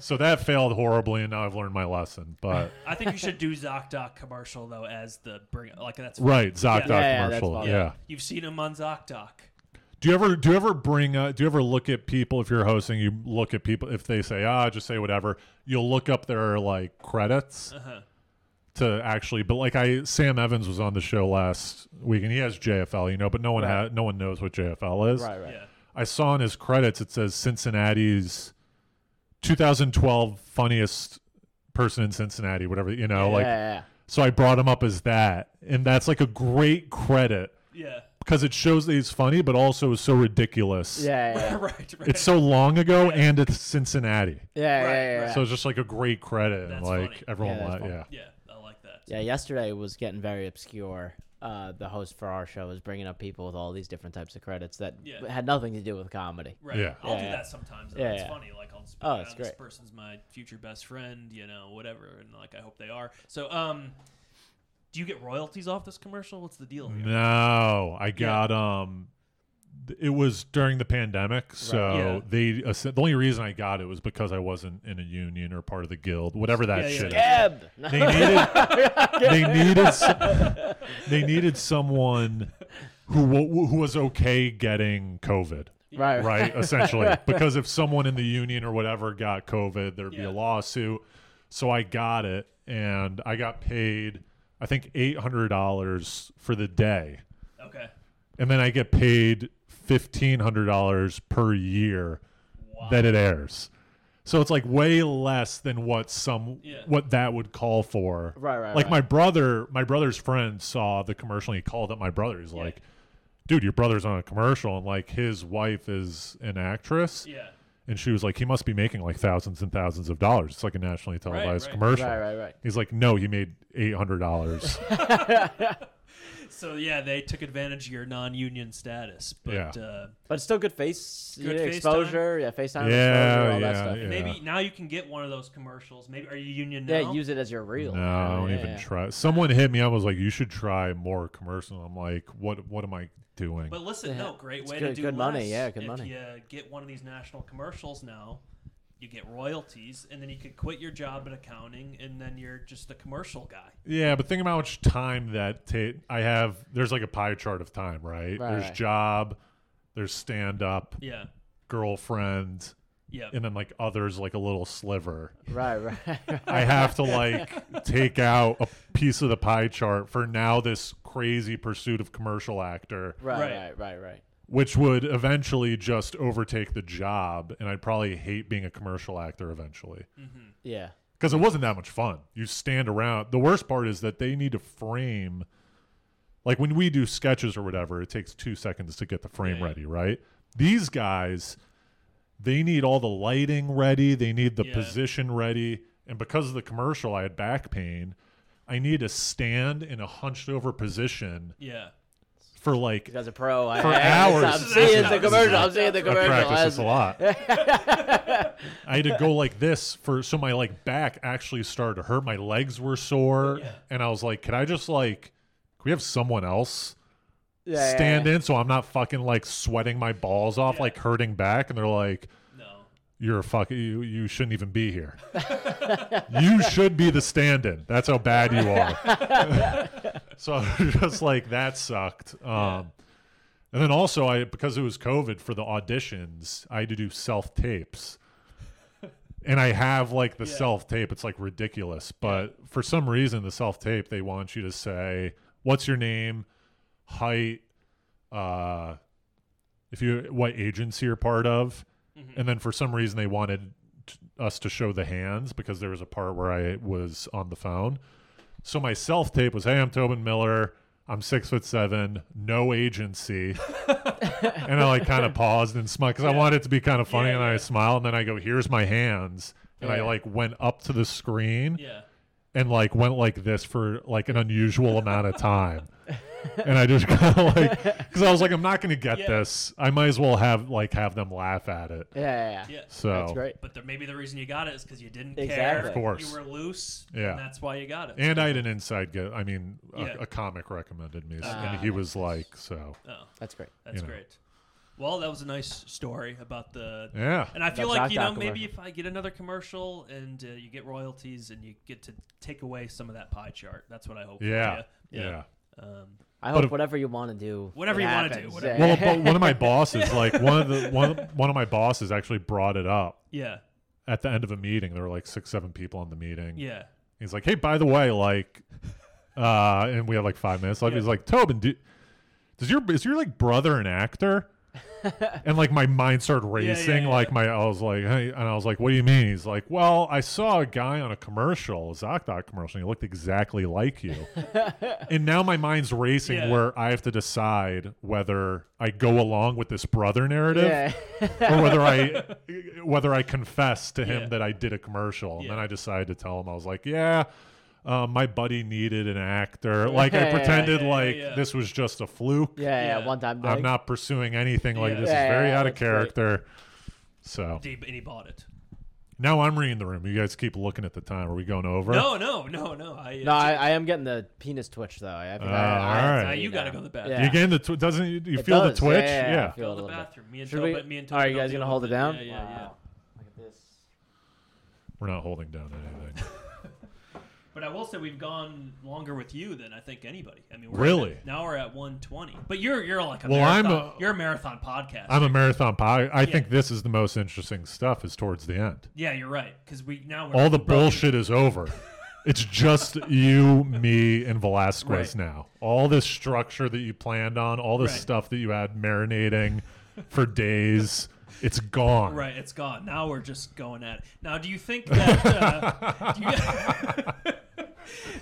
S1: so that failed horribly, and now I've learned my lesson. But
S3: I think you should do ZocDoc commercial though as the bring like that's
S1: right, Zocdoc
S3: Yeah,
S2: yeah, that's
S1: commercial.
S2: fine.
S1: yeah.
S3: You've seen him on ZocDoc.
S1: Do you ever do you ever bring uh, do you ever look at people if you're hosting you look at people if they say ah just say whatever you'll look up their like credits
S3: Uh-huh.
S1: to actually but like I Sam Evans was on the show last week and he has JFL you know but no one
S2: Right.
S1: ha- no one knows what JFL is
S2: Right, right.
S3: Yeah.
S1: I saw in his credits it says Cincinnati's 2012 funniest person in Cincinnati whatever you know like
S2: yeah, yeah.
S1: so I brought him up as that and that's like a great credit
S3: Yeah.
S1: because it shows that he's funny but also is so ridiculous
S2: Yeah, yeah, yeah.
S3: right. Right.
S1: it's so long ago and it's Cincinnati.
S2: Yeah,
S3: Right,
S2: yeah, yeah.
S1: So it's just like a great credit and
S3: That's
S1: like
S3: funny.
S1: everyone
S2: Yeah,
S1: yeah,
S2: that's funny.
S1: yeah.
S3: yeah. I like that.
S2: yeah, yesterday was getting very obscure. Uh, the host for our show was bringing up people with all these different types of credits that
S3: Yeah.
S2: had nothing to do with comedy.
S3: Right.
S1: Yeah.
S3: I'll do
S2: Yeah.
S3: that sometimes.
S2: Yeah,
S3: it's
S2: yeah.
S3: funny. Like I'll just be
S2: Oh,
S3: like,
S2: it's
S3: this
S2: great.
S3: person's my future best friend, you know, whatever, and like I hope they are. So um do you get royalties off this commercial? What's the deal here?
S1: No, I got um th- it was during the pandemic, so
S3: Yeah.
S1: they uh, the only reason I got it was because I wasn't in a union or part of the guild, whatever that
S3: Yeah, yeah,
S1: shit
S3: yeah.
S2: Gab!
S1: is. They needed they needed s- they needed someone who wa- who was okay getting COVID.
S2: right,
S1: right?
S2: right.
S1: Essentially, because if someone in the union or whatever got COVID, there'd be
S3: Yeah.
S1: a lawsuit. So I got it, and I got paid, I think eight hundred dollars for the day,
S3: Okay.
S1: and then I get paid fifteen hundred dollars per year
S3: Wow.
S1: that it airs. So it's like way less than what some
S3: Yeah.
S1: what that would call for.
S2: Right, right,
S1: Like
S2: right.
S1: my brother, my brother's friend saw the commercial. and He called up my brother. He's like, "Dude, your brother's on a commercial, and like his wife is an actress,
S3: yeah.
S1: and she was like, he must be making like thousands and thousands of dollars. It's like a nationally televised
S3: right.
S1: commercial.
S2: Right, right, right.
S1: He's like, no, he made eight hundred dollars
S3: so yeah, they took advantage of your non-union status, but
S1: Yeah.
S3: uh,
S2: But it's still good face
S3: Good
S2: yeah,
S3: FaceTime.
S2: exposure. Yeah, FaceTime
S1: Yeah,
S2: exposure, all that
S1: yeah,
S2: stuff.
S1: yeah.
S3: maybe now you can get one of those commercials. Maybe are you union now?
S2: Yeah, use it as your reel.
S1: No, I don't
S2: Yeah,
S1: even
S2: yeah.
S1: try. Someone hit me up was like, "You should try more commercial." I'm like, "What? What am I doing?"
S3: But listen,
S2: Yeah.
S3: no, great
S2: It's
S3: way
S2: good-
S3: to do
S2: good money,
S3: less.
S2: yeah, good
S3: if
S2: money.
S3: you get one of these national commercials now, you get royalties, and then you could quit your job in accounting, and then you're just a commercial guy.
S1: yeah, but think about how much time that ta- I have. There's like a pie chart of time, right?
S2: Right,
S1: there's
S2: right.
S1: job, there's stand up,
S3: Yeah,
S1: girlfriend,
S3: yeah.
S1: and then like others, like a little sliver.
S2: Right, right.
S1: I have to like take out a piece of the pie chart for now this crazy pursuit of commercial actor,
S2: Right,
S3: Right.
S2: right, right, right.
S1: which would eventually just overtake the job, and I'd probably hate being a commercial actor eventually.
S2: Yeah.
S1: because it wasn't that much fun. You stand around. The worst part is that they need to frame, like when we do sketches or whatever, it takes two seconds to get the frame
S3: Yeah, yeah.
S1: ready, right? These guys, they need all the lighting ready, they need the
S3: Yeah.
S1: position ready. And because of the commercial, I had back pain. I need to stand in a hunched over position
S3: Yeah.
S1: for like.
S2: Because a pro, I,
S1: For
S2: I,
S1: hours.
S2: I'm seeing the
S3: This is-
S2: commercial. I'm seeing the
S1: I
S2: commercial.
S1: practice
S2: as-
S1: this a lot. I had to go like this for so my like back actually started to hurt. My legs were sore,
S3: Yeah.
S1: and I was like, "Can I just like, can we have someone else
S2: Yeah, yeah,
S1: stand
S2: yeah.
S1: in so I'm not fucking like sweating my balls off, like hurting back?" And they're like,
S3: No.
S1: "You're a fuck. You you shouldn't even be here. you should be the stand-in. That's how bad you are." so I was just like that sucked. Um, And then also, I because it was COVID for the auditions, I had to do self tapes, and I have like the
S3: Yeah.
S1: self tape. It's like ridiculous, but for some reason, the self tape they want you to say what's your name, height, uh, if you what agency you're part of,
S3: Mm-hmm.
S1: and then for some reason they wanted t- us to show the hands because there was a part where I was on the phone. So my self tape was, "Hey, I'm Tobin Miller. I'm six foot seven, no agency." and I like kind of paused and smiled because I wanted it to be kind of funny,
S3: Yeah,
S1: and I smiled, and then I go, "Here's my hands," and I
S2: Yeah.
S1: like went up to the screen
S3: Yeah.
S1: and like went like this for like an unusual amount of time. And I just kind of like, because I was like, I'm not going to get
S3: Yeah.
S1: this. I might as well have like have them laugh at it.
S2: Yeah, yeah, yeah.
S3: Yeah.
S1: So
S2: That's great.
S3: But the, maybe the reason you got it is because you didn't care.
S2: Exactly. Of
S1: course.
S3: You were loose.
S1: Yeah.
S3: And that's why you got it.
S1: And I had an inside get. I mean, a,
S3: Yeah.
S1: a comic recommended me,
S2: Ah,
S1: and he was like, "So,
S3: oh,
S2: That's great.
S3: that's
S1: know.
S3: great. Well, that was a nice story about the.
S1: yeah,
S3: And I feel
S2: That
S3: like you know
S2: Zocdoc
S3: maybe if I get another commercial and uh, you get royalties and you get to take away some of that pie chart. That's what I hope. for
S1: yeah,
S3: ya.
S1: yeah."
S3: Um,
S2: I
S1: But
S2: hope
S1: if-
S2: whatever you want to do.
S3: Whatever
S2: it
S3: you wanna do,
S2: happens.
S3: whatever.
S2: Yeah.
S1: Well, but one of my bosses, like one of the one one of my bosses, actually brought it up
S3: yeah.
S1: at the end of a meeting. There were like six, seven people on the meeting.
S3: Yeah.
S1: He's like, "Hey, by the way, like," uh, and we have like five minutes left.
S3: Yeah.
S1: He's like, "Tobin, do, does your is your like brother an actor?" and like my mind started
S3: yeah,
S1: racing.
S3: yeah.
S1: Like my, I was like, hey, and I was like, "What do you mean?" He's like, "Well, I saw a guy on a commercial, a Zocdoc commercial, and he looked exactly like you." and now my mind's racing
S3: Yeah.
S1: where I have to decide whether I go along with this brother narrative
S2: yeah.
S1: or whether I whether I confess to him
S3: Yeah.
S1: that I did a commercial, and then
S3: Yeah.
S1: I decided to tell him I was like, yeah. Uh, my buddy needed an actor. Like I
S2: Yeah, yeah,
S1: pretended
S3: yeah, yeah,
S1: like
S3: yeah.
S1: this was just a fluke.
S2: yeah,
S3: Yeah.
S2: yeah, one time.
S1: I'm
S2: thing.
S1: not pursuing anything like
S3: Yeah.
S1: this
S2: Yeah,
S1: is very
S2: yeah,
S1: out of
S2: that's great.
S1: character. So
S3: He- And he bought it.
S1: now I'm reading the room. You guys keep looking at the time. Are we going over?
S3: No, no, no, no. I, uh,
S2: No, I, I am getting the penis twitch though. I, I think
S1: Ah,
S2: I, I,
S1: all
S3: Now
S1: right.
S3: you
S2: got
S3: gotta go to the bathroom.
S2: Yeah.
S1: You getting the tw- doesn't you, you
S2: It
S1: feel
S2: does.
S1: the twitch?
S2: Yeah, yeah, yeah. Feel a
S3: Go to the
S2: little bit.
S3: bathroom. Me and
S2: Should we-
S3: Tobin. Me and Tobin.
S2: All right, you
S3: don't
S2: guys
S3: deal
S2: gonna hold
S3: with
S2: it down?
S3: Yeah, yeah, yeah.
S2: Wow. Look at this.
S1: We're not holding down anything.
S3: But I will say we've gone longer with you than I think anybody. I mean, we're
S1: Really?
S3: at- now we're at 120. But you're you're like a
S1: Well, I'm
S3: marathon.
S1: a-
S3: you're a marathon podcast.
S1: I'm a marathon pie. I think this is the most interesting stuff. Is towards the end.
S3: yeah, you're right. Because we now we're
S1: All the
S3: we've broken-
S1: bullshit is over. It's just you, me, and Velasquez
S3: Right.
S1: now. All this structure that you planned on, all this
S3: Right.
S1: stuff that you had marinating for days, it's gone.
S3: Right, it's gone. Now we're just going at it. Now, do you think that? Uh, do, you,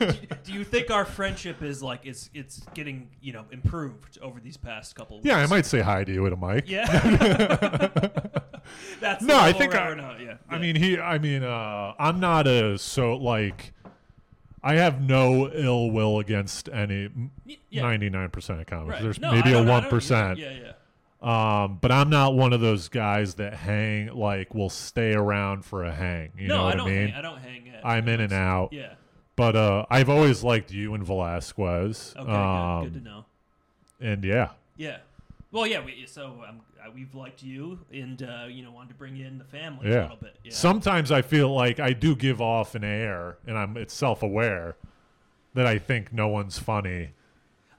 S3: Do- do you think our friendship is like it's it's getting you know improved over these past couple? Weeks?
S1: Yeah, I might say hi to you at a mic.
S3: Yeah. That's
S1: No,
S3: the
S1: I
S3: level
S1: think
S3: where
S1: I-
S3: we're not- yeah,
S1: I
S3: yeah.
S1: mean, he. I mean, uh, I'm not a so like. I have no ill will against any
S3: Y- Yeah.
S1: ninety nine percent of comics.
S3: right.
S1: There's
S3: No, I
S1: maybe a
S3: don't- I
S1: one
S3: don't-
S1: percent.
S3: Yeah, yeah.
S1: Um, but I'm not one of those guys that hang like will stay around for a hang. You
S3: no,
S1: know
S3: I
S1: what I,
S3: don't.
S1: mean?
S3: hang, I don't hang it.
S1: I'm in and out.
S3: Yeah.
S1: But uh, I've always liked you and Velasquez.
S3: Okay.
S1: um,
S3: good. Good to know.
S1: And yeah,
S3: Yeah. Well, yeah. We, so um, uh, we've liked you, and uh, you know, wanted to bring you in the family
S1: Yeah.
S3: a little bit. Yeah.
S1: Sometimes I feel like I do give off an air, and I'm it's self aware that I think no one's funny.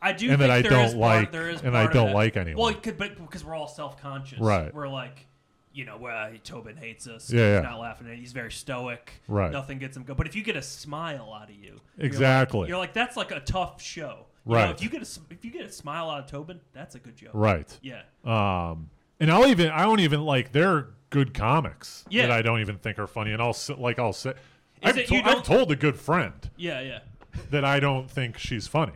S3: I do,
S1: and that
S3: think
S1: I
S3: there
S1: don't
S3: is
S1: like-
S3: part, there is
S1: and I
S3: part of
S1: don't
S3: that.
S1: like
S3: Well,
S1: anyone.
S3: it could, but because we're all self-conscious,
S1: Right.
S3: We're like, you know, well, Tobin hates us.
S1: Yeah, yeah.
S3: He's not laughing at. it. He's very stoic.
S1: Right.
S3: Nothing gets him going. But if you get a smile out of you, you're
S1: Exactly.
S3: like, you're like that's like a tough show. You
S1: Right.
S3: Know, if you get a s- if you get a smile out of Tobin, that's a good joke.
S1: right.
S3: Yeah.
S1: Um, and I'll even I don't even like they're good comics
S3: Yeah.
S1: that I don't even think are funny, and I'll s- like I'll say I've,
S3: it
S1: to-
S3: you
S1: I've
S3: don't-
S1: told a good friend
S3: Yeah. Yeah.
S1: that I don't think she's funny.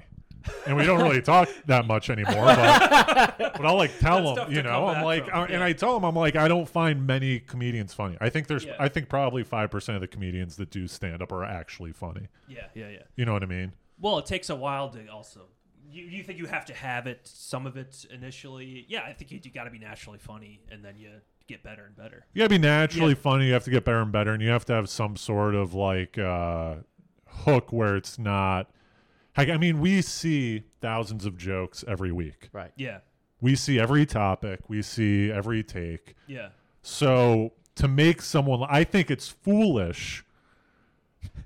S1: And we don't really talk that much anymore, but, but I'll like
S3: That's
S1: tell
S3: tough
S1: them, you
S3: to come
S1: know, I'm
S3: back
S1: like,
S3: from,
S1: I- and
S3: yeah.
S1: I tell them, I'm like, I don't find many comedians funny. I think there's,
S3: Yeah.
S1: I think probably five percent of the comedians that do stand up are actually funny.
S3: Yeah. Yeah. Yeah.
S1: You know what I mean?
S3: Well, it takes a while to also. You, you think you have to have it, some of it initially. Yeah, I think you, you got to be naturally funny, and then you get better and better.
S1: You gotta be naturally
S3: Yeah.
S1: funny. You have to get better and better, and you have to have some sort of like uh, hook where it's not. Like, I mean, we see thousands of jokes every week.
S2: Right.
S3: Yeah,
S1: We see every topic. We see every take.
S3: yeah.
S1: So to make someone, I think it's foolish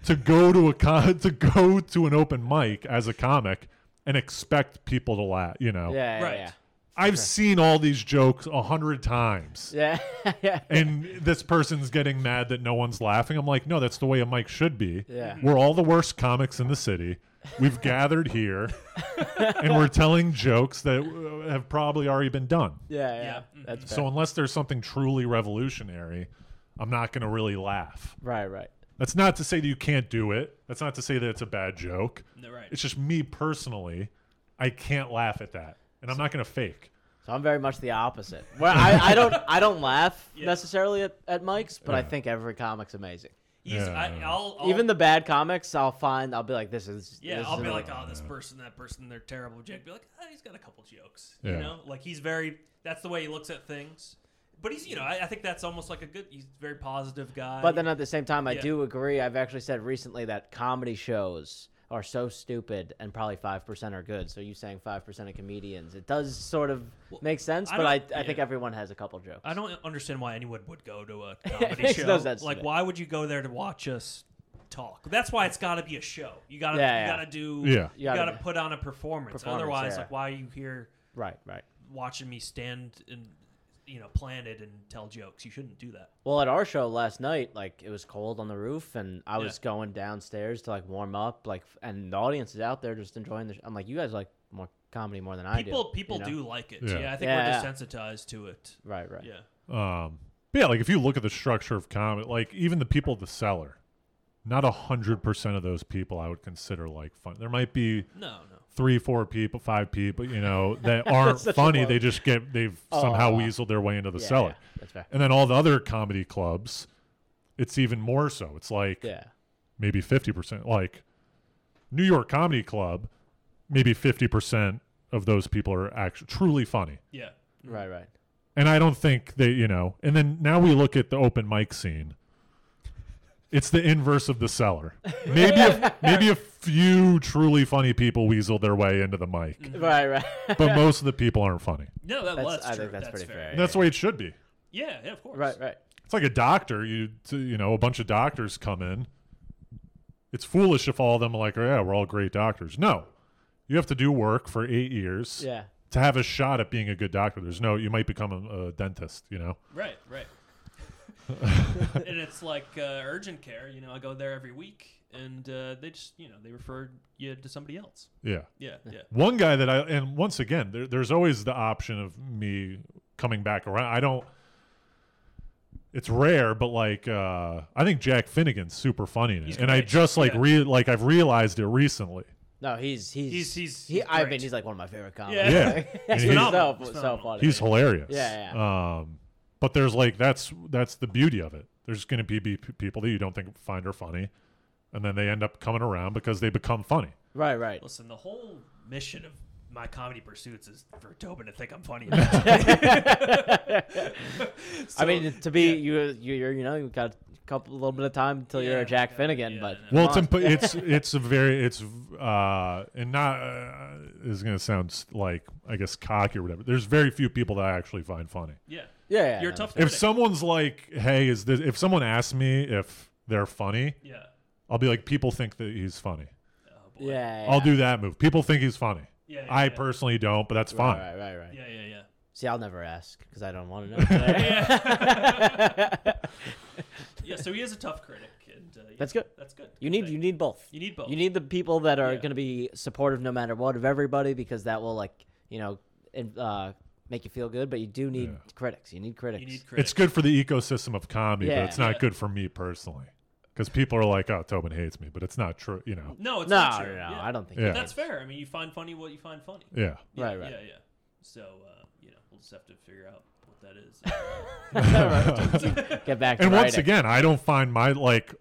S1: to go to a con- to go to an open mic as a comic and expect people to laugh. You know,
S2: Yeah. Yeah.
S3: Right.
S2: Yeah.
S1: I've seen all these jokes a hundred times,
S2: Yeah. yeah.
S1: and this person's getting mad that no one's laughing. I'm like, no, that's the way a mic should be.
S2: Yeah.
S3: Mm-hmm.
S1: We're all the worst comics in the city. We've gathered here, and we're telling jokes that uh, have probably already been done.
S2: Yeah.
S3: Yeah. mm-hmm.
S2: That's fair.
S1: So unless there's something truly revolutionary, I'm not going to really laugh.
S2: right. Right.
S1: That's not to say that you can't do it. That's not to say that it's a bad joke.
S3: No, right.
S1: It's just me personally, I can't laugh at that. And I'm not going to fake.
S2: So I'm very much the opposite. Where I, I don't I don't laugh
S3: Yeah.
S2: necessarily at, at Mike's, but I
S1: Yeah.
S2: think every comic's amazing.
S3: Yes,
S1: Yeah.
S3: I, I'll, I'll
S2: Even the bad comics, I'll find I'll be like, this is
S3: yeah.
S2: this
S3: I'll
S2: is
S3: be
S2: amazing.
S3: like, oh, this person, that person, they're terrible. Jake be like, ah, he's got a couple jokes. You
S1: Yeah.
S3: know, like he's very. That's the way he looks at things. But he's, you know, I, I think that's almost like a good. He's a very positive guy.
S2: But then at the same time, I
S3: Yeah.
S2: do agree. I've actually said recently that comedy shows are so stupid and probably 5% are good. So you saying 5% of comedians, it does sort of make sense,
S3: I
S2: but I,
S3: don't-
S2: I think
S3: yeah.
S2: everyone has a couple jokes.
S3: I don't understand why anyone would go to a comedy
S2: makes
S3: show.
S2: no sense to
S3: like,
S2: me.
S3: why would you go there to watch us talk? That's why it's got to be a show. You got to,
S2: Yeah, yeah.
S3: you got to do,
S1: Yeah.
S3: you
S2: You
S3: got
S2: gotta
S3: to
S2: be-
S3: put on a performance.
S2: Performance,
S3: Otherwise,
S2: yeah.
S3: like, why are you here
S2: Right, right.
S3: watching me stand and you know planted and tell jokes? You shouldn't do that.
S2: Well, at our show last night, like it was cold on the roof, and I was going downstairs to like warm up, like, f- and the audience is out there just enjoying the. Sh- I'm like, you guys like more comedy more than I do.
S3: People,
S2: you
S3: people
S2: know?
S3: do like it.
S1: Yeah.
S3: Yeah, I think
S2: Yeah, yeah.
S3: we're desensitized to it.
S2: Right, right.
S3: Yeah,
S1: Um, but yeah, like if you look at the structure of comedy, like even the people at the cellar, not 100% of those people I would consider like fun. There might be
S3: no, no.
S1: three, four people, five people, you know, that aren't
S2: Such a
S1: funny.
S2: low-
S1: They just get, they've somehow
S2: Aw.
S1: weaseled their way into the
S2: Yeah,
S1: cellar.
S2: yeah, that's fair.
S1: And then all the other comedy clubs, it's even more so. It's like
S2: Yeah,
S1: maybe 50%. Like New York Comedy Club, maybe 50% of those people are actually truly funny.
S3: Yeah,
S2: right, right.
S1: And I don't think they, you know, and then now we look at the open mic scene. It's the inverse of the seller. Maybe a, maybe a few truly funny people weasel their way into the mic,
S3: Mm.
S2: Right, right.
S1: but most of the people aren't funny.
S3: no. That,
S2: That's-
S3: well, that's
S2: I think
S3: true.
S2: that's pretty
S3: fair.
S2: fair.
S1: And that's the way it should be.
S3: Yeah, yeah, of course.
S2: right, right.
S1: It's like a doctor. You t- you know, a bunch of doctors come in. It's foolish if all of them are like, oh, yeah, we're all great doctors. No, you have to do work for eight years
S2: Yeah.
S1: to have a shot at being a good doctor. There's no, you might become a, a dentist. You know,
S3: Right, right. and it's like uh, urgent care. You know, I go there every week, and uh, they just, you know, they refer you to somebody else.
S1: yeah.
S3: Yeah, yeah,
S1: One guy that I and once again, there, there's always the option of me coming back around. I don't. It's rare, but like uh, I think Jack Finnegan's super funny, in it.
S3: He's
S1: and I
S3: great.
S1: just like
S3: Yeah.
S1: re like I've realized it recently.
S2: No, he's he's
S3: He's- he's-
S2: he,
S3: he's
S2: I mean,
S3: great.
S2: he's like one of my favorite comics.
S3: Yeah.
S1: Yeah. He's
S2: he's, so,
S3: phenomenal. He's
S2: so
S3: phenomenal.
S2: funny.
S1: He's hilarious.
S2: Yeah,
S1: Um, but there's like that's that's the beauty of it. There's going to be, be p- people that you don't think find are funny, and then they end up coming around because they become funny.
S2: Right, right.
S3: Listen, the whole mission of my comedy pursuits is for Tobin to think I'm funny.
S2: I mean, to be you, you, you're, you know, you've got a couple, little bit of time until you're
S3: Yeah,
S2: a Jack
S3: yeah,
S2: Finnegan,
S3: yeah,
S2: but
S3: I know.
S1: Well, it's
S2: come
S1: imp- it's it's a very it's uh and not uh, is going to sound s- like I guess cocky or whatever. There's very few people that I actually find funny.
S3: yeah.
S2: on. yeah, yeah,
S3: You're a
S2: no,
S3: tough
S1: If
S3: critic.
S1: someone's like, "Hey, is this?" If someone asks me if they're funny,
S3: Yeah.
S1: I'll be like, "People think that he's funny."
S3: Oh, boy.
S2: Yeah, yeah,
S1: I'll
S2: yeah.
S1: do that move. People think he's funny.
S3: Yeah, yeah,
S1: I
S3: yeah.
S1: personally don't, but that's fine.
S2: Right, right, right, right.
S3: Yeah, yeah, yeah.
S2: See, I'll never ask because I don't want to know.
S3: Yeah, so he is a tough critic. And, uh, yeah,
S2: That's good.
S3: That's good.
S2: You
S3: Good
S2: need
S3: thing.
S2: you need both.
S3: You need both.
S2: You need the people that are
S3: Yeah.
S2: going to be supportive no matter what of everybody because that will like you know in, uh, make you feel good. But you do need
S1: Yeah.
S2: critics. You need critics.
S3: You need critics.
S1: It's good for the ecosystem of comedy,
S2: Yeah.
S1: but it's not
S3: Yeah.
S1: good for me personally. Because people are like, "Oh, Tobin hates me," but it's not true. You know?
S3: No, it's
S2: no,
S3: not
S2: no,
S3: true.
S2: no,
S3: yeah.
S2: I don't think.
S1: Yeah.
S2: you
S3: That's
S2: can.
S3: fair. I mean, you find funny what you find funny.
S1: Yeah.
S3: Yeah,
S2: Right, right.
S3: Yeah, yeah. So, uh, you know, we'll just have to figure out what that is.
S2: Get back to
S1: And once
S2: writing.
S1: again, I don't find my like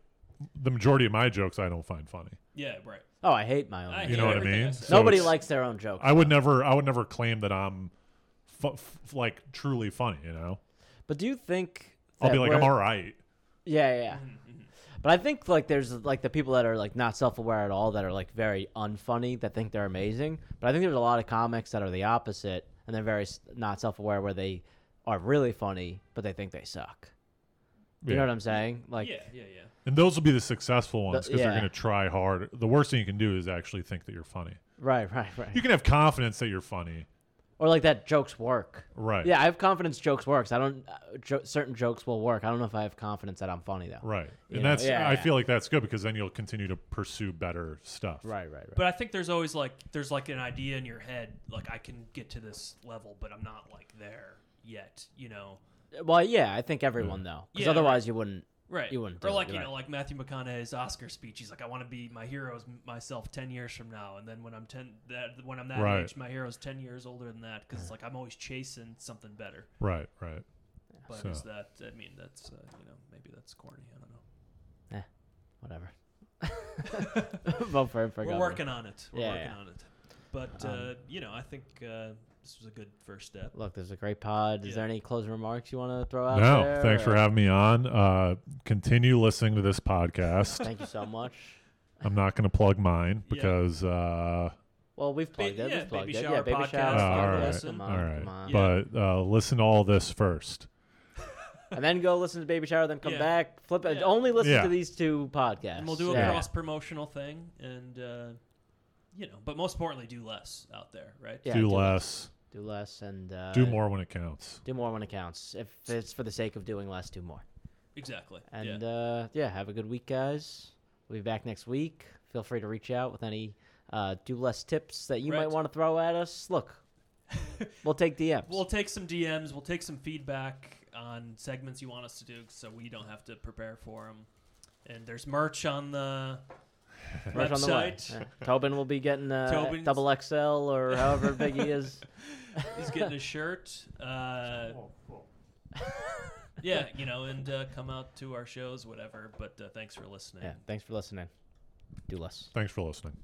S1: the majority of my jokes I don't find funny.
S3: yeah, right.
S2: oh, I hate my own.
S3: I
S2: jokes.
S1: You
S3: hate
S1: know what I
S3: everything
S1: mean?
S3: said.
S1: So
S2: Nobody
S1: it's-
S2: likes their own joke.
S1: I would never I would never claim that I'm fu- f- like truly funny, you know.
S2: but do you think
S1: I'll be
S2: that
S1: like I'm
S2: we're-
S1: all right.
S2: Yeah, yeah, yeah. But I think like there's like the people that are like not self-aware at all that are like very unfunny that think they're amazing. But I think there's a lot of comics that are the opposite and they're very s- not self-aware where they are really funny but they think they suck. You know
S1: Yeah.
S2: what I'm saying? Like
S3: yeah, yeah, yeah.
S1: And those will be the successful ones because they're
S2: yeah.
S1: going to try hard. The worst thing you can do is actually think that you're funny.
S2: right, right, right.
S1: You can have confidence that you're funny,
S2: or like that jokes work.
S1: right?
S2: Yeah, I have confidence jokes works. I don't uh, jo- certain jokes will work. I don't know if I have confidence that I'm funny though.
S1: right. And
S2: Yeah.
S1: that's
S2: Yeah,
S1: I
S2: yeah.
S1: feel like that's good because then you'll continue to pursue better stuff.
S2: Right, right, right.
S3: But I think there's always like there's like an idea in your head like I can get to this level, but I'm not like there yet. You know,
S2: well, yeah, I think
S1: Mm.
S2: everyone though. Cuz
S3: Yeah, right.
S2: otherwise you wouldn't
S3: right?
S2: You wouldn't
S3: Or
S2: do it,
S3: like you
S2: right.
S3: know, like Matthew McConaughey's Oscar speech. He's like, I want to be my heroes myself ten years from now, and then when I'm ten, that when I'm that
S1: Right.
S3: age, my hero's ten years older than that because it's like I'm always chasing something better.
S1: Right, right.
S3: But
S1: So-
S3: is that? I mean, that's uh, you know maybe that's corny. I don't know.
S2: whatever. Vote for him for
S3: We're
S2: governor.
S3: working on it. We're
S2: Yeah,
S3: working
S2: yeah. Um,
S3: on it. But uh, you know, I think uh, this was a good first step.
S2: Look, there's a great pod. Is
S3: Yeah.
S2: there any closing remarks you want to throw out?
S1: no,
S2: there,
S1: thanks for
S2: or-
S1: having me on. Uh, continue listening to this podcast.
S2: Thank you so much.
S1: I'm not going to plug mine
S3: Yeah.
S1: because, uh,
S2: Well, we've plugged
S3: Ba-
S2: it.
S3: yeah,
S2: we've plugged
S3: Baby
S2: it. Yeah,
S3: Shower
S2: baby
S3: podcast,
S2: shower.
S1: Oh,
S2: come
S1: alright,
S2: listen, Come on,
S1: all right,
S2: come on.
S1: but uh, listen to all this first.
S2: And then go listen to baby shower. Then come
S3: Yeah.
S2: back. Flip it.
S3: Yeah.
S2: Only listen
S1: Yeah.
S2: to these two podcasts.
S3: and we'll do a
S2: Yeah.
S3: cross promotional thing and uh, you know but most importantly do less out there right
S2: Yeah,
S1: do
S2: do
S1: less,
S2: Do less and uh,
S1: do more when it counts.
S2: Do more when it counts. If it's for the sake of doing less, do more.
S3: exactly
S2: And
S3: yeah.
S2: uh, yeah, have a good week, guys. We'll be back next week. Feel free to reach out with any uh, do less tips that you might
S3: Right.
S2: want to throw at us. Look, we'll take DMs.
S3: we'll take some dms we'll take some feedback on segments you want us to do so we don't have to prepare for them and there's merch on the
S2: Merch on the way.
S3: website
S2: Yeah. Tobin will be getting uh,
S3: Tobin's-
S2: double XL or however big he is.
S3: he's getting a shirt uh, yeah you know and uh, come out to our shows whatever but uh, thanks for listening
S2: Yeah, thanks for listening. Do less.
S1: Thanks for listening.